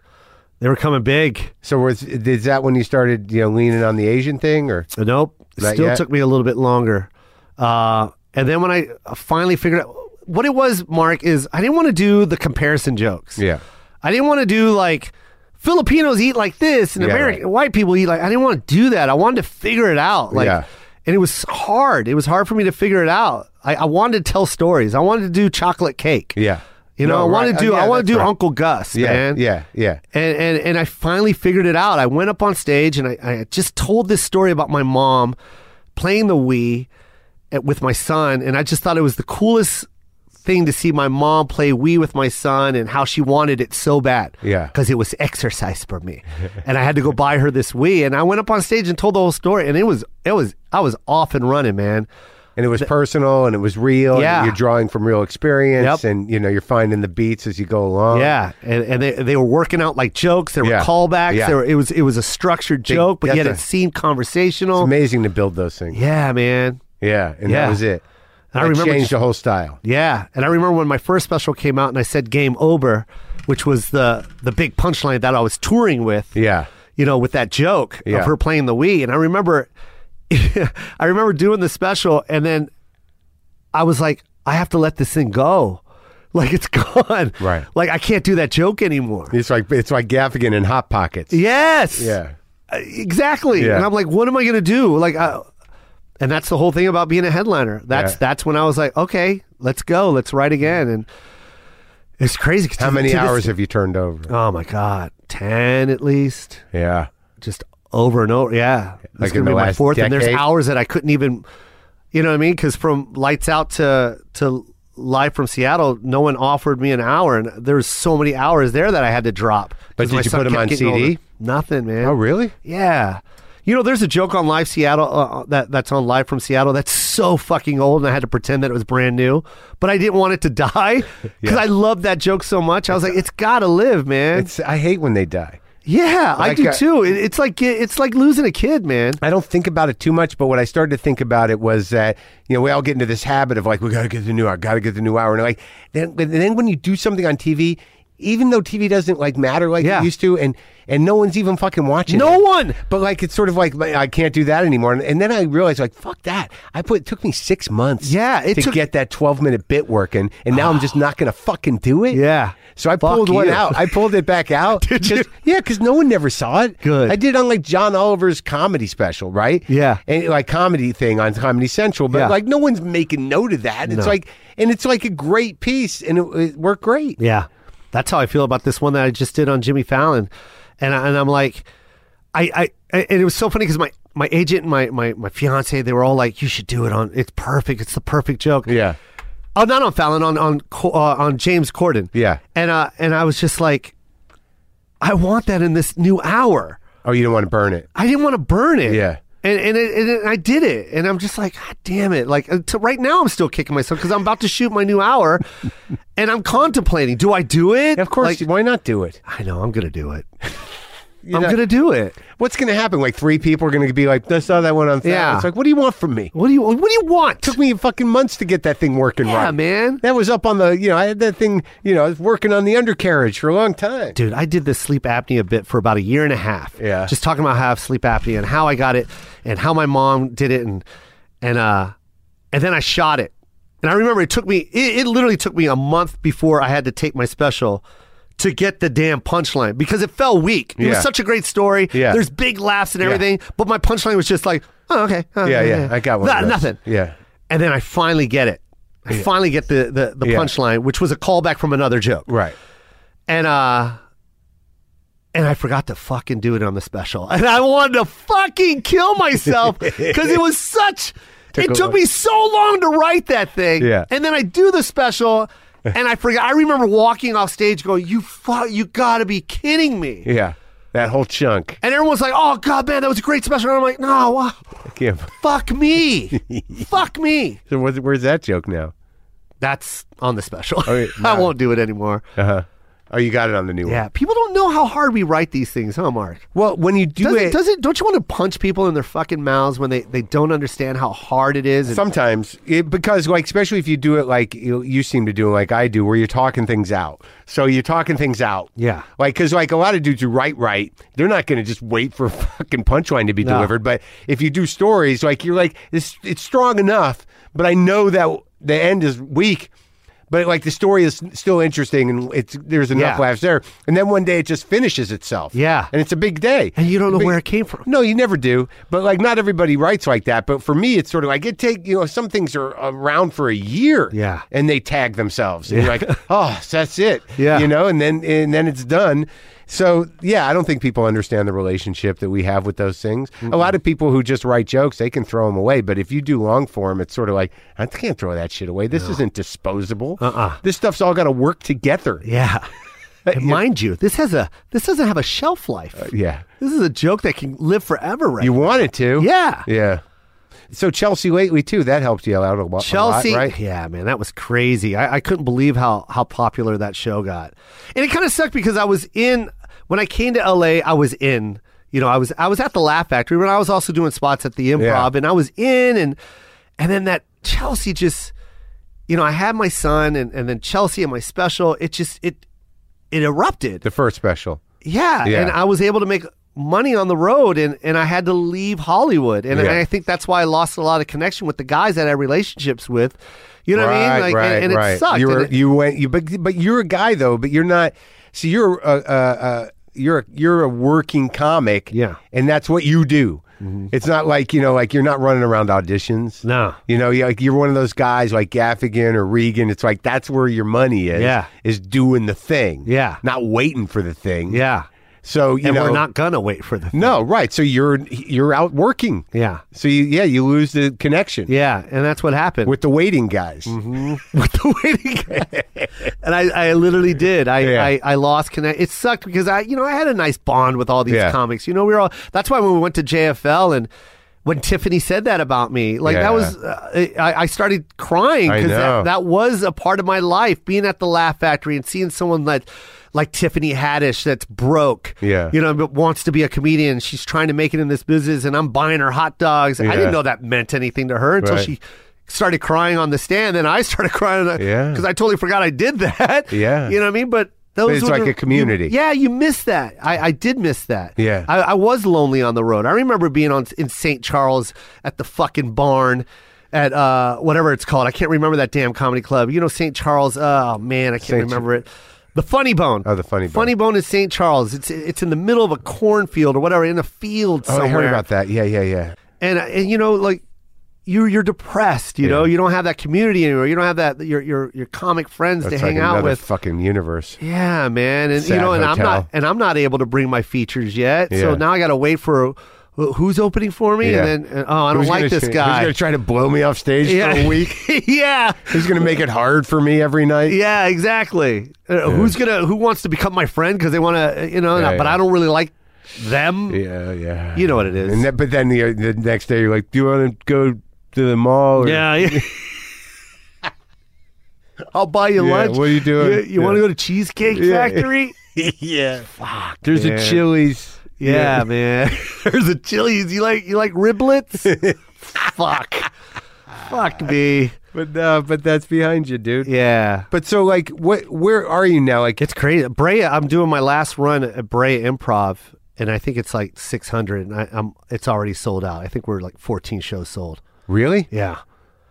Speaker 3: they were coming big.
Speaker 2: So was is that when you started you know leaning on the Asian thing or
Speaker 3: Nope, It
Speaker 2: Not
Speaker 3: still
Speaker 2: yet?
Speaker 3: took me a little bit longer. Uh, and then when I finally figured out what it was, Mark is I didn't want to do the comparison jokes.
Speaker 2: yeah
Speaker 3: I didn't want to do like Filipinos eat like this and
Speaker 2: Yeah,
Speaker 3: American
Speaker 2: right.
Speaker 3: white people eat like I didn't want to do that. I wanted to figure it out. Like
Speaker 2: Yeah.
Speaker 3: and it was hard. It was hard for me to figure it out. I, I wanted to tell stories. I wanted to do chocolate cake.
Speaker 2: Yeah.
Speaker 3: You know,
Speaker 2: No,
Speaker 3: I want
Speaker 2: right.
Speaker 3: to do
Speaker 2: Oh, yeah,
Speaker 3: I want
Speaker 2: that's
Speaker 3: to do
Speaker 2: right.
Speaker 3: Uncle Gus,
Speaker 2: yeah
Speaker 3: man.
Speaker 2: yeah yeah
Speaker 3: And, and and I finally figured it out. I went up on stage and I, I just told this story about my mom playing the Wii at- with my son, and I just thought it was the coolest thing to see my mom play Wii with my son and how she wanted it so bad.
Speaker 2: Yeah.
Speaker 3: because it was exercise for me, and I had to go buy her this Wii. And I went up on stage and told the whole story, and it was it was I was off and running, man.
Speaker 2: and it was personal and it was real.
Speaker 3: Yeah.
Speaker 2: and you're drawing from real experience,
Speaker 3: Yep.
Speaker 2: and you know you're finding the beats as you go along.
Speaker 3: Yeah, and, and they, they were working out like jokes. There were
Speaker 2: Oh. Yeah.
Speaker 3: callbacks.
Speaker 2: Yeah.
Speaker 3: There were, it was it was a structured joke, but
Speaker 2: that's
Speaker 3: yet
Speaker 2: a-
Speaker 3: it seemed conversational.
Speaker 2: amazing to build those things.
Speaker 3: Yeah, man.
Speaker 2: Yeah, and that
Speaker 3: Yeah.
Speaker 2: was it.
Speaker 3: And
Speaker 2: I, changed the whole style.
Speaker 3: Yeah, and I remember when my first special came out, and I said "Game Over," which was the the big punchline that I was touring with.
Speaker 2: Yeah.
Speaker 3: you know, with that joke
Speaker 2: Yeah.
Speaker 3: of her playing the Wii, and I remember, I remember doing the special, and then I was like, I have to let this thing go, like it's gone.
Speaker 2: Right.
Speaker 3: Like I can't do that joke anymore.
Speaker 2: It's like it's like Gaffigan and Hot Pockets.
Speaker 3: Yes.
Speaker 2: Yeah.
Speaker 3: Uh, Exactly.
Speaker 2: Yeah.
Speaker 3: And I'm like, what am I going to do? Like, I, and that's the whole thing about being a headliner. That's
Speaker 2: Yeah.
Speaker 3: that's when I was like, okay, let's go, let's write again. And it's crazy. 'cause
Speaker 2: How
Speaker 3: to-
Speaker 2: many
Speaker 3: to this-
Speaker 2: hours have you turned over?
Speaker 3: oh my god, ten at least,
Speaker 2: Yeah.
Speaker 3: just over and over. Yeah,
Speaker 2: Like
Speaker 3: that's
Speaker 2: in
Speaker 3: gonna
Speaker 2: the
Speaker 3: be my
Speaker 2: last
Speaker 3: fourth. And there's
Speaker 2: decade?
Speaker 3: hours that I couldn't even, you know what I mean? Because from lights out to to live from Seattle, no one offered me an hour, and there's so many hours there that I had to drop.
Speaker 2: But
Speaker 3: 'Cause
Speaker 2: did
Speaker 3: my
Speaker 2: you
Speaker 3: son
Speaker 2: put 'em
Speaker 3: kept
Speaker 2: on
Speaker 3: getting
Speaker 2: CD?
Speaker 3: older. Nothing, man.
Speaker 2: Oh, really?
Speaker 3: Yeah. You know, there's a joke on Live Seattle uh, that that's on Live from Seattle that's so fucking old, and I had to pretend that it was brand new, but I didn't want it to die because I loved that joke so much. I was like, it's got to live, man.
Speaker 2: It's I hate when they die.
Speaker 3: yeah, I
Speaker 2: like
Speaker 3: do
Speaker 2: a-
Speaker 3: too. It, it's like it's like losing a kid, man.
Speaker 2: I don't think about it too much, but what I started to think about it was that you know we all get into this habit of like we got to get the new hour, got to get the new hour, and like then and then when you do something on TV, even though TV doesn't like matter like
Speaker 3: Yeah.
Speaker 2: it used to, and and no one's even fucking watching.
Speaker 3: No
Speaker 2: it.
Speaker 3: one.
Speaker 2: But like it's sort of like like, I can't do that anymore, and, and then I realized like fuck that. I put it took me six months.
Speaker 3: Yeah, it
Speaker 2: to
Speaker 3: took- Ah.
Speaker 2: get that twelve minute bit working, and now I'm just not gonna fucking do it.
Speaker 3: Yeah.
Speaker 2: So I
Speaker 3: Fuck
Speaker 2: pulled one
Speaker 3: you.
Speaker 2: out. I pulled it back out.
Speaker 3: Did
Speaker 2: just,
Speaker 3: you?
Speaker 2: Yeah, because no one never saw it.
Speaker 3: Good.
Speaker 2: I did on like John Oliver's comedy special, right?
Speaker 3: Yeah.
Speaker 2: And like comedy thing on Comedy Central, but
Speaker 3: Yeah.
Speaker 2: like no one's making note of that. It's
Speaker 3: No.
Speaker 2: like, and it's like a great piece, and it, it worked great.
Speaker 3: Yeah, that's how I feel about this one that I just did on Jimmy Fallon, and I, and I'm like, I, I- I and it was so funny because my my agent and my my my fiance they were all like, you should do it on. It's perfect. It's the perfect joke.
Speaker 2: Yeah.
Speaker 3: Oh, not on Fallon, on on Co- uh, on James Corden.
Speaker 2: Yeah.
Speaker 3: and uh, and I was just like, I want that in this new hour.
Speaker 2: Oh, you didn't want to burn it.
Speaker 3: I didn't want to burn it.
Speaker 2: Yeah.
Speaker 3: And and, it, and it- I did it, and I'm just like, God damn it! Like uh, to right now, I'm still kicking myself because I'm about to shoot my new hour, and I'm contemplating: do I do it?
Speaker 2: Of course.
Speaker 3: Like,
Speaker 2: why not do it?
Speaker 3: I know I'm gonna do it.
Speaker 2: You
Speaker 3: I'm
Speaker 2: know,
Speaker 3: gonna do it.
Speaker 2: What's going to happen? Like three people are going to be like, "I saw that one on." Fallon."
Speaker 3: Yeah.
Speaker 2: It's like, what do you want from me?
Speaker 3: What do you What do you want?
Speaker 2: took me fucking months to get that thing working
Speaker 3: yeah,
Speaker 2: right.
Speaker 3: man.
Speaker 2: That was up on the, you know, I had that thing, you know, I was working on the undercarriage for a long time.
Speaker 3: Dude, I did this sleep apnea bit for about a year and a half.
Speaker 2: Yeah.
Speaker 3: Just talking about how I have sleep apnea and how I got it and how my mom did it and and uh and then I shot it. And I remember it took me it, it literally took me a month before I had to take my special to get the damn punchline because it fell weak. It
Speaker 2: Yeah.
Speaker 3: was such a great story.
Speaker 2: Yeah.
Speaker 3: There's big laughs and everything, but my punchline was just like, oh okay. Oh,
Speaker 2: Yeah, yeah, I got one.
Speaker 3: Nah,
Speaker 2: of those.
Speaker 3: nothing.
Speaker 2: Yeah.
Speaker 3: and then I finally get it. I finally get the the, the
Speaker 2: Yeah.
Speaker 3: punchline, which was a callback from another joke,
Speaker 2: Right.
Speaker 3: and uh, and I forgot to fucking do it on the special, and I wanted to fucking kill myself because it was such.
Speaker 2: Took a
Speaker 3: it took
Speaker 2: lot.
Speaker 3: me so long to write that thing,
Speaker 2: Yeah.
Speaker 3: and then I do the special, and I forgot. I remember walking off stage, going, "You fuck, you gotta be kidding me!"
Speaker 2: Yeah. That whole chunk.
Speaker 3: And everyone's like, "Oh god, man, that was a great special," and I'm like, "No, wow,
Speaker 2: I can't.
Speaker 3: fuck me, fuck me."
Speaker 2: So where's, where's that joke now?
Speaker 3: That's on the special.
Speaker 2: yeah,
Speaker 3: I
Speaker 2: no.
Speaker 3: won't do it anymore.
Speaker 2: Uh huh. Oh, you got it on the new one.
Speaker 3: Yeah, people don't know how hard we write these things, huh, Mark?
Speaker 2: Well, when you do
Speaker 3: Does
Speaker 2: it,
Speaker 3: it, does it? Don't you want to punch people in their fucking mouths when they, they don't understand how hard it is? And,
Speaker 2: sometimes it, because like especially if you do it like you, you seem to do, like I do, where you're talking things out. So you're talking things out.
Speaker 3: Yeah.
Speaker 2: Like because like a lot of dudes who write right, they're not going to just wait for a fucking punchline to be
Speaker 3: No.
Speaker 2: delivered. But if you do stories, like you're like it's, it's strong enough, but I know that the end is weak. But like the story is still interesting, and it's there's enough
Speaker 3: Yeah.
Speaker 2: laughs there. And then one day it just finishes itself.
Speaker 3: Yeah.
Speaker 2: and it's a big day.
Speaker 3: and you don't know
Speaker 2: Big-
Speaker 3: where it came from.
Speaker 2: no, you never do. But like, not everybody writes like that. But for me, it's sort of like it take you know some things are around for a year,
Speaker 3: Yeah.
Speaker 2: and they tag themselves. And you're like, oh, so that's it,
Speaker 3: Yeah.
Speaker 2: you know, and then and then it's done. So yeah, I don't think people understand the relationship that we have with those things. A lot of people who just write jokes, they can throw them away. But if you do long form, it's sort of like I can't throw that shit away. This isn't disposable.
Speaker 3: Uh-uh.
Speaker 2: This stuff's all got to work together.
Speaker 3: Yeah, Uh, and mind you, this has a this doesn't have a shelf life.
Speaker 2: Yeah,
Speaker 3: This is a joke that can live forever, right?
Speaker 2: you want it to.
Speaker 3: yeah,
Speaker 2: Yeah. So Chelsea lately too. That helped you out a lot.
Speaker 3: Chelsea.
Speaker 2: a lot, right?
Speaker 3: Yeah, man, that was crazy. I, I couldn't believe how how popular that show got, and it kind of sucked because I was in when I came to LA. I was in, you know, I was I was at the Laugh Factory, but I was also doing spots at the Improv,
Speaker 2: Yeah.
Speaker 3: and I was in, and and then that Chelsea just you know, I had my son and, and then Chelsea and my special. It just it it erupted.
Speaker 2: The first special.
Speaker 3: Yeah,
Speaker 2: Yeah.
Speaker 3: and I was able to make money on the road, and, and I had to leave Hollywood, and,
Speaker 2: Yeah.
Speaker 3: and I think that's why I lost a lot of connection with the guys that I had relationships with. You know what I mean? Like,
Speaker 2: right,
Speaker 3: and, and
Speaker 2: right.
Speaker 3: it sucked.
Speaker 2: You
Speaker 3: and
Speaker 2: were
Speaker 3: it-
Speaker 2: you went you but but you're a guy though, but you're not. See, you're a, a, a you're a, you're a working comic,
Speaker 3: Yeah. Mm-hmm.
Speaker 2: and that's what you do. It's not like you know, like you're not running around auditions.
Speaker 3: No.
Speaker 2: you know, you're, like you're one of those guys like Gaffigan or Regan. It's like that's where your money is.
Speaker 3: Yeah.
Speaker 2: is doing the thing.
Speaker 3: Yeah.
Speaker 2: not waiting for the thing.
Speaker 3: yeah,
Speaker 2: so you
Speaker 3: and
Speaker 2: know,
Speaker 3: we're not gonna wait for the
Speaker 2: No, right. So you're you're out working.
Speaker 3: Yeah,
Speaker 2: So you, yeah, you lose the connection
Speaker 3: yeah, and that's what happened.
Speaker 2: with the waiting guys.
Speaker 3: Mm-hmm. with the waiting game. and I, I literally did. I,
Speaker 2: Yeah.
Speaker 3: I, I lost connect. It sucked because I, you know, I had a nice bond with all these
Speaker 2: Yeah.
Speaker 3: comics. You know, we were all. That's why when we went to JFL and when Tiffany said that about me, like
Speaker 2: Yeah.
Speaker 3: that was, uh, I, I started crying
Speaker 2: I
Speaker 3: because
Speaker 2: know.
Speaker 3: that, that was a part of my life. Being at the Laugh Factory and seeing someone that. Like Tiffany Haddish, that's broke,
Speaker 2: Yeah.
Speaker 3: you know, but wants to be a comedian. She's trying to make it in this business, and I'm buying her hot dogs. I
Speaker 2: Yeah.
Speaker 3: didn't know that meant anything to her until
Speaker 2: Right.
Speaker 3: she started crying on the stand, and I started crying.
Speaker 2: Yeah.
Speaker 3: Because I totally forgot I did that.
Speaker 2: Yeah.
Speaker 3: You know what I mean? But those
Speaker 2: it's
Speaker 3: were
Speaker 2: like
Speaker 3: the-
Speaker 2: a community.
Speaker 3: you- yeah, you miss that. I, I did miss that.
Speaker 2: Yeah.
Speaker 3: I, I was lonely on the road. I remember being on in St. Charles at the fucking barn. At uh, whatever it's called, I can't remember that damn comedy club. You know, St. Charles. Oh man, I can't remember it. The Funny Bone.
Speaker 2: Oh, the Funny Bone.
Speaker 3: Funny Bone is St. Charles. It's it's in the middle of a cornfield or whatever, in a field
Speaker 2: Oh,
Speaker 3: somewhere
Speaker 2: I heard about that. Yeah, yeah, yeah.
Speaker 3: and uh, and you know like you're you're depressed you know you don't have that community anymore you don't have that your your your comic friends
Speaker 2: That's
Speaker 3: to hang
Speaker 2: like
Speaker 3: out
Speaker 2: another
Speaker 3: with
Speaker 2: fucking universe.
Speaker 3: yeah man and you
Speaker 2: Sad
Speaker 3: know and
Speaker 2: hotel.
Speaker 3: i'm not and i'm not able to bring my features yet
Speaker 2: Yeah.
Speaker 3: so now i gotta wait for wh- who's opening for me
Speaker 2: Yeah.
Speaker 3: and then and, oh i don't
Speaker 2: Who's
Speaker 3: like
Speaker 2: gonna-
Speaker 3: this
Speaker 2: Who's
Speaker 3: guy
Speaker 2: going to try to blow me off stage for a week?
Speaker 3: yeah
Speaker 2: Who's going to make it hard for me every night?
Speaker 3: yeah exactly Uh, who's gonna who wants to become my friend because they want to you know and I-
Speaker 2: Yeah,
Speaker 3: but
Speaker 2: yeah.
Speaker 3: i don't really like them
Speaker 2: yeah. yeah.
Speaker 3: you know what it is
Speaker 2: And that, but then the, the next day, you're like, do you want to go to the mall? Or,
Speaker 3: Yeah. yeah. I'll buy you
Speaker 2: Yeah,
Speaker 3: lunch.
Speaker 2: what are you doing?
Speaker 3: You, you want to
Speaker 2: Yeah.
Speaker 3: go to Cheesecake
Speaker 2: Yeah.
Speaker 3: Factory?
Speaker 2: There's
Speaker 3: Yeah.
Speaker 2: a Chili's.
Speaker 3: Yeah, man. There's a Chili's. You like you like riblets? Fuck. Fuck me.
Speaker 2: But, uh, but that's behind you, dude.
Speaker 3: Yeah.
Speaker 2: But so, like, what? where are you now? Like,
Speaker 3: It's crazy. Brea, I'm doing my last run at Brea Improv, and I think it's like 600, and I, I'm it's already sold out. I think we're like 14 shows sold.
Speaker 2: really?
Speaker 3: Yeah.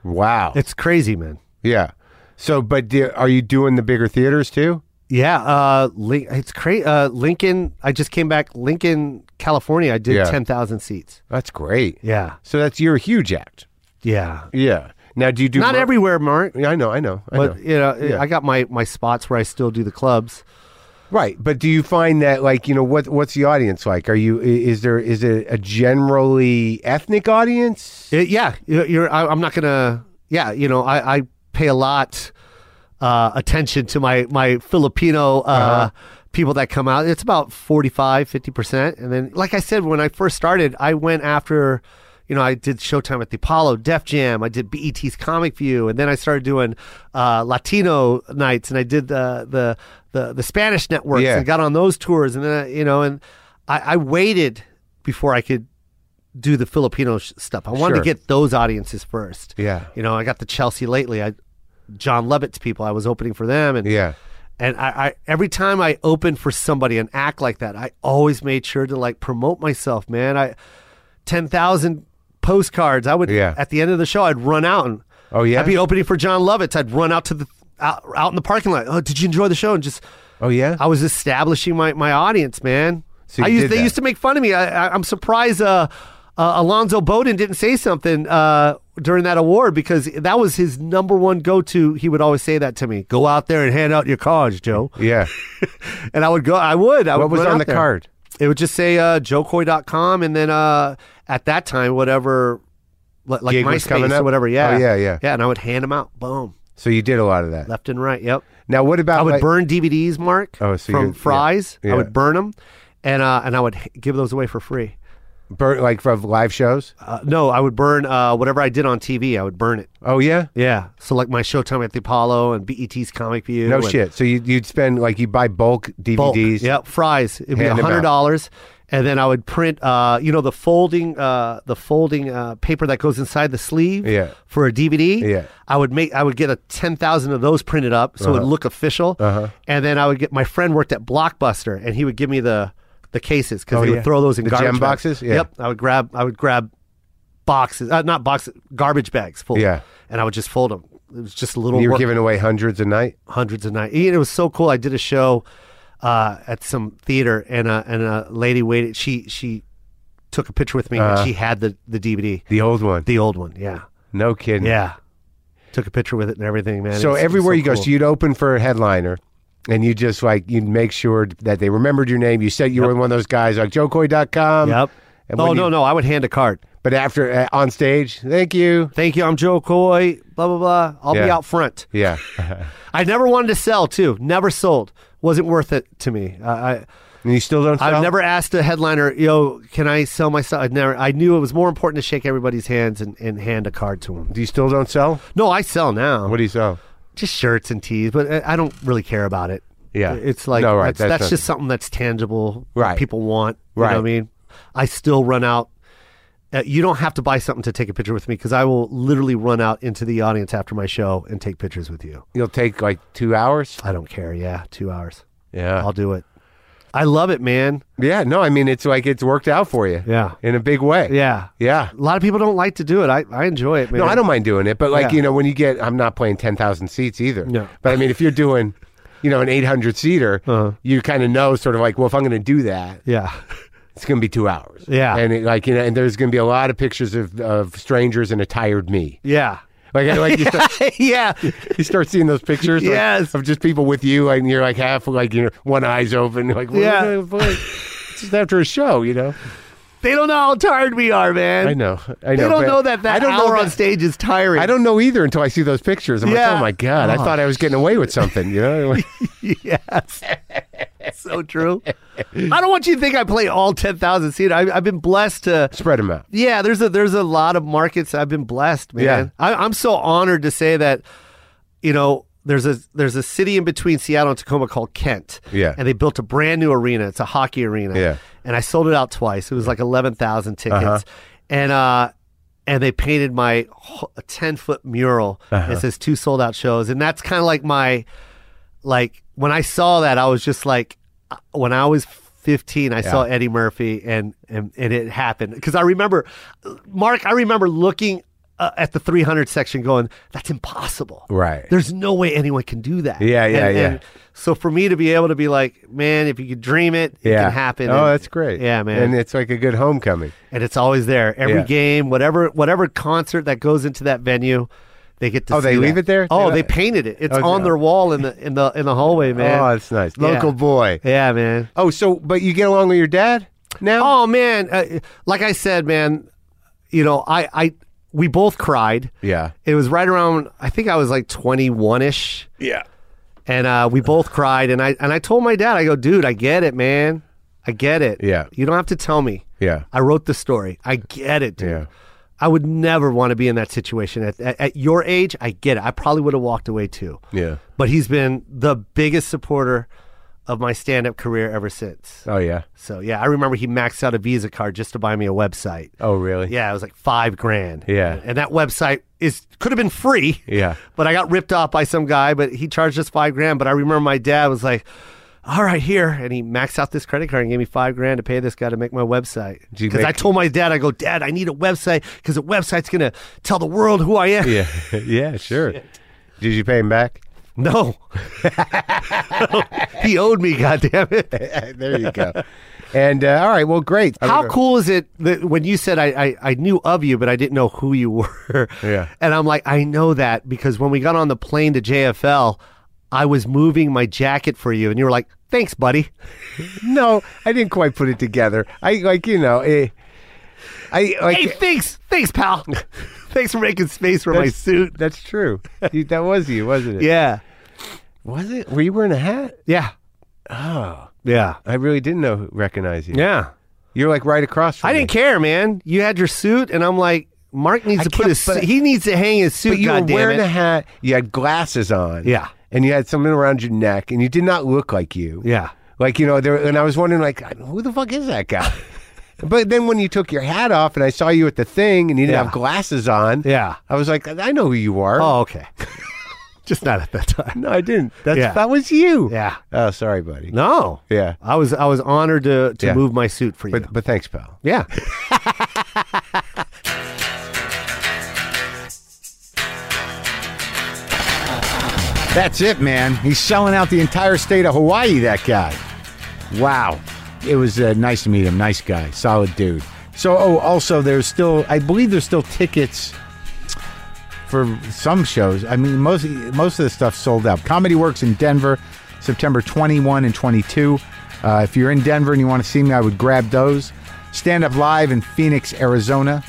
Speaker 2: Wow.
Speaker 3: It's crazy, man.
Speaker 2: yeah. So, but do, are you doing the bigger theaters too?
Speaker 3: Yeah, uh, Link, it's great. Uh, Lincoln, I just came back. Lincoln, California, I did
Speaker 2: Yeah.
Speaker 3: 10,000 seats.
Speaker 2: That's great.
Speaker 3: Yeah,
Speaker 2: So that's you're a huge act.
Speaker 3: yeah.
Speaker 2: Yeah. Now, do you do
Speaker 3: Not
Speaker 2: mo-
Speaker 3: everywhere, Mark.
Speaker 2: Yeah, I know, I know, I know.
Speaker 3: But, you know,
Speaker 2: Yeah.
Speaker 3: I got my, my spots where I still do the clubs.
Speaker 2: Right, but do you find that like you know what what's the audience like? Are you i- is there is it a generally ethnic audience?
Speaker 3: It- Uh, yeah, you're, you're, I, I'm not going to, yeah, you know, I, I pay a lot uh, attention to my, my Filipino uh, people that come out. It's about 45, 50%. And then, like I said, when I first started, I went after, you know, I did Showtime at the Apollo, Def Jam, I did BET's Comic View, and then I started doing uh, Latino nights, and I did the, the, the, the Spanish networks
Speaker 2: Yeah.
Speaker 3: and got on those tours. And then, I- you know, and I, I waited before I could do the Filipino sh- stuff. I wanted
Speaker 2: Sure.
Speaker 3: to get those audiences first.
Speaker 2: Yeah.
Speaker 3: You know, I got the Chelsea lately. I John Lovett's people. I was opening for them, and
Speaker 2: Yeah.
Speaker 3: and I, I every time I opened for somebody and act like that, I always made sure to like promote myself, man. I ten thousand postcards. I would
Speaker 2: Yeah.
Speaker 3: at the end of the show, I'd run out and
Speaker 2: Oh, yeah?
Speaker 3: I'd be opening for John Lovitz. I'd run out to the out, out in the parking lot. Oh, did you enjoy the show? And just
Speaker 2: Oh yeah.
Speaker 3: I was establishing my, my audience, man.
Speaker 2: So you
Speaker 3: I used,
Speaker 2: did
Speaker 3: they
Speaker 2: that.
Speaker 3: used to make fun of me. I, I, I'm surprised uh, uh, Alonzo Bowden didn't say something uh, during that award because that was his number one go to. He would always say that to me go out there and hand out your cards, Joe.
Speaker 2: yeah.
Speaker 3: And I would go, I would. I
Speaker 2: What
Speaker 3: would
Speaker 2: was on
Speaker 3: run out
Speaker 2: the
Speaker 3: there.
Speaker 2: card?
Speaker 3: It would just say uh, joecoy.com. And then uh, at that time, whatever, li- like
Speaker 2: Gig was coming
Speaker 3: MySpace
Speaker 2: up?
Speaker 3: or whatever. Yeah.
Speaker 2: Oh, yeah, yeah.
Speaker 3: Yeah. And I would hand them out. Boom.
Speaker 2: So you did a lot of that.
Speaker 3: Left and right. Yep.
Speaker 2: Now what about
Speaker 3: I would
Speaker 2: like-
Speaker 3: burn DVDs, Mark.
Speaker 2: Oh, so you-
Speaker 3: from
Speaker 2: yeah.
Speaker 3: fries,
Speaker 2: Yeah.
Speaker 3: I would burn them, and uh, and I would h- give those away for free.
Speaker 2: burn like from live shows?
Speaker 3: Uh, no, I would burn uh, whatever I did on TV. I would burn it.
Speaker 2: Oh yeah.
Speaker 3: Yeah. So like my Showtime at the Apollo and BET's Comic View.
Speaker 2: No
Speaker 3: and
Speaker 2: shit. So you you'd spend like you buy bulk DVDs.
Speaker 3: Bulk. Yep. Fries. It'd be
Speaker 2: Hand 'em out.
Speaker 3: hundred dollars, and then I would print, uh, you know, the folding, uh, the folding uh, paper that goes inside the sleeve
Speaker 2: Yeah.
Speaker 3: for a DVD.
Speaker 2: Yeah.
Speaker 3: I would make, I would get a ten thousand of those printed up, so it would look official. Uh-huh. And then I would get my friend worked at Blockbuster, and he would give me the the cases because he
Speaker 2: Oh, yeah.
Speaker 3: would throw those in
Speaker 2: The
Speaker 3: garbage
Speaker 2: gem
Speaker 3: bags.
Speaker 2: boxes? Yeah.
Speaker 3: Yep, I would grab, I would grab boxes, uh, not boxes, garbage bags full.
Speaker 2: Yeah.
Speaker 3: and I would just fold them. It was just a little.
Speaker 2: You were
Speaker 3: work-
Speaker 2: giving away hundreds a night.
Speaker 3: hundreds of nights. It was so cool. I did a show uh, at some theater, and a and a lady waited. She she took a picture with me, and
Speaker 2: Uh.
Speaker 3: she had the the DVD,
Speaker 2: The old one.
Speaker 3: the old one. Yeah,
Speaker 2: no kidding.
Speaker 3: yeah. Took a picture with it and everything, man. It
Speaker 2: So
Speaker 3: was- it was
Speaker 2: everywhere you go,
Speaker 3: cool.
Speaker 2: so you'd open for a headliner, and you just like you'd make sure that they remembered your name. You said you were one of those guys like JoeCoy.com.
Speaker 3: yep.
Speaker 2: And
Speaker 3: oh
Speaker 2: when
Speaker 3: no,
Speaker 2: you-
Speaker 3: no. I would hand a card.
Speaker 2: But after uh, on stage, thank you.
Speaker 3: Thank you. I'm Joe Coy. Blah blah blah. I'll be
Speaker 2: Yeah.
Speaker 3: out front.
Speaker 2: Yeah,
Speaker 3: I never wanted to sell too. Never sold. Wasn't worth it to me. I I,
Speaker 2: and you still don't.
Speaker 3: I've
Speaker 2: sell?
Speaker 3: never asked a headliner, "Yo, can I sell my stuff?" I never. I knew it was more important to shake everybody's hands and, and hand a card to them.
Speaker 2: Do you still don't sell?
Speaker 3: No, I sell now.
Speaker 2: What do you sell?
Speaker 3: just shirts and tees, but I- I don't really care about it.
Speaker 2: Yeah.
Speaker 3: It's like
Speaker 2: No, right,
Speaker 3: that's,
Speaker 2: that's
Speaker 3: that's
Speaker 2: not-
Speaker 3: just something that's tangible.
Speaker 2: Right.
Speaker 3: People want. You know
Speaker 2: Right.
Speaker 3: what I mean? I still run out. Uh, you don't have to buy something to take a picture with me because I will literally run out into the audience after my show and take pictures with you.
Speaker 2: You'll take like two hours.
Speaker 3: I don't care. Yeah, two hours.
Speaker 2: Yeah,
Speaker 3: I'll do it. I love it, man.
Speaker 2: yeah. No, I mean it's like it's worked out for you.
Speaker 3: Yeah.
Speaker 2: in a big way.
Speaker 3: Yeah.
Speaker 2: yeah.
Speaker 3: A lot of people don't like to do it. I, I enjoy it, man.
Speaker 2: No, I don't mind doing it, but like
Speaker 3: Yeah.
Speaker 2: you know, when you get, I'm not playing ten thousand seats either.
Speaker 3: No.
Speaker 2: but I mean, if you're doing, you know, an eight hundred seater,
Speaker 3: Uh-huh.
Speaker 2: you kind of know, sort of like, well, if I'm going to do that,
Speaker 3: Yeah.
Speaker 2: it's going to be two hours.
Speaker 3: Yeah.
Speaker 2: and it, like you know, and there's going to be a lot of pictures of, of strangers and a tired me.
Speaker 3: Yeah.
Speaker 2: Like, like you, start,
Speaker 3: yeah.
Speaker 2: you start seeing those pictures, like,
Speaker 3: Yes.
Speaker 2: of just people with you, like, and you're like half, like your one eye's open, like, what-
Speaker 3: Yeah.
Speaker 2: what- what- just after a show, you know.
Speaker 3: They don't know how tired we are, man.
Speaker 2: I know, I know.
Speaker 3: They don't
Speaker 2: but
Speaker 3: know that that
Speaker 2: I don't know
Speaker 3: hour on
Speaker 2: that-
Speaker 3: stage is tiring.
Speaker 2: I don't know either until I see those pictures. I'm like,
Speaker 3: Yeah.
Speaker 2: oh my god, I
Speaker 3: Oh.
Speaker 2: thought I was getting away with something. You know,
Speaker 3: Yes. so true. I don't want you to think I play all 10,000 seats. I, I've been blessed to.
Speaker 2: spread them out.
Speaker 3: Yeah, there's a there's a lot of markets I've been blessed, man.
Speaker 2: Yeah.
Speaker 3: I, I'm so honored to say that, you know, there's a there's a city in between Seattle and Tacoma called Kent.
Speaker 2: Yeah.
Speaker 3: And they built a brand new arena. It's a hockey arena.
Speaker 2: Yeah. Uh-huh.
Speaker 3: And I sold it out twice. It was like eleven thousand tickets. And uh and they painted my ten foot mural.
Speaker 2: Uh-huh.
Speaker 3: It says two sold out shows. And that's kinda like my like when I saw that, I was just like, uh, when I was 15, I saw Eddie Murphy and and, and it happened because I remember, Mark, I remember looking uh, at the 300 section going, that's impossible.
Speaker 2: Right.
Speaker 3: There's no way anyone can do that.
Speaker 2: Yeah, yeah,
Speaker 3: And-
Speaker 2: yeah.
Speaker 3: and so for me to be able to be like, man, if you could dream it, it can happen.
Speaker 2: Oh,
Speaker 3: And-
Speaker 2: that's great.
Speaker 3: Yeah, man.
Speaker 2: And it's like a good homecoming.
Speaker 3: and it's always there. Every
Speaker 2: Yeah.
Speaker 3: game, whatever whatever concert that goes into that venue, they get to.
Speaker 2: Oh, they
Speaker 3: see
Speaker 2: leave
Speaker 3: that.
Speaker 2: it there?
Speaker 3: Oh,
Speaker 2: They
Speaker 3: they
Speaker 2: don't-
Speaker 3: painted it. It's
Speaker 2: Oh,
Speaker 3: on
Speaker 2: yeah.
Speaker 3: their wall in the in the in the hallway, man.
Speaker 2: Oh, that's nice. Local
Speaker 3: Yeah.
Speaker 2: boy.
Speaker 3: Yeah, man.
Speaker 2: Oh, so but you get along with your dad now?
Speaker 3: Oh man, uh, like I said, man, you know, I I we both cried.
Speaker 2: Yeah.
Speaker 3: It was right around. I think I was like twenty one ish,
Speaker 2: Yeah.
Speaker 3: and uh, we both cried. And I and I told my dad, I go, dude, I get it, man. I get it.
Speaker 2: Yeah.
Speaker 3: You don't have to tell me.
Speaker 2: Yeah.
Speaker 3: I wrote the story. I get it, dude.
Speaker 2: Yeah.
Speaker 3: I would never want to be in that situation. At, at, at your age, I get it. I probably would have walked away too.
Speaker 2: Yeah.
Speaker 3: But he's been the biggest supporter of my stand up career ever since.
Speaker 2: Oh yeah.
Speaker 3: So, yeah, I remember he maxed out a Visa card just to buy me a website.
Speaker 2: Oh really?
Speaker 3: Yeah, it was like five grand.
Speaker 2: Yeah.
Speaker 3: And that website is could have been free.
Speaker 2: Yeah.
Speaker 3: But I got ripped off by some guy, but he charged us five grand. But I remember my dad was like, all right, here. And he maxed out this credit card and gave me five grand to pay this guy to make my website.
Speaker 2: you
Speaker 3: Because I
Speaker 2: make-
Speaker 3: told my dad, I go, Dad, I need a website because a website's going to tell the world who I am.
Speaker 2: Yeah. yeah. Sure. Did you pay him back?
Speaker 3: No. he owed me, goddammit.
Speaker 2: there you go. And uh, all right, well, great.
Speaker 3: How cool is it that when you said I, I, I knew of you, but I didn't know who you were?
Speaker 2: Yeah.
Speaker 3: And I'm like, I know that because when we got on the plane to JFL, I was moving my jacket for you, and you were like, thanks, buddy.
Speaker 2: No, I didn't quite put it together. I like you know, eh, I like
Speaker 3: Hey, thanks. Thanks, pal. thanks for making space for my
Speaker 2: That's-
Speaker 3: suit.
Speaker 2: That's true. You- that was you, wasn't it?
Speaker 3: Yeah.
Speaker 2: Was it? Were you wearing a hat?
Speaker 3: Yeah. Oh. Yeah.
Speaker 2: I really didn't know recognize you.
Speaker 3: Yeah.
Speaker 2: You're like right across from
Speaker 3: I
Speaker 2: me.
Speaker 3: didn't care, man. You had your suit, and I'm like, Mark needs to put
Speaker 2: kept-
Speaker 3: his.
Speaker 2: but-
Speaker 3: he needs to hang his suit.
Speaker 2: But you were
Speaker 3: goddammit.
Speaker 2: wearing a hat. You had glasses on.
Speaker 3: Yeah.
Speaker 2: And you had something around your neck, and you did not look like you.
Speaker 3: Yeah.
Speaker 2: Like you know, there, and I was wondering, like, who the fuck is that guy? but then when you took your hat off and I saw you at the thing and you didn't
Speaker 3: Yeah.
Speaker 2: have glasses on,
Speaker 3: Yeah.
Speaker 2: I was like, I know who you are.
Speaker 3: Oh, okay. Just not at that time.
Speaker 2: No, I didn't. That's
Speaker 3: Yeah.
Speaker 2: that was you.
Speaker 3: Yeah.
Speaker 2: Oh, sorry, buddy.
Speaker 3: No.
Speaker 2: Yeah.
Speaker 3: I was I was honored to to
Speaker 2: Yeah.
Speaker 3: move my suit for you.
Speaker 2: But but thanks, pal.
Speaker 3: yeah.
Speaker 1: That's it, man. He's selling out the entire state of Hawaii, that guy. Wow. It was uh, nice to meet him. Nice guy. Solid dude. So, oh, also, there's still, I believe there's still tickets for some shows. I mean, most, most of the stuff sold out. Comedy Works in Denver, September 21 and 22. Uh, if you're in Denver and you want to see me, I would grab those. Stand Up Live in Phoenix, Arizona.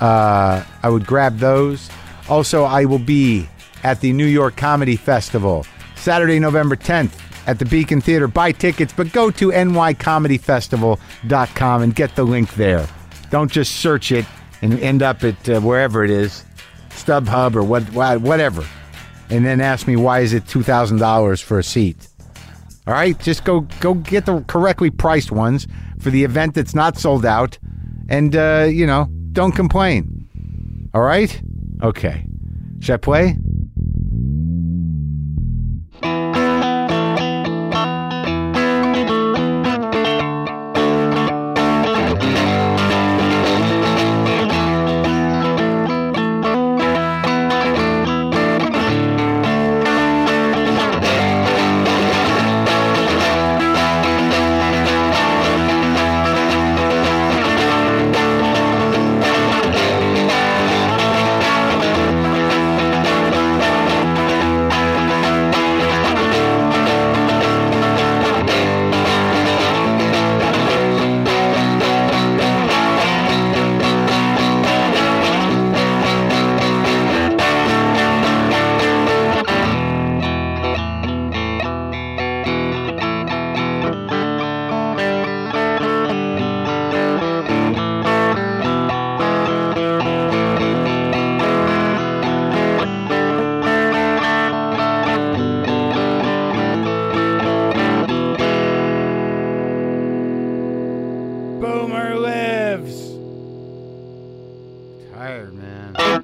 Speaker 1: Uh, I would grab those. Also, I will be at the New York Comedy Festival Saturday, November 10th at the Beacon Theater. Buy tickets, but go to nycomedyfestival.com and get the link there. Don't just search it and end up at uh, wherever it is, StubHub or what, wha- whatever, and then ask me why is it $2,000 for a seat. All right, just go go get the correctly priced ones for the event that's not sold out, and uh, you know don't complain. All right, okay. Should I play? Boomer lives. Tired man.